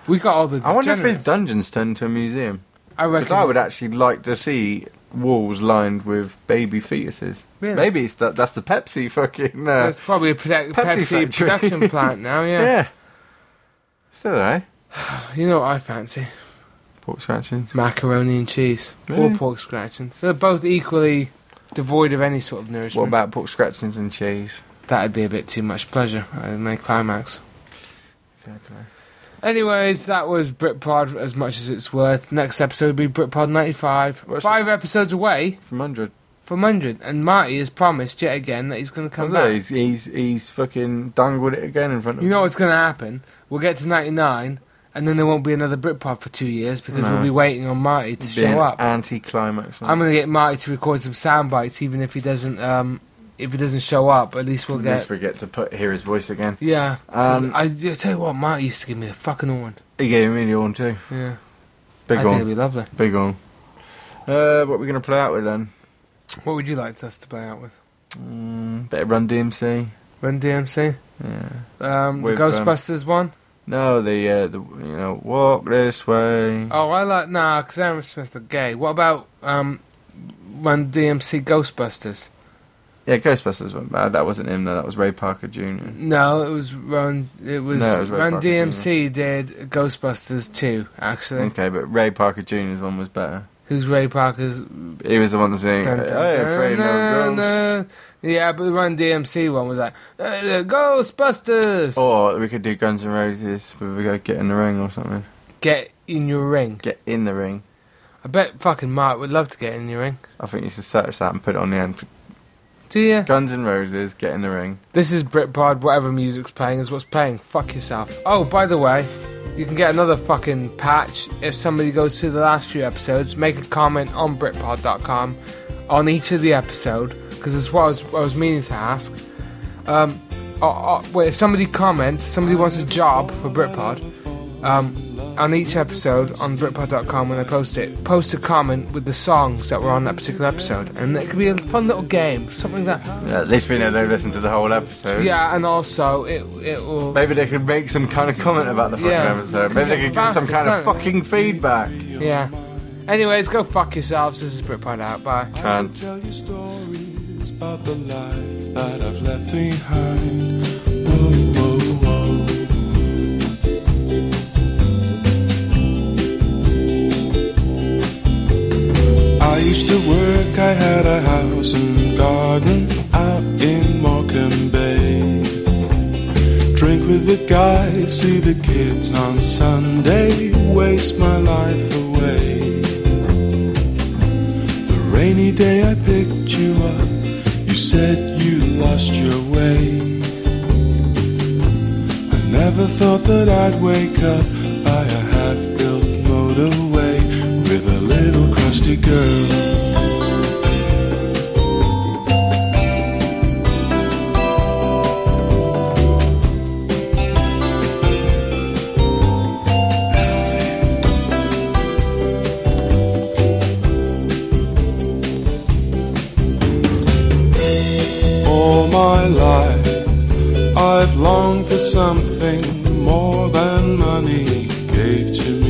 [SPEAKER 3] We got all the.
[SPEAKER 4] I wonder if his
[SPEAKER 3] degenerates.
[SPEAKER 4] dungeon's turned into a museum.
[SPEAKER 3] I
[SPEAKER 4] Because
[SPEAKER 3] reckon.
[SPEAKER 4] I would actually like to see walls lined with baby fetuses.
[SPEAKER 3] Really?
[SPEAKER 4] Maybe it's that, that's the Pepsi fucking. Uh,
[SPEAKER 3] That's probably a product-
[SPEAKER 4] Pepsi
[SPEAKER 3] Pepsi,
[SPEAKER 4] factory.
[SPEAKER 3] production plant now.
[SPEAKER 4] (laughs) yeah. Still there, eh?
[SPEAKER 3] You know what I fancy?
[SPEAKER 4] Pork scratchings.
[SPEAKER 3] Macaroni and cheese.
[SPEAKER 4] Really?
[SPEAKER 3] Or pork scratchings. They're both equally devoid of any sort of nourishment.
[SPEAKER 4] What about pork scratchings and cheese?
[SPEAKER 3] That'd be a bit too much pleasure. I'd make climax. Anyways, that was Britpod as much as it's worth. Next episode will be Britpod 95. Five episodes away
[SPEAKER 4] From 100.
[SPEAKER 3] from 100. And Marty has promised yet again that he's going to come
[SPEAKER 4] Wasn't it?
[SPEAKER 3] back.
[SPEAKER 4] He's, he's, he's fucking dangled it again in front of
[SPEAKER 3] You know what's going to happen? We'll get to 99, and then there won't be another Britpod for two years because
[SPEAKER 4] No.
[SPEAKER 3] we'll be waiting on Marty to show up.
[SPEAKER 4] Anti climax.
[SPEAKER 3] I'm gonna get Marty to record some sound bites, even if he doesn't. Um, if he doesn't show up, at least we'll
[SPEAKER 4] At least
[SPEAKER 3] get.
[SPEAKER 4] we get to put hear his voice again.
[SPEAKER 3] Yeah, 'cause
[SPEAKER 4] Um,
[SPEAKER 3] I, I tell you what, Marty used to give me a fucking horn.
[SPEAKER 4] He gave me the horn too.
[SPEAKER 3] Yeah,
[SPEAKER 4] Big
[SPEAKER 3] I think it'd
[SPEAKER 4] horn.
[SPEAKER 3] be lovely.
[SPEAKER 4] Big horn. Uh, what are we going to play out with then?
[SPEAKER 3] What would you like us to play out with?
[SPEAKER 4] Mm, bit of Run DMC.
[SPEAKER 3] Run DMC,
[SPEAKER 4] Yeah.
[SPEAKER 3] um,
[SPEAKER 4] With,
[SPEAKER 3] the
[SPEAKER 4] um,
[SPEAKER 3] Ghostbusters one.
[SPEAKER 4] No, the, uh, the you know, walk this way.
[SPEAKER 3] Oh, I like nah, because Aerosmith are gay. What about um, Run DMC Ghostbusters?
[SPEAKER 4] Yeah, Ghostbusters went bad. That wasn't him though. That was Ray Parker Jr.
[SPEAKER 3] No, it was Run. It was,
[SPEAKER 4] No, it was Red
[SPEAKER 3] Run
[SPEAKER 4] Rocket,
[SPEAKER 3] DMC did Ghostbusters two actually.
[SPEAKER 4] Okay, but Ray Parker Jr.'s one was better.
[SPEAKER 3] Who's Ray Parker's
[SPEAKER 4] He was the one saying,
[SPEAKER 3] Dun,
[SPEAKER 4] "I
[SPEAKER 3] dun,
[SPEAKER 4] ain't afraid of no
[SPEAKER 3] dun,
[SPEAKER 4] ghosts."
[SPEAKER 3] dun. Yeah, but the Run DMC one was like, uh, uh, Ghostbusters!
[SPEAKER 4] Or we could do Guns N' Roses, but we got Get in the Ring or something.
[SPEAKER 3] Get in your ring.
[SPEAKER 4] Get in the Ring.
[SPEAKER 3] I bet fucking Mark would love to get in your ring.
[SPEAKER 4] I think you should search that and put it on the end.
[SPEAKER 3] Do you?
[SPEAKER 4] Guns N' Roses, Get in the Ring.
[SPEAKER 3] This is Britpod, whatever music's playing is what's playing. Fuck yourself. Oh, by the way, you can get another fucking patch if somebody goes through the last few episodes. Make a comment on Britpod.com on each of the episode, because it's what I was, I was meaning to ask. Um, oh, oh, wait, if somebody comments, somebody wants a job for Britpod, um, on each episode on Britpod.com when I post it, post a comment with the songs that were on that particular episode, and it could be a fun little game, something that
[SPEAKER 4] At least we know they listened to the whole episode.
[SPEAKER 3] yeah, and also it it will.
[SPEAKER 4] Maybe they could make some kind of comment about the fucking
[SPEAKER 3] Yeah.
[SPEAKER 4] episode. Maybe they could give some
[SPEAKER 3] Bastard,
[SPEAKER 4] kind of
[SPEAKER 3] don't they?
[SPEAKER 4] fucking feedback.
[SPEAKER 3] Yeah. Anyways, go fuck yourselves. This is Britpod out. Bye.
[SPEAKER 4] Can't.
[SPEAKER 11] tell you stories about the life that I've left behind. Whoa, whoa, whoa. I used to work see the kids on Sunday, waste my life away. The rainy day I picked you up, you said you lost your way. I never thought that I'd wake up by a half built motorway with a little crusty girl. All my life, I've longed for something more than money gave to